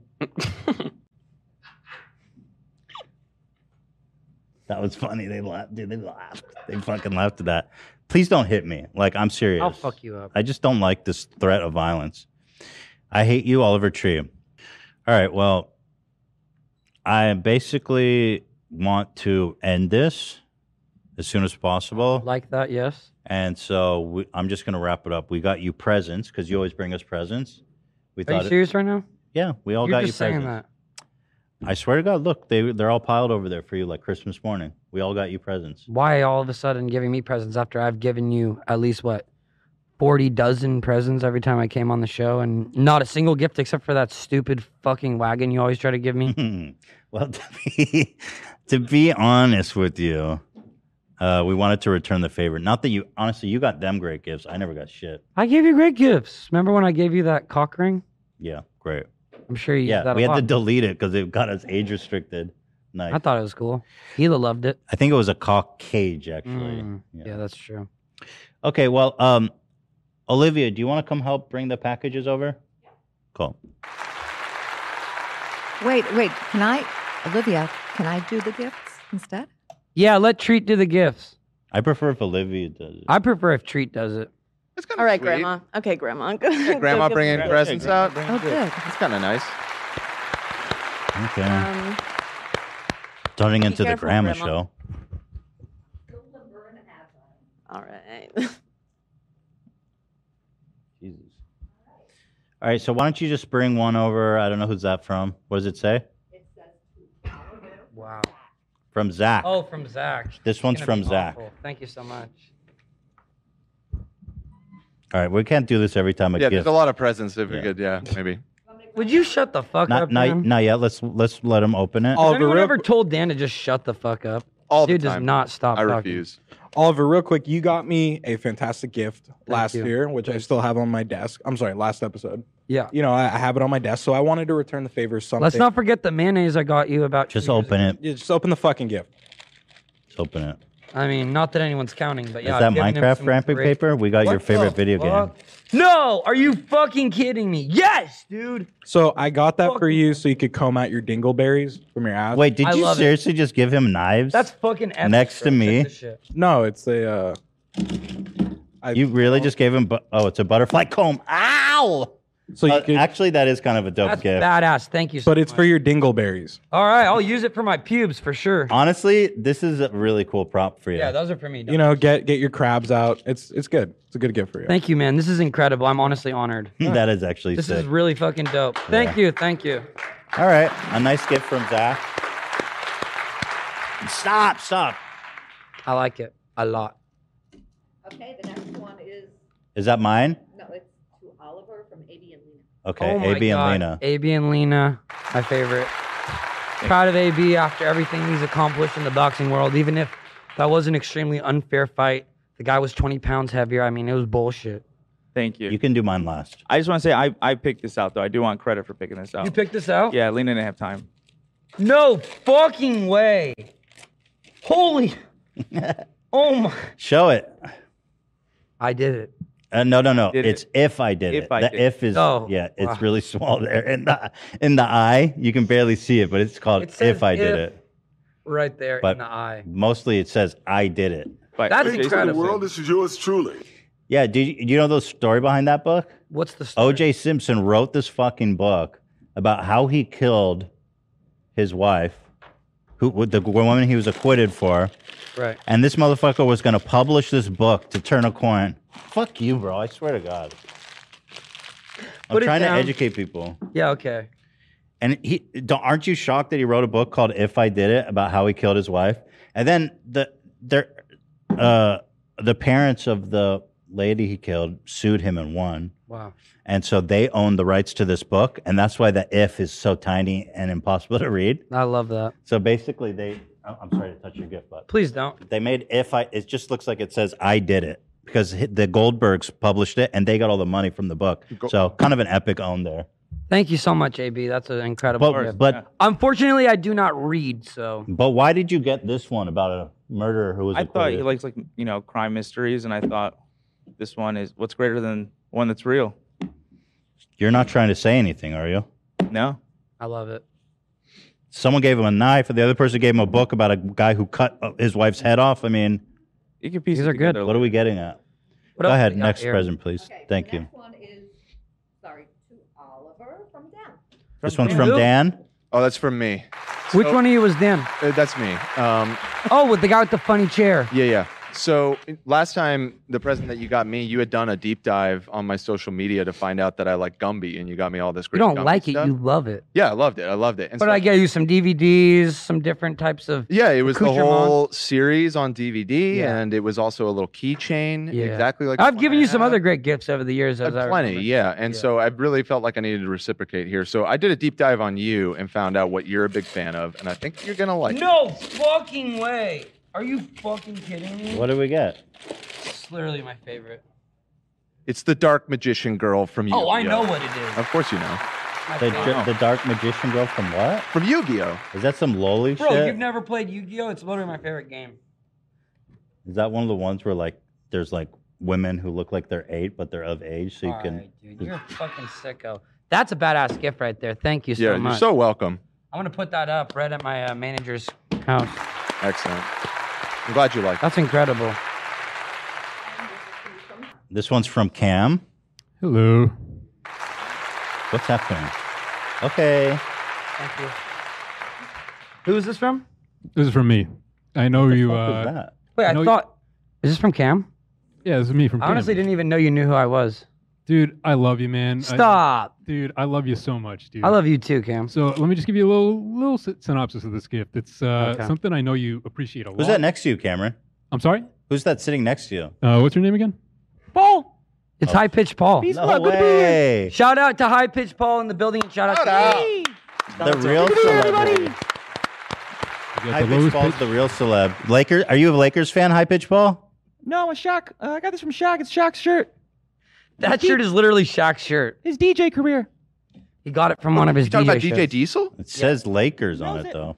S2: that was funny. They laughed. Dude, they laughed. They fucking laughed at that. Please don't hit me. Like I'm serious.
S3: I'll fuck you up.
S2: I just don't like this threat of violence. I hate you, Oliver Tree. All right. Well, I basically want to end this as soon as possible.
S3: Like that, yes.
S2: And so we, I'm just going to wrap it up. We got you presents because you always bring us presents. We
S3: Are you
S2: it-
S3: serious right now?
S2: Yeah, we all
S3: You're
S2: got
S3: just
S2: you
S3: saying
S2: presents. I swear to God, look, they they're all piled over there for you like Christmas morning. We all got you presents.
S3: Why all of a sudden giving me presents after I've given you at least what forty dozen presents every time I came on the show, and not a single gift except for that stupid fucking wagon you always try to give me?
S2: well, to be, to be honest with you, uh, we wanted to return the favor. Not that you honestly, you got them great gifts. I never got shit.
S3: I gave you great gifts. Remember when I gave you that cock ring?
S2: Yeah, great.
S3: I'm sure you
S2: yeah,
S3: used that
S2: we
S3: a
S2: had to
S3: lot.
S2: delete it because it got us age restricted. Nice.
S3: I thought it was cool. Gila loved it.
S2: I think it was a cock cage actually.
S3: Mm, yeah. that's true.
S2: Okay, well, um, Olivia, do you want to come help bring the packages over? Cool.
S5: Wait, wait. Can I, Olivia? Can I do the gifts instead?
S3: Yeah, let Treat do the gifts.
S2: I prefer if Olivia does it.
S3: I prefer if Treat does it.
S4: All right, Grandma. Okay, Grandma. Go, go
S1: Grandma
S4: get
S1: bringing
S4: the-
S1: presents out.
S4: Oh, good.
S1: It's kind of nice.
S2: Okay.
S4: Um,
S2: Turning
S4: be
S2: into the
S4: careful,
S2: grandma,
S4: Grandma.
S2: show.
S4: all right.
S2: Jesus. All right, so why don't you just bring one over? I don't know who's that from. What does it say?
S3: Wow.
S2: From Zach.
S3: Oh, from Zach.
S2: This one's
S3: It's gonna be
S2: from Zach.
S3: awful. Thank you so much.
S2: All right, we can't do this every time. A
S1: Yeah,
S2: gift.
S1: there's a lot of presents if we could. Yeah, maybe.
S3: Would you shut the fuck
S2: Not,
S3: up?
S2: not,
S3: man?
S2: not yet. Let's let's let him open it.
S3: Has anyone ever told Dan to just shut the fuck up?
S1: All
S3: Dude does not stop talking.
S18: Oliver, real quick, you got me a fantastic gift last
S3: you.
S18: year, which I still have on my desk. I'm sorry, last episode.
S3: Yeah.
S18: You know, I, I have it on my desk, so I wanted to return the favor. Something.
S3: Let's not forget the mayonnaise I got you about.
S2: Just open it.
S18: Yeah, just open the fucking gift.
S2: Just open it.
S3: I mean, not that anyone's counting, but
S2: Is
S3: yeah.
S2: that
S3: I've given him
S2: Minecraft
S3: some
S2: wrapping
S3: great-
S2: paper? We got your
S3: the
S2: favorite video
S3: fuck? No, are you fucking kidding me? Yes, dude.
S18: So I got that for you, so you could comb out your dingleberries from your ass.
S2: Wait, did you seriously just give him knives?
S3: That's fucking epic.
S2: Next to
S3: bro. Check
S2: me.
S3: this shit.
S18: No, it's a. Uh,
S2: you really just gave him? Bu- oh, it's a butterfly comb. Ow!
S18: So you
S2: Uh, actually, that is kind of a dope
S3: That's
S2: gift.
S3: badass. Thank you. So
S18: But it's for your dingleberries.
S3: All right, I'll use it for my pubes for sure.
S2: Honestly, this is a really cool prop for you.
S3: Yeah, those are for me.
S18: You know, get get your crabs out. It's it's good. It's a good gift for you.
S3: Thank you, man. This is incredible. I'm honestly honored.
S2: Hmm, that is actually
S3: This
S2: sick.
S3: is really fucking dope. Thank you. Thank you.
S2: All right, a nice gift from Zach. Stop! Stop!
S3: I like it a lot.
S5: Okay. The next one is
S2: Is that mine?
S5: no. It's to Oliver from AB and Lena.
S2: Okay,
S3: Oh my
S2: AB
S3: God.
S2: and Lena.
S3: AB and Lena, my favorite. Proud of AB after everything he's accomplished in the boxing world. Even if that was an extremely unfair fight, the guy was 20 pounds heavier. I mean, it was bullshit.
S2: Thank you. You can do mine last.
S15: I just want to say I, I picked this out though. I do want credit for picking this out.
S3: You picked this out?
S15: Yeah, Lena didn't have time.
S3: No fucking way. Holy. oh my.
S2: Show it.
S3: I did it.
S2: Uh, no, no, no. it's if I did
S3: If
S2: it.
S3: I
S2: the
S3: did it.
S2: if is
S3: Oh,
S2: yeah, it's
S3: wow.
S2: really small there in the in the eye. You can barely see it, but it's called
S3: It says
S2: if I did
S3: if
S2: it.
S3: Right there
S2: But
S3: in the eye.
S2: mostly it says I did it.
S3: That's incredible.
S19: this is yours truly.
S2: Yeah, do you, you know the story behind that book?
S3: What's the story?
S2: O.J. Simpson wrote this fucking book about how he killed his wife, who the woman he was acquitted for,
S3: Right.
S2: and this motherfucker was going to publish this book to turn a coin. Fuck you, bro! I swear to God. I'm
S3: Put it
S2: trying to
S3: down.
S2: educate people.
S3: Yeah, okay.
S2: And he don't, aren't you shocked that he wrote a book called "If I Did It" about how he killed his wife? And then the their, uh, the parents of the lady he killed sued him and won.
S3: Wow.
S2: And so they own the rights to this book, and that's why the "if" is so tiny and impossible to read.
S3: I love that.
S2: So basically, they. I- I'm sorry to touch your gift, but
S3: Please don't.
S2: they made "if I." It just looks like it says "I did it" because hi- the Goldbergs published it, and they got all the money from the book. So kind of an epic own there.
S3: Thank you so much, AB. That's an incredible
S2: But-
S3: gift.
S2: but-
S3: unfortunately, I do not read. So
S2: But why did you get this one about a murderer who was?
S15: I thought he
S2: acquitted?
S15: likes like you know crime mysteries, and I thought this one is what's greater than one that's real.
S2: You're not trying to say anything, are you?
S15: No.
S3: I love it.
S2: Someone gave him a knife, and the other person gave him a book about a guy who cut uh, his wife's head off. I mean,
S15: you can piece
S2: these are good. What are we getting at?
S3: What
S2: Go
S3: else
S2: ahead,
S3: we got
S2: next
S3: here?
S2: present, please. Thank you.
S5: One is sorry to Oliver from Dan.
S2: This one's from Dan.
S1: Oh, that's from me. Uh,
S3: Which one of you was Dan?
S1: that's me. Um,
S3: oh, with the guy with the funny chair.
S1: Yeah, yeah. So last time, the present that you got me, you had done a deep dive on my social media to find out that I like Gumby, and you got me all this
S3: You
S1: great.
S3: don't
S1: Gumby
S3: like
S1: stuff.
S3: it. You love it.
S1: Yeah, I loved it. I loved it. And
S3: but
S1: so-
S3: I gave you some DVDs, some different types of.
S1: Yeah, it was the
S3: accoutrements.
S1: whole series on DVD,
S3: Yeah.
S1: and it was also a little keychain,
S3: Yeah.
S1: exactly like. Uh,
S3: I've given you some other great gifts over the years. As I
S1: Plenty,
S3: remember.
S1: yeah. And so I really felt like I needed to reciprocate here. So I did a deep dive on you and found out what you're a big fan of, and I think you're gonna like. it.
S16: No fucking way. Are you fucking kidding me?
S2: What do we get?
S3: It's literally my favorite.
S1: It's the Dark Magician Girl from Yu-Gi-Oh.
S3: Oh, I know what it is.
S1: Of course you know.
S3: My
S2: The,
S3: favorite.
S2: the Dark Magician Girl from what?
S1: From Yu-Gi-Oh.
S2: Is that some lowly
S3: Bro,
S2: shit?
S3: you've never played Yu-Gi-Oh. It's literally my favorite game.
S2: Is that one of the ones where like there's like women who look like they're eight but they're of age, so you can.
S3: Alright, dude, you're a fucking sicko. That's a badass gift right there. Thank you so
S1: yeah,
S3: much.
S1: you're so welcome.
S3: I'm gonna put that up right at my uh, manager's house.
S1: Excellent. I'm glad you like.
S3: That's incredible.
S2: This one's from Cam.
S19: Hello.
S2: What's happening? Okay.
S3: Thank you. Who is this from?
S19: This is from me. I know you. uh,
S3: Wait, I,
S19: know you-
S3: thought. Is this from Cam?
S19: Yeah, this is me from.
S3: I honestly didn't even know you knew who I was.
S19: Dude, I love you, man. I-
S3: Stop.
S19: dude, I love you so much, dude.
S3: I love you too, Cam.
S19: So let me just give you a little little sy- synopsis of this gift. It's uh,
S2: Okay.
S19: something I know you appreciate a lot.
S2: Who's that next to you, Cameron?
S19: I'm sorry.
S2: Who's that sitting next to you?
S19: Uh, what's your name again?
S3: Paul. It's high pitched Paul.
S2: He's No not good beer. way.
S3: Oh, Shout out to high pitched Paul in the building and shout, out to me.
S2: The real celebrity. High pitch Paul's the real celeb. Lakers? Are you a Lakers fan? High pitch Paul?
S20: No, a Shaq. Uh, I got this from Shaq. It's Shaq's shirt.
S3: That shirt is literally Shaq's shirt.
S20: His DJ career.
S3: He got it from one of his
S2: You talking
S3: DJ
S2: about DJ
S3: shows.
S1: Diesel?
S2: It says Lakers on it, though.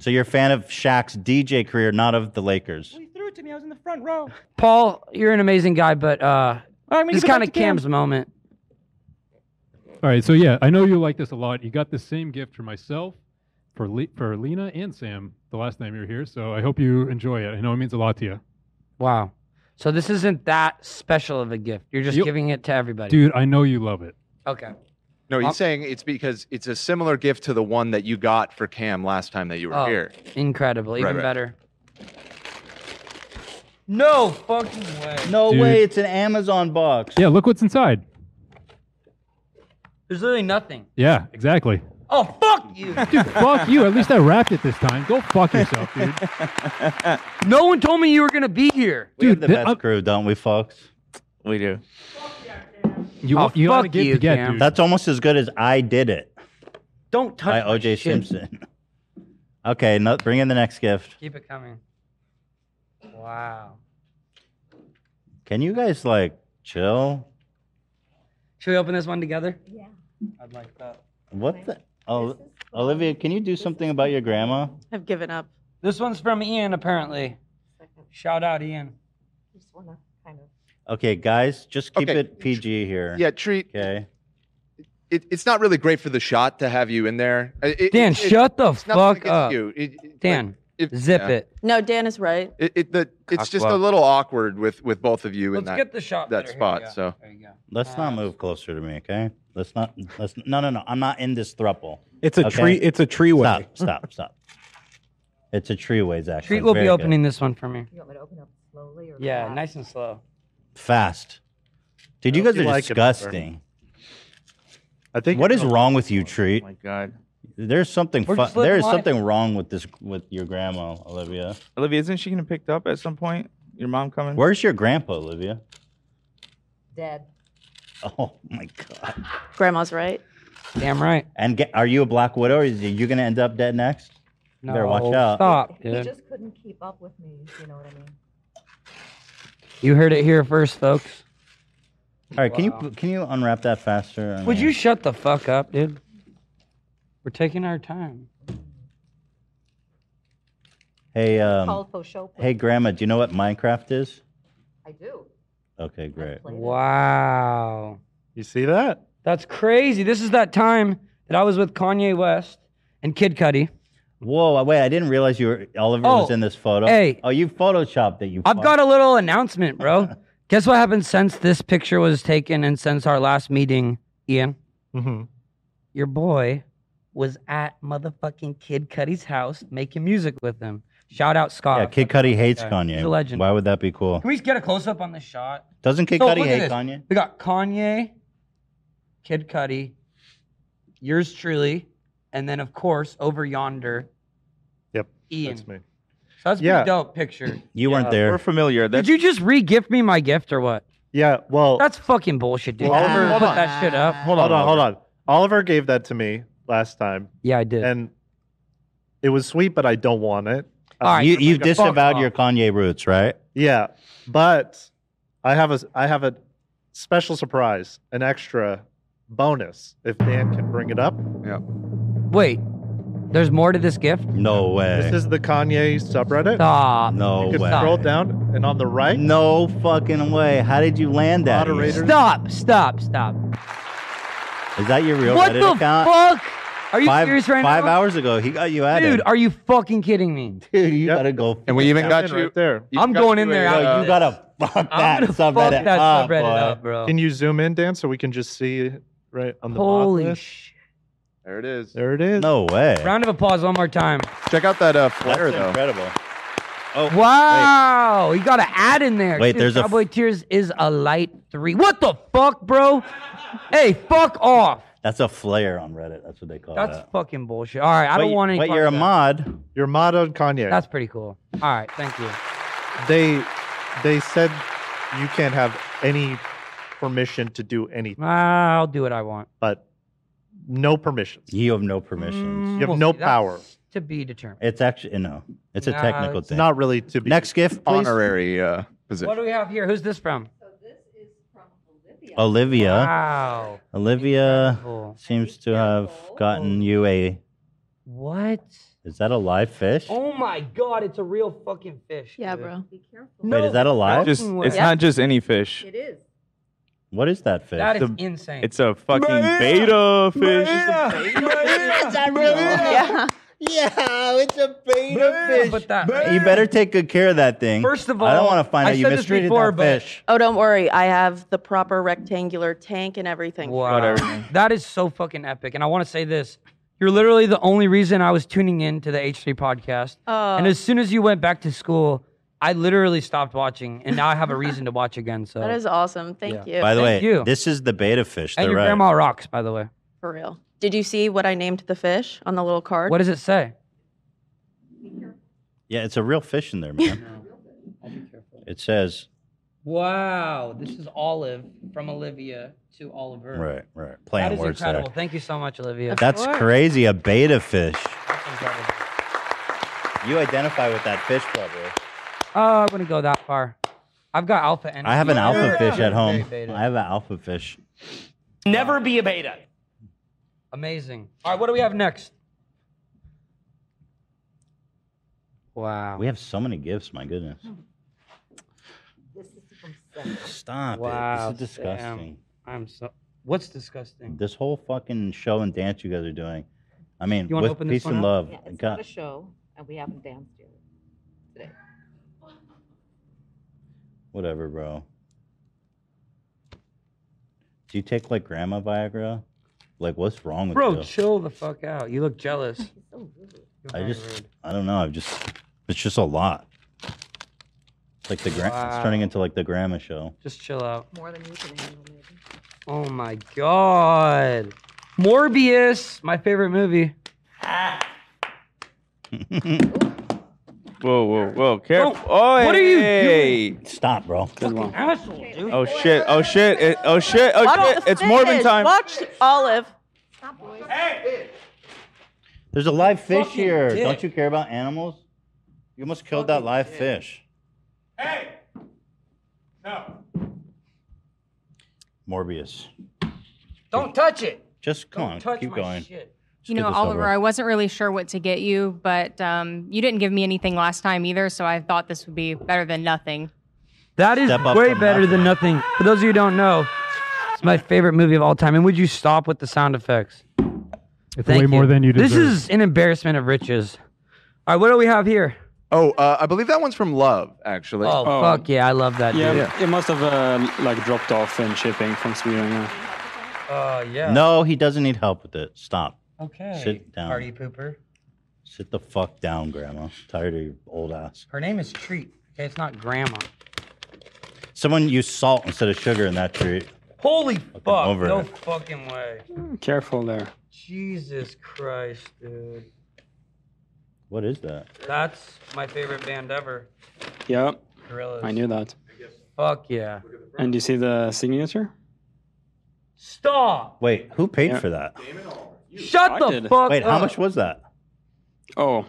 S2: So you're a fan of Shaq's DJ career, not of the Lakers.
S20: He threw it to me. I was in the front row.
S3: Paul, you're an amazing guy, but uh,
S20: All right, we
S3: this is
S20: can go back
S3: kind of
S20: to Cam.
S3: Cam's moment.
S19: All right, so yeah, I know you like this a lot. You got the same gift for myself, for Le- for Lena and Sam the last time you were here. So I hope you enjoy it. I know it means a lot to you,
S3: Wow. So this isn't that special of a gift. You're just
S19: Yep.
S3: giving it to everybody.
S19: dude. I know you love it.
S3: Okay.
S1: No, he's
S3: Um,
S1: saying it's because it's a similar gift to the one that you got for Cam last time that you were
S3: Oh,
S1: here.
S3: Incredible. Even
S1: Right, right.
S3: better. No fucking way.
S2: No
S19: Dude.
S2: way, it's an Amazon box.
S19: Yeah, look what's inside.
S3: There's literally nothing.
S19: Yeah, exactly.
S3: Oh, fuck you.
S19: Fuck you. At least I wrapped it this time. Go fuck yourself, dude.
S3: No one told me you were going to be here.
S2: We have the
S19: Dude,
S2: best crew, don't we, folks? We do.
S19: You,
S3: Oh, you oughta fuck get you, together, Cam. dude.
S2: That's almost as good as I did it
S3: Don't touch
S2: by
S3: my
S2: O.J.
S3: shit.
S2: Simpson. okay, no, bring in the next gift.
S3: Keep it coming. Wow.
S2: Can you guys like chill?
S3: Should we open this one together? Yeah. I'd like that.
S2: What the? Oh, Olivia, can you do something about your grandma?
S3: I've given up. This one's from Ian, apparently. Shout out, Ian.
S2: Okay, guys, just keep
S1: Okay.
S2: it PG here.
S1: Yeah, treat.
S2: Okay.
S1: It, it's not really great for the shot to have you in there. Uh, it-
S3: Dan,
S1: it- it-
S3: shut the
S1: it's nothing
S3: fuck
S1: against
S3: up.
S1: you. It- it-
S3: Dan,
S1: like, if-
S3: zip
S1: yeah.
S3: it.
S4: No, Dan is right.
S1: It, it the it's just a
S2: Cockblock.
S1: little awkward with with both of you in
S3: Let's
S1: that
S3: get the shot
S1: that
S3: better. Here we
S1: spot.
S3: go.
S1: So
S2: Let's not move closer to me, okay? Let's not. Let's no, no, no. I'm not in this thruple.
S18: It's a
S2: okay?
S18: tree. It's a tree way.
S2: Stop, stop, stop. It's a treeways actually.
S3: Treat will
S2: Very
S3: be
S2: good.
S3: opening this one for me.
S5: You want me to open up slowly or
S3: Yeah, nice and slow.
S2: fast. Dude, you
S3: hope
S2: guys
S3: you
S2: are
S3: like it, Pepper.
S2: disgusting. I think what is wrong with you, Treat? my God, there's something.
S15: Oh We're
S2: Fu-
S15: just living
S2: there is
S15: life.
S2: something wrong with this with your grandma, Olivia.
S15: Olivia, isn't she gonna picked up at some point? Your mom coming?
S2: Where's your grandpa, Olivia?
S5: Dead.
S2: Oh my God.
S4: Grandma's right.
S3: Damn right.
S2: And get, are you a black widow? Or is you gonna end up dead next? You better watch
S3: No,
S2: out.
S3: stop,
S5: He
S3: dude.
S5: just couldn't keep up with me. You know what I mean?
S3: You heard it here first, folks.
S2: All right, can you
S3: Wow.
S2: pu- can you unwrap that faster? I
S3: Would
S2: mean-
S3: you shut the fuck up, dude? We're taking our time.
S2: Hey, um,
S5: Called Photoshop.
S2: hey, Grandma, do you know what Minecraft is?
S5: I do.
S2: Okay, great.
S3: Wow.
S2: You see that?
S3: That's crazy. This is that time that I was with Kanye West and Kid Cudi.
S2: Whoa, wait, I didn't realize you were Oliver was
S3: Oh,
S2: in this photo.
S3: hey.
S2: oh, you photoshopped it. You.
S3: I've got a little announcement, bro. Guess what happened since this picture was taken and since our last meeting, Ian?
S19: Mm-hmm.
S3: Your boy was at motherfucking Kid Cudi's house making music with him. Shout out Scott.
S2: Yeah, Kid Cudi hates
S3: Okay.
S2: Kanye.
S3: He's a legend.
S2: Why would that be cool?
S3: Can we get a close up on this shot?
S2: Doesn't Kid Cudi
S3: look at
S2: hate
S3: this.
S2: Kanye?
S3: We got Kanye, Kid Cudi, yours truly, and then of course over yonder,
S21: Yep.
S3: Ian.
S21: That's me.
S3: So that's a
S21: Yeah.
S3: pretty dope picture.
S2: You weren't there.
S15: We're familiar.
S3: Did you just re-gift me my gift or what?
S21: Yeah, well,
S3: that's fucking bullshit, dude.
S21: Well,
S3: I'll
S21: Oliver-
S3: put that shit up.
S21: Hold on, hold on. Oliver gave that to me last time.
S3: Yeah, I did.
S21: And it was sweet, but I don't want it.
S2: you you've disavowed your Kanye roots, right?
S21: Yeah, but I have a s- I have a special surprise, an extra bonus if Dan can bring it up.
S1: Yeah.
S3: Wait, there's more to this gift?
S2: No way.
S21: This is the Kanye subreddit.
S3: Stop.
S2: No
S21: you can
S2: way.
S21: Scroll down and on the right.
S2: No fucking way. How did you land that? Ian?
S21: Moderators.
S3: Stop, stop, stop.
S2: Is that your real
S3: what
S2: Reddit
S3: the
S2: account?
S3: fuck? Are you
S2: five,
S3: serious right
S2: Five
S3: now?
S2: hours ago, he got you at
S3: Dude,
S2: it.
S3: are you fucking kidding me?
S2: Dude, you gotta go.
S1: And we even got you
S3: I'm going in there.
S2: Yo,
S3: after
S2: you
S3: this.
S2: gotta fuck that subreddit
S3: that
S2: up,
S3: subreddit
S2: boy.
S3: up, bro.
S21: Can you zoom in, Dan, so we can just see right on the
S3: Holy
S21: bottom?
S3: shit!
S1: There it is.
S21: There it is.
S2: No way.
S3: Round of applause one more time.
S1: Check out that uh, flare
S2: That's
S1: though.
S2: incredible. Oh,
S3: wow, you got an ad in there.
S2: Wait,
S3: Dude,
S2: there's a f-
S3: Cowboy Tears is a light three. What the fuck, bro? hey, fuck off.
S2: That's a flare on Reddit. That's what they call
S3: That's
S2: that.
S3: fucking bullshit. All right, I don't
S2: Oh, But-
S3: want any.
S2: But
S3: part
S2: you're a
S3: of that.
S2: mod.
S21: You're mod on Kanye.
S3: That's pretty cool. All right, thank you.
S21: they they said you can't have any permission to do anything,
S3: Ah, I'll do what I want.
S21: but no permissions.
S2: You have no
S15: Mm,
S2: permissions.
S3: Mm,
S21: You have no power.
S3: To be determined.
S2: It's actually no. It's a
S3: Nah,
S2: technical
S3: it's
S2: thing.
S21: Not really to be.
S2: Next gift, please.
S1: Honorary uh,
S3: What
S1: position.
S3: do we have here? Who's this from?
S2: Olivia.
S3: Wow.
S2: Olivia
S3: Incredible.
S2: seems to have gotten you a.
S3: What?
S2: Is that a live fish?
S3: Oh my god, it's a real fucking fish. Yeah, bro. Be careful.
S2: Wait, is that a live?
S15: Just, it's not just any fish.
S3: It is.
S2: What is that fish?
S3: That is insane.
S15: It's a fucking
S2: Maria!
S15: beta fish.
S9: Yeah.
S2: Yeah, it's a
S9: beta fish.
S3: But that,
S2: You better take good care of that thing.
S4: First of
S2: I don't
S4: all,
S2: want to find
S4: I
S2: out you
S4: said this
S2: mistreated
S4: before,
S2: that
S4: but-
S2: fish.
S4: Oh, don't worry. I have the proper rectangular tank and everything.
S3: Wow. that is so fucking epic. And I want to say this. You're literally the only reason I was tuning in to the H3 podcast.
S4: Oh.
S3: and as soon as you went back to school, I literally stopped watching and now I have a reason to watch again. So
S4: That is awesome. Thank you.
S2: By the
S4: Thank
S2: way,
S4: you.
S2: this is the beta fish.
S3: And
S2: They're
S3: your
S2: right.
S3: grandma rocks, by the way.
S4: For real. Did you see what I named the fish on the little card?
S3: What does it say?
S2: Yeah, it's a real fish in there, man. it says
S3: Wow, this is Olive from Olivia to Oliver.
S2: right, right. Playing
S3: that is
S2: words
S3: incredible. Thank you so much, Olivia.
S2: there. That's crazy. A beta fish.
S3: Incredible.
S2: You identify with that fish club, bro.
S3: Oh, I wouldn't go that far. I've got alpha energy.
S2: I have an alpha fish at home.
S3: Beta.
S2: I have an alpha fish.
S3: Never be a beta. Amazing. All right, what do we have next? Wow.
S2: We have so many gifts. My goodness. Stop
S3: Wow,
S2: it. This is
S3: Sam.
S2: disgusting.
S3: I'm so. What's disgusting?
S2: This whole fucking show and dance you guys are doing. I mean,
S3: You wanna
S2: with
S3: open this
S2: peace
S3: one
S2: and
S3: up?
S2: love.
S22: Yeah, it's
S2: God-
S22: not a show, and we haven't danced yet today.
S2: Whatever, bro. Do you take like grandma Viagra? Like, what's wrong with
S3: Bro,
S2: you?
S3: chill the fuck out. You look jealous. You're
S2: I
S3: very
S2: just,
S3: rude.
S2: I don't know. I've just, it's just a lot. It's like the gra- it's turning
S3: Wow.
S2: into like the grandma show.
S3: Just chill out.
S22: More than you can handle, maybe.
S3: Oh my god. Morbius, my favorite movie.
S15: Whoa, whoa, whoa! Careful!
S3: Oh, what are you
S15: hey.
S2: Stop, bro.
S3: Asshole, dude.
S15: Oh shit! Oh shit! It, oh shit! Oh
S4: Why
S15: shit!
S4: don't the
S15: It's Mormon
S4: fish
S15: time.
S4: Watch Olive.
S2: There's a live fish
S4: Fucking
S2: here.
S4: dick.
S2: Don't you care about animals? You almost killed that live fish.
S17: No.
S2: Morbius.
S3: Don't touch it.
S2: Just come on,
S23: touch
S2: keep
S23: my
S2: going.
S23: You
S2: get
S23: know,
S2: this
S23: Oliver,
S2: over.
S23: I wasn't really sure what to get you, but um, you didn't give me anything last time either, so I thought this would be better than nothing.
S3: That is
S23: Step up
S3: way
S23: from
S3: better than nothing. For those of you who don't know, it's my favorite movie of all time. And would you stop with the sound effects?
S19: It's way more than you deserve.
S3: This is an embarrassment of riches. All right, what do we have here?
S1: Oh, uh, I believe that one's from Love, actually.
S3: Oh, fuck yeah, I love that.
S7: Yeah,
S3: dude.
S7: it must have
S9: um,
S7: uh, like dropped off in shipping from Sweden. Yeah.
S3: Oh yeah.
S2: No, he doesn't need help with it. Stop.
S24: Okay.
S2: Sit down.
S24: Party pooper.
S2: Sit the fuck down, Grandma. Tired of your old ass.
S3: Her name is Treat. Okay, it's not Grandma.
S2: Someone used salt instead of sugar in that treat.
S3: Holy
S2: fuck,
S3: fuck!
S2: over no
S3: No
S2: it.
S3: fucking way.
S9: Hmm,
S7: Hmm,
S9: Careful there.
S3: Jesus Christ, dude.
S2: What is that?
S3: That's my favorite band ever.
S9: Yep.
S3: Gorillas.
S9: I knew that.
S3: Fuck yeah.
S9: And you see the signature?
S3: Stop!
S2: Wait, who paid
S9: Yeah.
S2: for that?
S3: Shut
S9: I
S3: the
S9: did.
S3: fuck
S2: Wait,
S3: up.
S2: how much was that?
S9: Oh,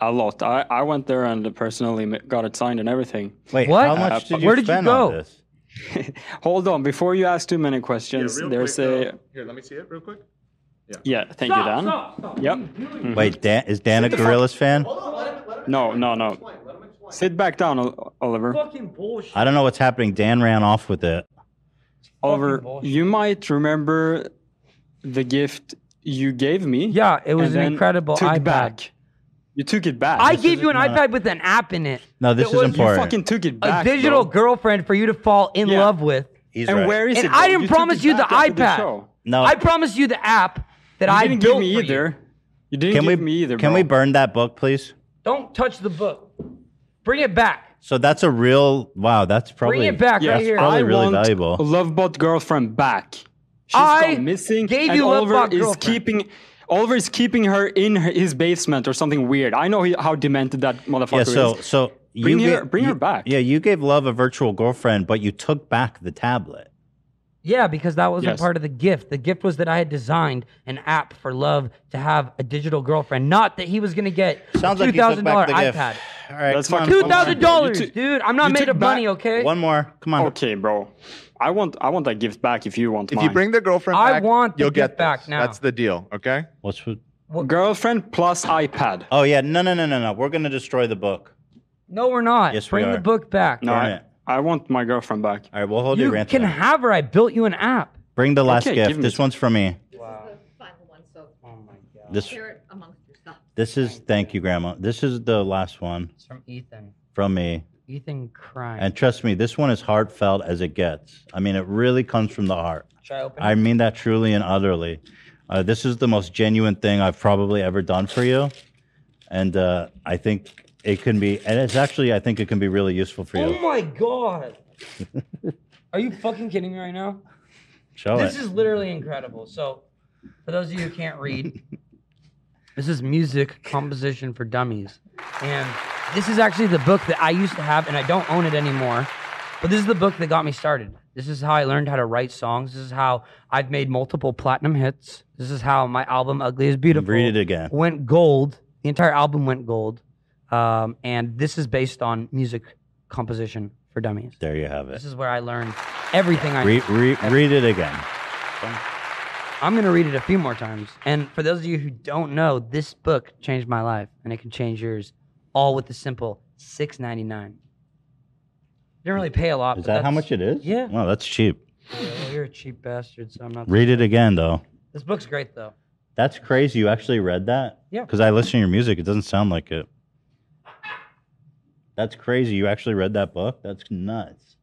S9: a lot. I, I went there and personally ma- got it signed and everything.
S2: Wait,
S3: What? how much did you Where did you spend on go?
S2: this?
S9: Hold on, before you ask too many questions, there's a
S25: Here, let me see it real quick.
S9: yeah. Thank you, Dan. Yep. Mhm.
S2: Wait, Dan, is Dan a Gorillas fan?
S9: No, no, no. Sit back down, Ol- Oliver.
S3: Fucking bullshit.
S2: I don't know what's happening. Dan ran off with it.
S9: Oliver, you might remember the gift you gave me.
S3: Yeah, it was
S9: and
S3: an
S9: then
S3: incredible
S9: took
S3: iPad.
S9: Back. You took it back.
S3: I gave you an iPad with an app in it.
S2: No, this
S3: That
S2: is
S3: was-
S2: important.
S9: You fucking took it back.
S3: a digital
S9: bro.
S3: girlfriend for you to fall in love with.
S2: He's
S9: And
S2: right.
S9: where is
S3: and
S9: it?
S3: I
S9: bro?
S3: didn't
S9: took
S3: promise
S9: it
S3: you the
S9: back after
S3: iPad.
S9: show.
S2: No,
S3: I promised you the app that
S9: you
S3: I
S9: didn't
S3: built
S9: give me
S3: for you.
S9: either. You didn't
S2: can we
S9: give me either.
S2: can
S9: bro.
S2: we burn that book, please?
S3: Don't touch the book. Bring it back.
S2: So that's a real wow. That's probably
S3: it back
S2: that's
S3: right here.
S2: Probably
S9: I
S2: really
S9: want
S2: valuable.
S9: Lovebot girlfriend back. She's
S3: I
S9: gone missing.
S3: gave
S9: and
S3: you
S9: Oliver
S3: Lovebot
S9: is
S3: girlfriend.
S9: keeping. Oliver is keeping her in her, his basement or something weird. I know he, how demented that motherfucker
S2: Yeah. So
S9: is.
S2: so
S9: Bring
S2: you
S9: her-
S2: ga-
S9: bring her
S2: you-
S9: back.
S2: Yeah, you gave love a virtual girlfriend, but you took back the tablet.
S3: Yeah, because that wasn't
S2: Yes.
S3: part of the gift. The gift was that I had designed an app for love to have a digital girlfriend, not that he was going to get
S2: Sounds
S3: a
S2: like you took
S3: $2,000
S2: back the gift.
S3: iPad.
S2: All right,
S9: That's
S2: come on,
S9: fucking
S2: one more.
S3: $2,000,
S9: You took-
S3: dude. I'm not
S9: you
S3: made
S9: took
S3: of money,
S9: back-
S3: okay?
S2: One more. Come on.
S9: Okay, bro. I want I want that gift back if you want
S25: If
S9: mine.
S25: you bring the girlfriend
S3: I
S25: back,
S3: want the
S25: you'll
S3: gift
S25: get
S3: back
S25: this.
S3: now.
S25: That's the deal, okay?
S2: What's with?
S9: girlfriend plus iPad.
S2: Oh yeah, no no no no no. We're gonna destroy the book.
S3: No, we're not.
S2: Yes, we
S3: Bring
S2: are.
S3: the book back.
S9: No,
S2: Burn
S9: I,
S2: it.
S9: I want my girlfriend back.
S2: All right, we'll hold
S3: you
S2: your rant.
S3: can
S2: tonight.
S3: have her. I built you an app.
S2: Bring the last
S9: Okay, give
S2: gift.
S9: me
S2: This
S9: some.
S2: one's for me.
S5: Final one, so
S2: This
S5: share it amongst yourselves.
S2: this is thank you, Grandma. This is the last one
S3: It's from E- Ethan.
S2: from me.
S3: Ethan crying.
S2: And trust me, this one is heartfelt as it gets. I mean, it really comes from the heart.
S3: Should I open
S2: I
S3: it?
S2: mean that truly and utterly. Uh, this is the most genuine thing I've probably ever done for you, and uh, I think it can be. And it's actually, I think it can be really useful for
S3: Oh
S2: you.
S3: my god. Are you fucking kidding me right now?
S2: Show
S3: this
S2: it.
S3: is literally incredible. So, for those of you who can't read, this is music composition for dummies, and this is actually the book that I used to have, and I don't own it anymore. But this is the book that got me started. This is how I learned how to write songs. This is how I've made multiple platinum hits. This is how my album "Ugly Is Beautiful"
S2: Read it again.
S3: went gold. The entire album went gold, um, and this is based on music composition for dummies.
S2: There you have
S3: This
S2: it.
S3: is where I learned everything I
S2: Re- re- read it again.
S3: I'm going to read it a few more times. And for those of you who don't know, this book changed my life and it can change yours all with the simple 6.99. Didn't really pay a lot.
S2: Is
S3: but
S2: that how
S3: that's-
S2: much it is?
S3: Yeah.
S2: Wow, that's cheap.
S3: Well, you're a cheap bastard, so I'm not.
S2: Read it again, though.
S3: This book's great though.
S2: That's crazy. You actually read that?
S3: Yeah.
S2: Because I listen to your music. It doesn't sound like it. That's crazy. You actually read that book? That's nuts.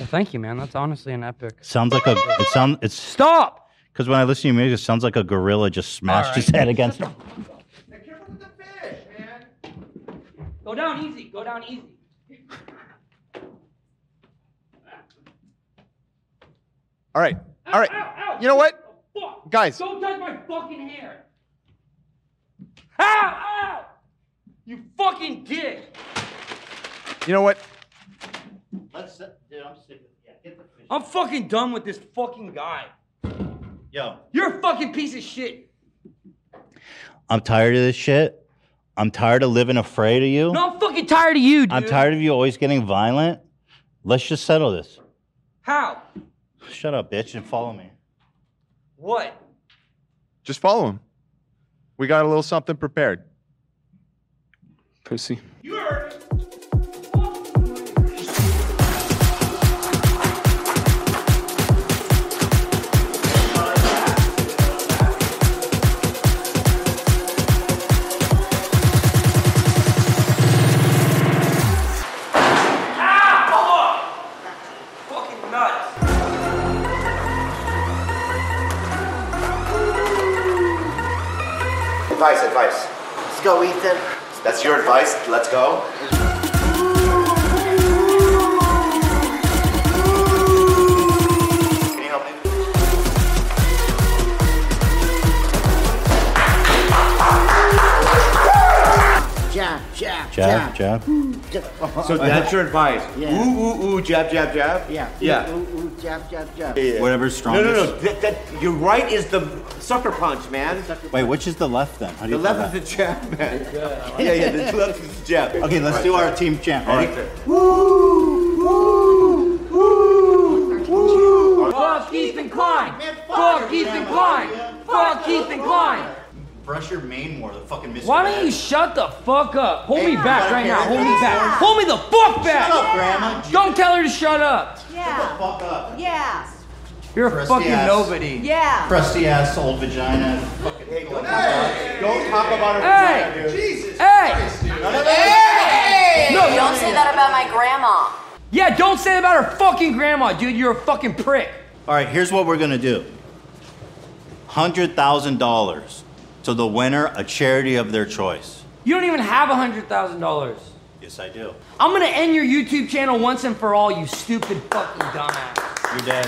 S3: Well, thank you, man. That's honestly an epic.
S2: Sounds like a. It sound. It's
S3: Stop.
S2: because when I listen to your music, it sounds like a gorilla just smashed his head against.
S3: Go down easy. Go down easy.
S25: All right. All right. You know what? Guys.
S3: Don't touch my fucking hair. Ow! Ow! You fucking dick.
S25: You know what?
S2: Let's. uh, Dude, I'm sick. Yeah, get the fish.
S3: I'm fucking done with this fucking guy.
S2: Yo.
S3: You're a fucking piece of shit.
S2: I'm tired of this shit. I'm tired of living afraid of you.
S3: No, I'm fucking tired of you, dude.
S2: I'm tired of you always getting violent. Let's just settle this.
S3: How?
S2: Shut up, bitch, and follow me.
S3: What?
S25: Just follow him. We got a little something prepared.
S9: Pussy.
S3: Fucking nuts.
S11: Let's go, Ethan.
S26: That's your advice. Let's go.
S11: Can you help me?
S6: Jab, jab,
S2: Jab,
S6: jab.
S2: jab.
S11: So that's your advice.
S6: Yeah.
S11: Ooh, ooh, ooh, jab, jab, jab.
S6: Yeah.
S11: Yeah.
S6: Ooh, ooh, jab, jab, jab.
S2: Whatever's
S11: No, no, no.
S2: strongest.
S11: That, that, your right is the sucker punch, man.
S2: Wait, which is the left then? How do
S11: The
S2: you tell
S11: left
S2: that?
S11: is the jab, man. yeah, yeah, the left is the jab.
S2: Okay, let's
S11: All
S2: do
S11: right.
S2: our team chant.
S11: All right,
S2: Ready?
S11: sir.
S10: Fuck Ethan Klein! Fuck Ethan Klein! Fuck Ethan Klein!
S2: Brush your mane more, the fucking mystery.
S9: Why don't you shut the fuck up? Hold
S2: Hey,
S9: me back
S2: you
S9: right now.
S2: gotta
S9: Hold me
S2: hear this
S9: back.
S2: first.
S9: Hold me the fuck back.
S2: up, Grandma.
S9: Don't tell her to shut up.
S6: Yeah.
S2: fuck up.
S6: Yeah.
S9: You're a fucking
S2: ass.
S9: nobody.
S6: Yeah.
S2: Crusty ass old vagina.
S11: Don't talk about her
S6: Hey!
S11: vagina, dude.
S6: Jesus.
S9: Hey!
S6: Hey!
S9: No,
S6: Don't
S9: no,
S6: say
S9: no.
S6: that about my grandma.
S9: Yeah, don't say that about her fucking grandma, dude. You're a fucking prick.
S2: All right, here's what we're gonna do. Hundred thousand dollars to the winner, a charity of their choice.
S9: You don't even have a hundred thousand dollars.
S2: Yes, I do.
S9: I'm gonna end your YouTube channel once and for all, you stupid fucking dumbass.
S2: You're dead.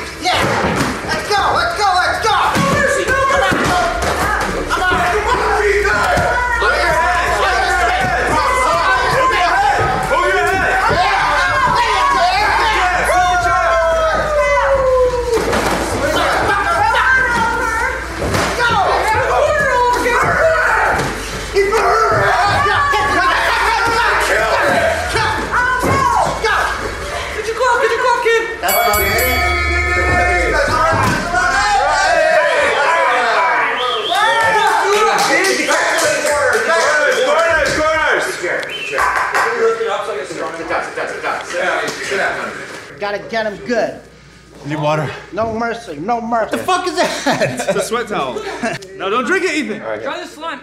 S6: Let's go, let's go, let's go! Gotta get him good.
S25: Need water.
S6: No mercy, no mercy. What the fuck is that?
S25: It's a sweat towel.
S6: no, don't drink it, Ethan.
S9: Try the slime.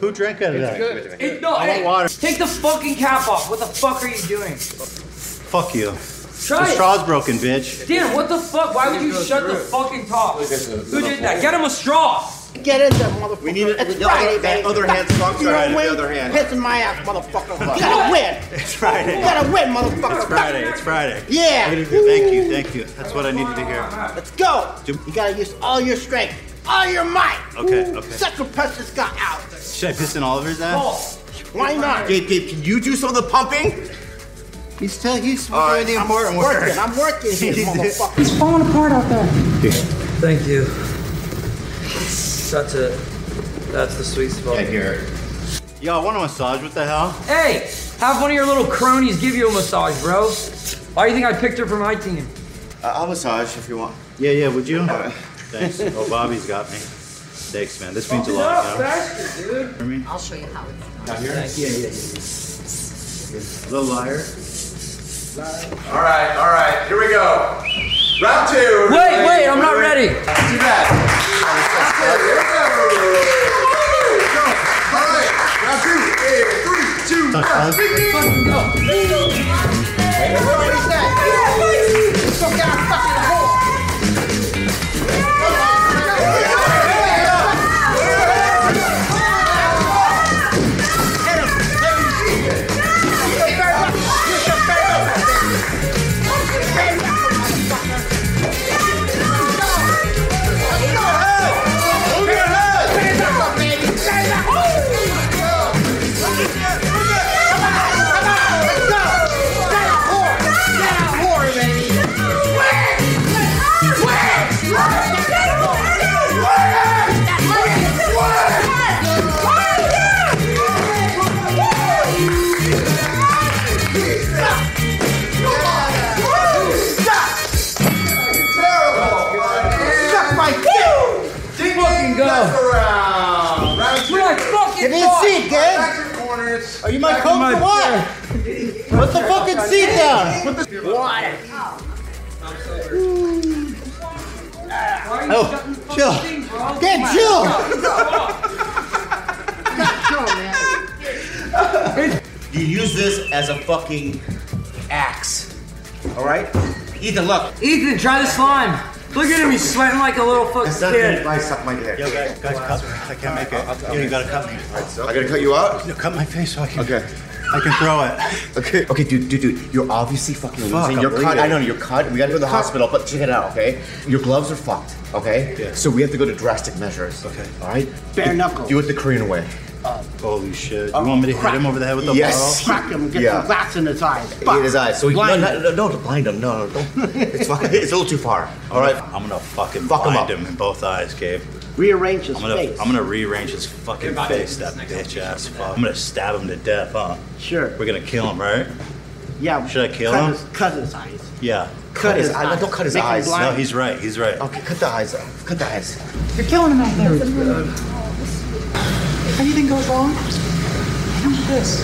S25: Who drank it?
S9: It's good. It- no, hey, Take the fucking cap off. What the fuck are you doing?
S2: Fuck you.
S9: Try
S2: the
S9: it.
S2: straw's broken, bitch.
S9: Dan, what the fuck? Why would you shut the fucking top? Who did that? Get him a straw.
S6: Get in there, motherfucker. We need
S11: the other- that other hand's strong
S6: You
S11: side,
S6: don't
S11: the
S6: win.
S11: other hand.
S6: Pissing my ass, motherfucker. you gotta win.
S2: It's Friday.
S6: You gotta win, motherfucker.
S2: It's Friday. It's Friday.
S6: Yeah.
S2: Thank you. Thank you. That's what I needed to hear.
S6: Let's go. You gotta use all your strength, all your might.
S2: Okay, okay.
S6: Sucker punch this guy out.
S2: Should I piss in Oliver's ass?
S6: Why not?
S2: Gabe, Gabe, can you do some of the pumping? He's still he's doing the
S6: I'm
S2: important work.
S6: working. I'm working here, motherfucker. He's falling apart out there.
S9: Thank you. That's it. That's the sweet spot.
S2: Yeah, Garrett. Yo, I want a massage. What the hell?
S9: Hey, have one of your little cronies give you a massage, bro. Why do you think I picked her for my team?
S2: Uh, I'll massage if you want. Yeah, yeah. Would you? Thanks. Oh, Bobby's got me. Thanks, man. This means a lot. you know?
S6: faster,
S2: dude.
S6: I'll show you how it's done.
S2: Out here? Little liar.
S11: All right, all right, here we go. Round two.
S9: Wait, wait, I'm not ready.
S11: Too bad. All right, round two. Three, two, one.
S6: Fucking go. What is that? It's fucking out of fucking hole.
S10: Move your
S25: around. Round two.
S6: Give me a seat, gang.
S25: Back to corners.
S6: Are you my
S25: Back to
S6: coach or what? Put the fucking seat down. Put the
S25: Water.
S6: Oh, chill. Get chill.
S11: You use this as a fucking axe. All right? Ethan, look.
S27: Ethan, try the slime. Look at him, he's sweating like a little fucking kid.
S11: suck my dick. Yo, guys, guys cut me. I can't make it. Yo, you gotta cut me. I gotta cut you out? No, cut my face so I can. Okay. I can throw it. Okay. Okay, dude, dude, dude. You're obviously fucking Fuck, losing. I'm You're cut. bleeding. I know you're cut. We gotta go to the Cut. hospital, but check it out, okay? Your gloves are fucked, okay? Yeah. So we have to go to drastic measures. Okay. All right.
S6: Bare knuckle.
S11: Do it the Korean way. Holy shit!
S6: You want me to hit him over
S11: the head
S6: with the
S11: yes.
S6: bottle? Crack him, get
S11: yeah.
S6: some glass in his eye.
S11: In his eyes. So he
S6: Blind
S11: no, no, no, no, blind him. No, no, don't. It's fucking. It's a little too far. All right. I'm gonna fucking Fuck him up.
S2: him in both eyes, Gabe.
S6: Rearrange his
S2: I'm gonna,
S6: face.
S2: I'm gonna rearrange his fucking face, that bitch ass fuck. I'm gonna stab him to death, huh?
S6: Sure.
S2: We're gonna kill him, right?
S6: Yeah.
S2: Should I kill
S6: cut
S2: him?
S6: His, cut his eyes.
S2: Yeah.
S6: Cut his eyes.
S11: No, don't cut his
S6: Make him
S11: eyes.
S6: blind.
S2: No, he's right. He's right.
S11: Okay, cut the eyes out. Cut the eyes.
S6: You're killing him out there.
S11: Um,
S6: If anything goes wrong, I'm this.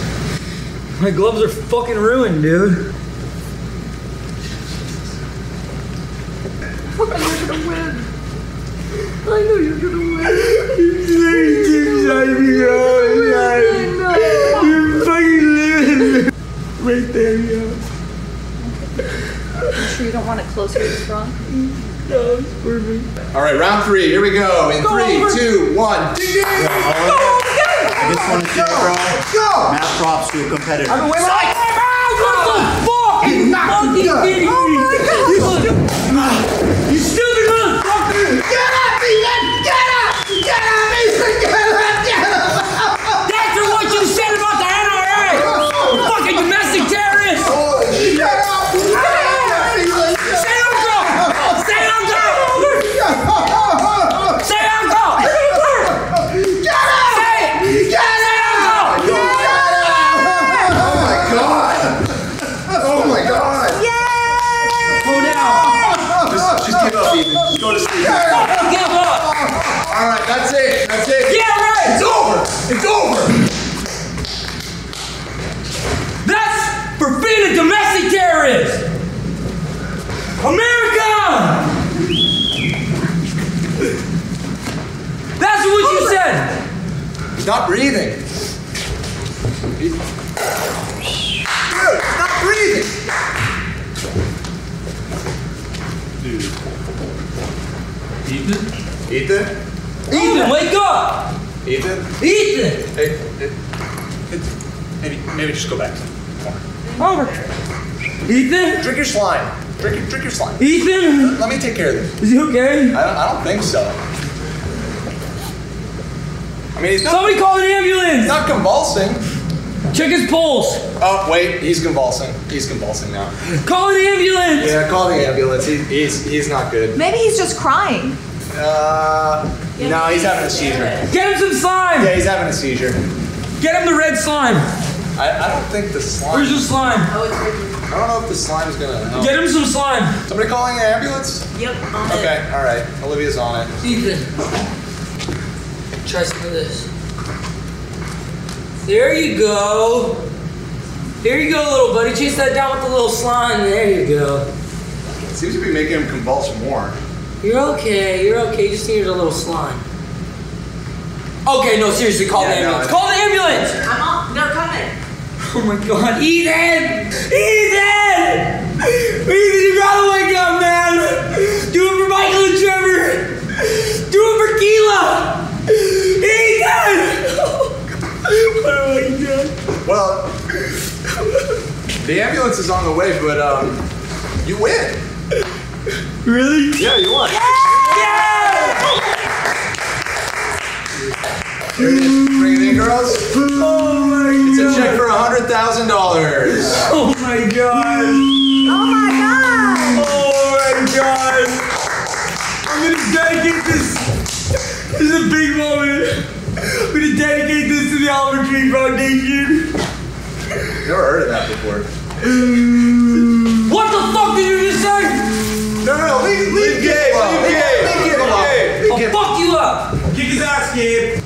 S27: My gloves are fucking ruined, dude.
S9: I knew you're gonna win. I knew you're gonna win. You fucking live. You fucking live. Right there, yo.
S5: You sure you don't want it closer to the front?
S9: Mm, No, it's perfect.
S25: All right, round three. Here we go. In three, two, one. Ding, ding.
S2: I just want to see
S25: Go.
S2: Matt props to a competitor.
S9: I'm away. What the fuck?
S6: He knocked him
S9: Fucking
S6: down.
S9: idiot. You stu- You stupid motherfucker!
S6: Get up, Ethan! Get up! Get up, Ethan! Get up! Get up!
S9: That's what you said about the NRA! You fucking domestic terrorist!
S6: Shut up!
S9: Say uncle! Say uncle! Say uncle!
S6: Get up!
S9: Say it!
S6: Get
S9: Say uncle!
S6: Get up!
S25: Oh my god. Oh my god.
S9: Go down!
S25: Just, just give up, Ethan. Just Go to sleep.
S9: Fucking give up!
S25: All right, that's it. That's it.
S9: Yeah, right.
S25: It's over. It's over.
S9: That's for being a domestic terrorist! America! That's what you said!
S25: Stop breathing. Dude, stop breathing. Ethan? Ethan?
S9: Ethan, wake up!
S25: Ethan?
S9: Ethan!
S25: Hey, hey, hey, maybe, maybe just go back.
S9: Over. Ethan?
S25: Drink your slime. Drink your, drink your slime.
S9: Ethan?
S25: Let me take care of this.
S9: Is he okay?
S25: I don't, I don't think so. I mean, he's not,
S9: Somebody call an ambulance!
S25: he's not convulsing.
S9: Check his pulse!
S25: Oh, wait, he's convulsing. He's convulsing now.
S9: Call an ambulance!
S25: Yeah, call the ambulance. He, he's, he's not good.
S28: Maybe he's just crying.
S25: Uh, no, he's having a seizure.
S9: Get him some slime!
S25: Yeah, he's having a seizure.
S9: Get him the red slime!
S25: I, I don't think the slime.
S9: Where's your slime?
S25: I don't know if the slime is gonna help.
S9: Get him some slime!
S25: Somebody calling an ambulance?
S9: Yep,
S25: Okay, all right. Olivia's on it.
S9: Ethan. Try some of this. There you go. There you go, little buddy. Chase that down with the little slime. There you go.
S25: Seems to be making him convulse more.
S9: You're okay. You're okay. You just needed a little slime. Okay, no, seriously, call the
S25: Yeah, no,
S9: ambulance.
S25: I-
S9: call the ambulance!
S5: I'm up. They're coming.
S9: Oh my god, Ethan! Ethan! Ethan, you gotta wake up, man! Do it for Michael and Trevor! Do it for Keela! Ethan! what have I done?
S25: Well, the ambulance is on the way, but um, you win.
S9: Really?
S25: Yeah, you won. Bring it in- bring it in, girls.
S9: Oh my
S25: It's
S9: god!
S25: a check for hundred thousand dollars.
S9: Oh my god!
S28: Oh my God!
S9: Oh my god! I'm gonna dedicate this. This is a big moment. I'm gonna dedicate this to the Oliver Tree Foundation.
S25: Never heard of that before.
S9: What the fuck did you just say?
S25: No, no, leave, leave, leave, leave, leave, leave, leave, leave, leave,
S9: I'll
S25: leave,
S9: fuck you up.
S29: Kick his ass.
S9: skip.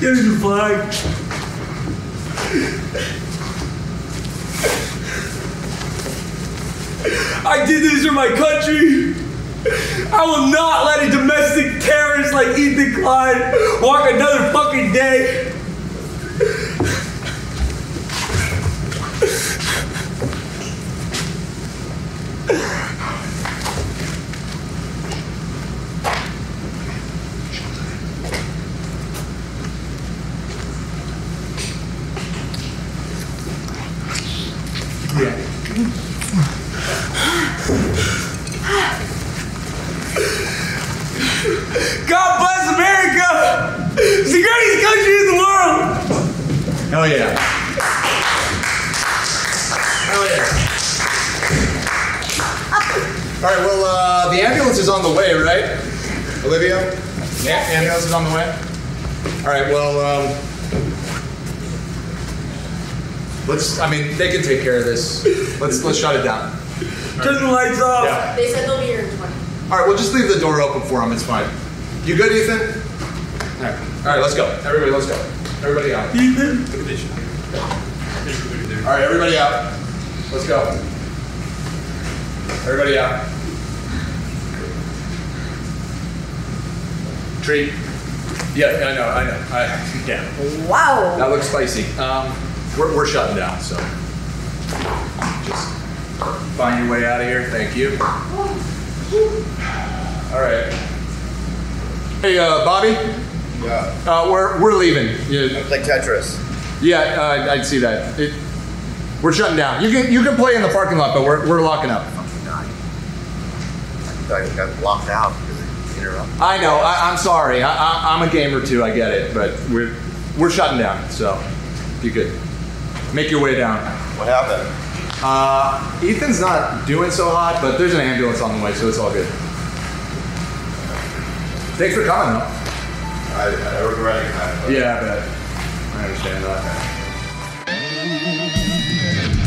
S9: There's a flag. I did this for my country. I will not let a domestic terrorist like Ethan Klein walk another fucking day. God bless America! It's the greatest country in the world!
S25: Hell yeah. Hell yeah. All right, well, uh, the ambulance is on the way, right? Olivia? The am- ambulance is on the way? All right, well, um, let's, I mean, they can take care of this. Let's, let's shut it down.
S9: Turn the lights off.
S25: Yeah.
S9: They said they'll be here in 20.
S25: All right, we'll just leave the door open for him. It's fine. You good, Ethan? All right. All right, let's go. Everybody, let's go. Everybody out. Ethan? Look at this. All right, everybody out. Let's go. Everybody out. Treat. Yeah, I know, I know. I, yeah.
S2: Wow.
S25: That looks spicy. Um, we're, we're shutting down, so just find your way out of here. Thank you. All right. Hey, uh, Bobby. Yeah. Uh, we're we're leaving. Yeah. Play Tetris. Yeah, uh, I'd see that. It, we're shutting down. You can you can play in the parking lot, but we're we're locking up.
S1: I got locked out because they interrupted.
S25: I know. I, I'm sorry. I, I, I'm a gamer too. I get it, but we're we're shutting down. So you could make your way down. What happened? Uh, Ethan's not doing so hot, but there's an ambulance on the way, so it's all good. Thanks for coming, though.
S1: I, I regret it.
S25: Yeah, I bet. I understand that.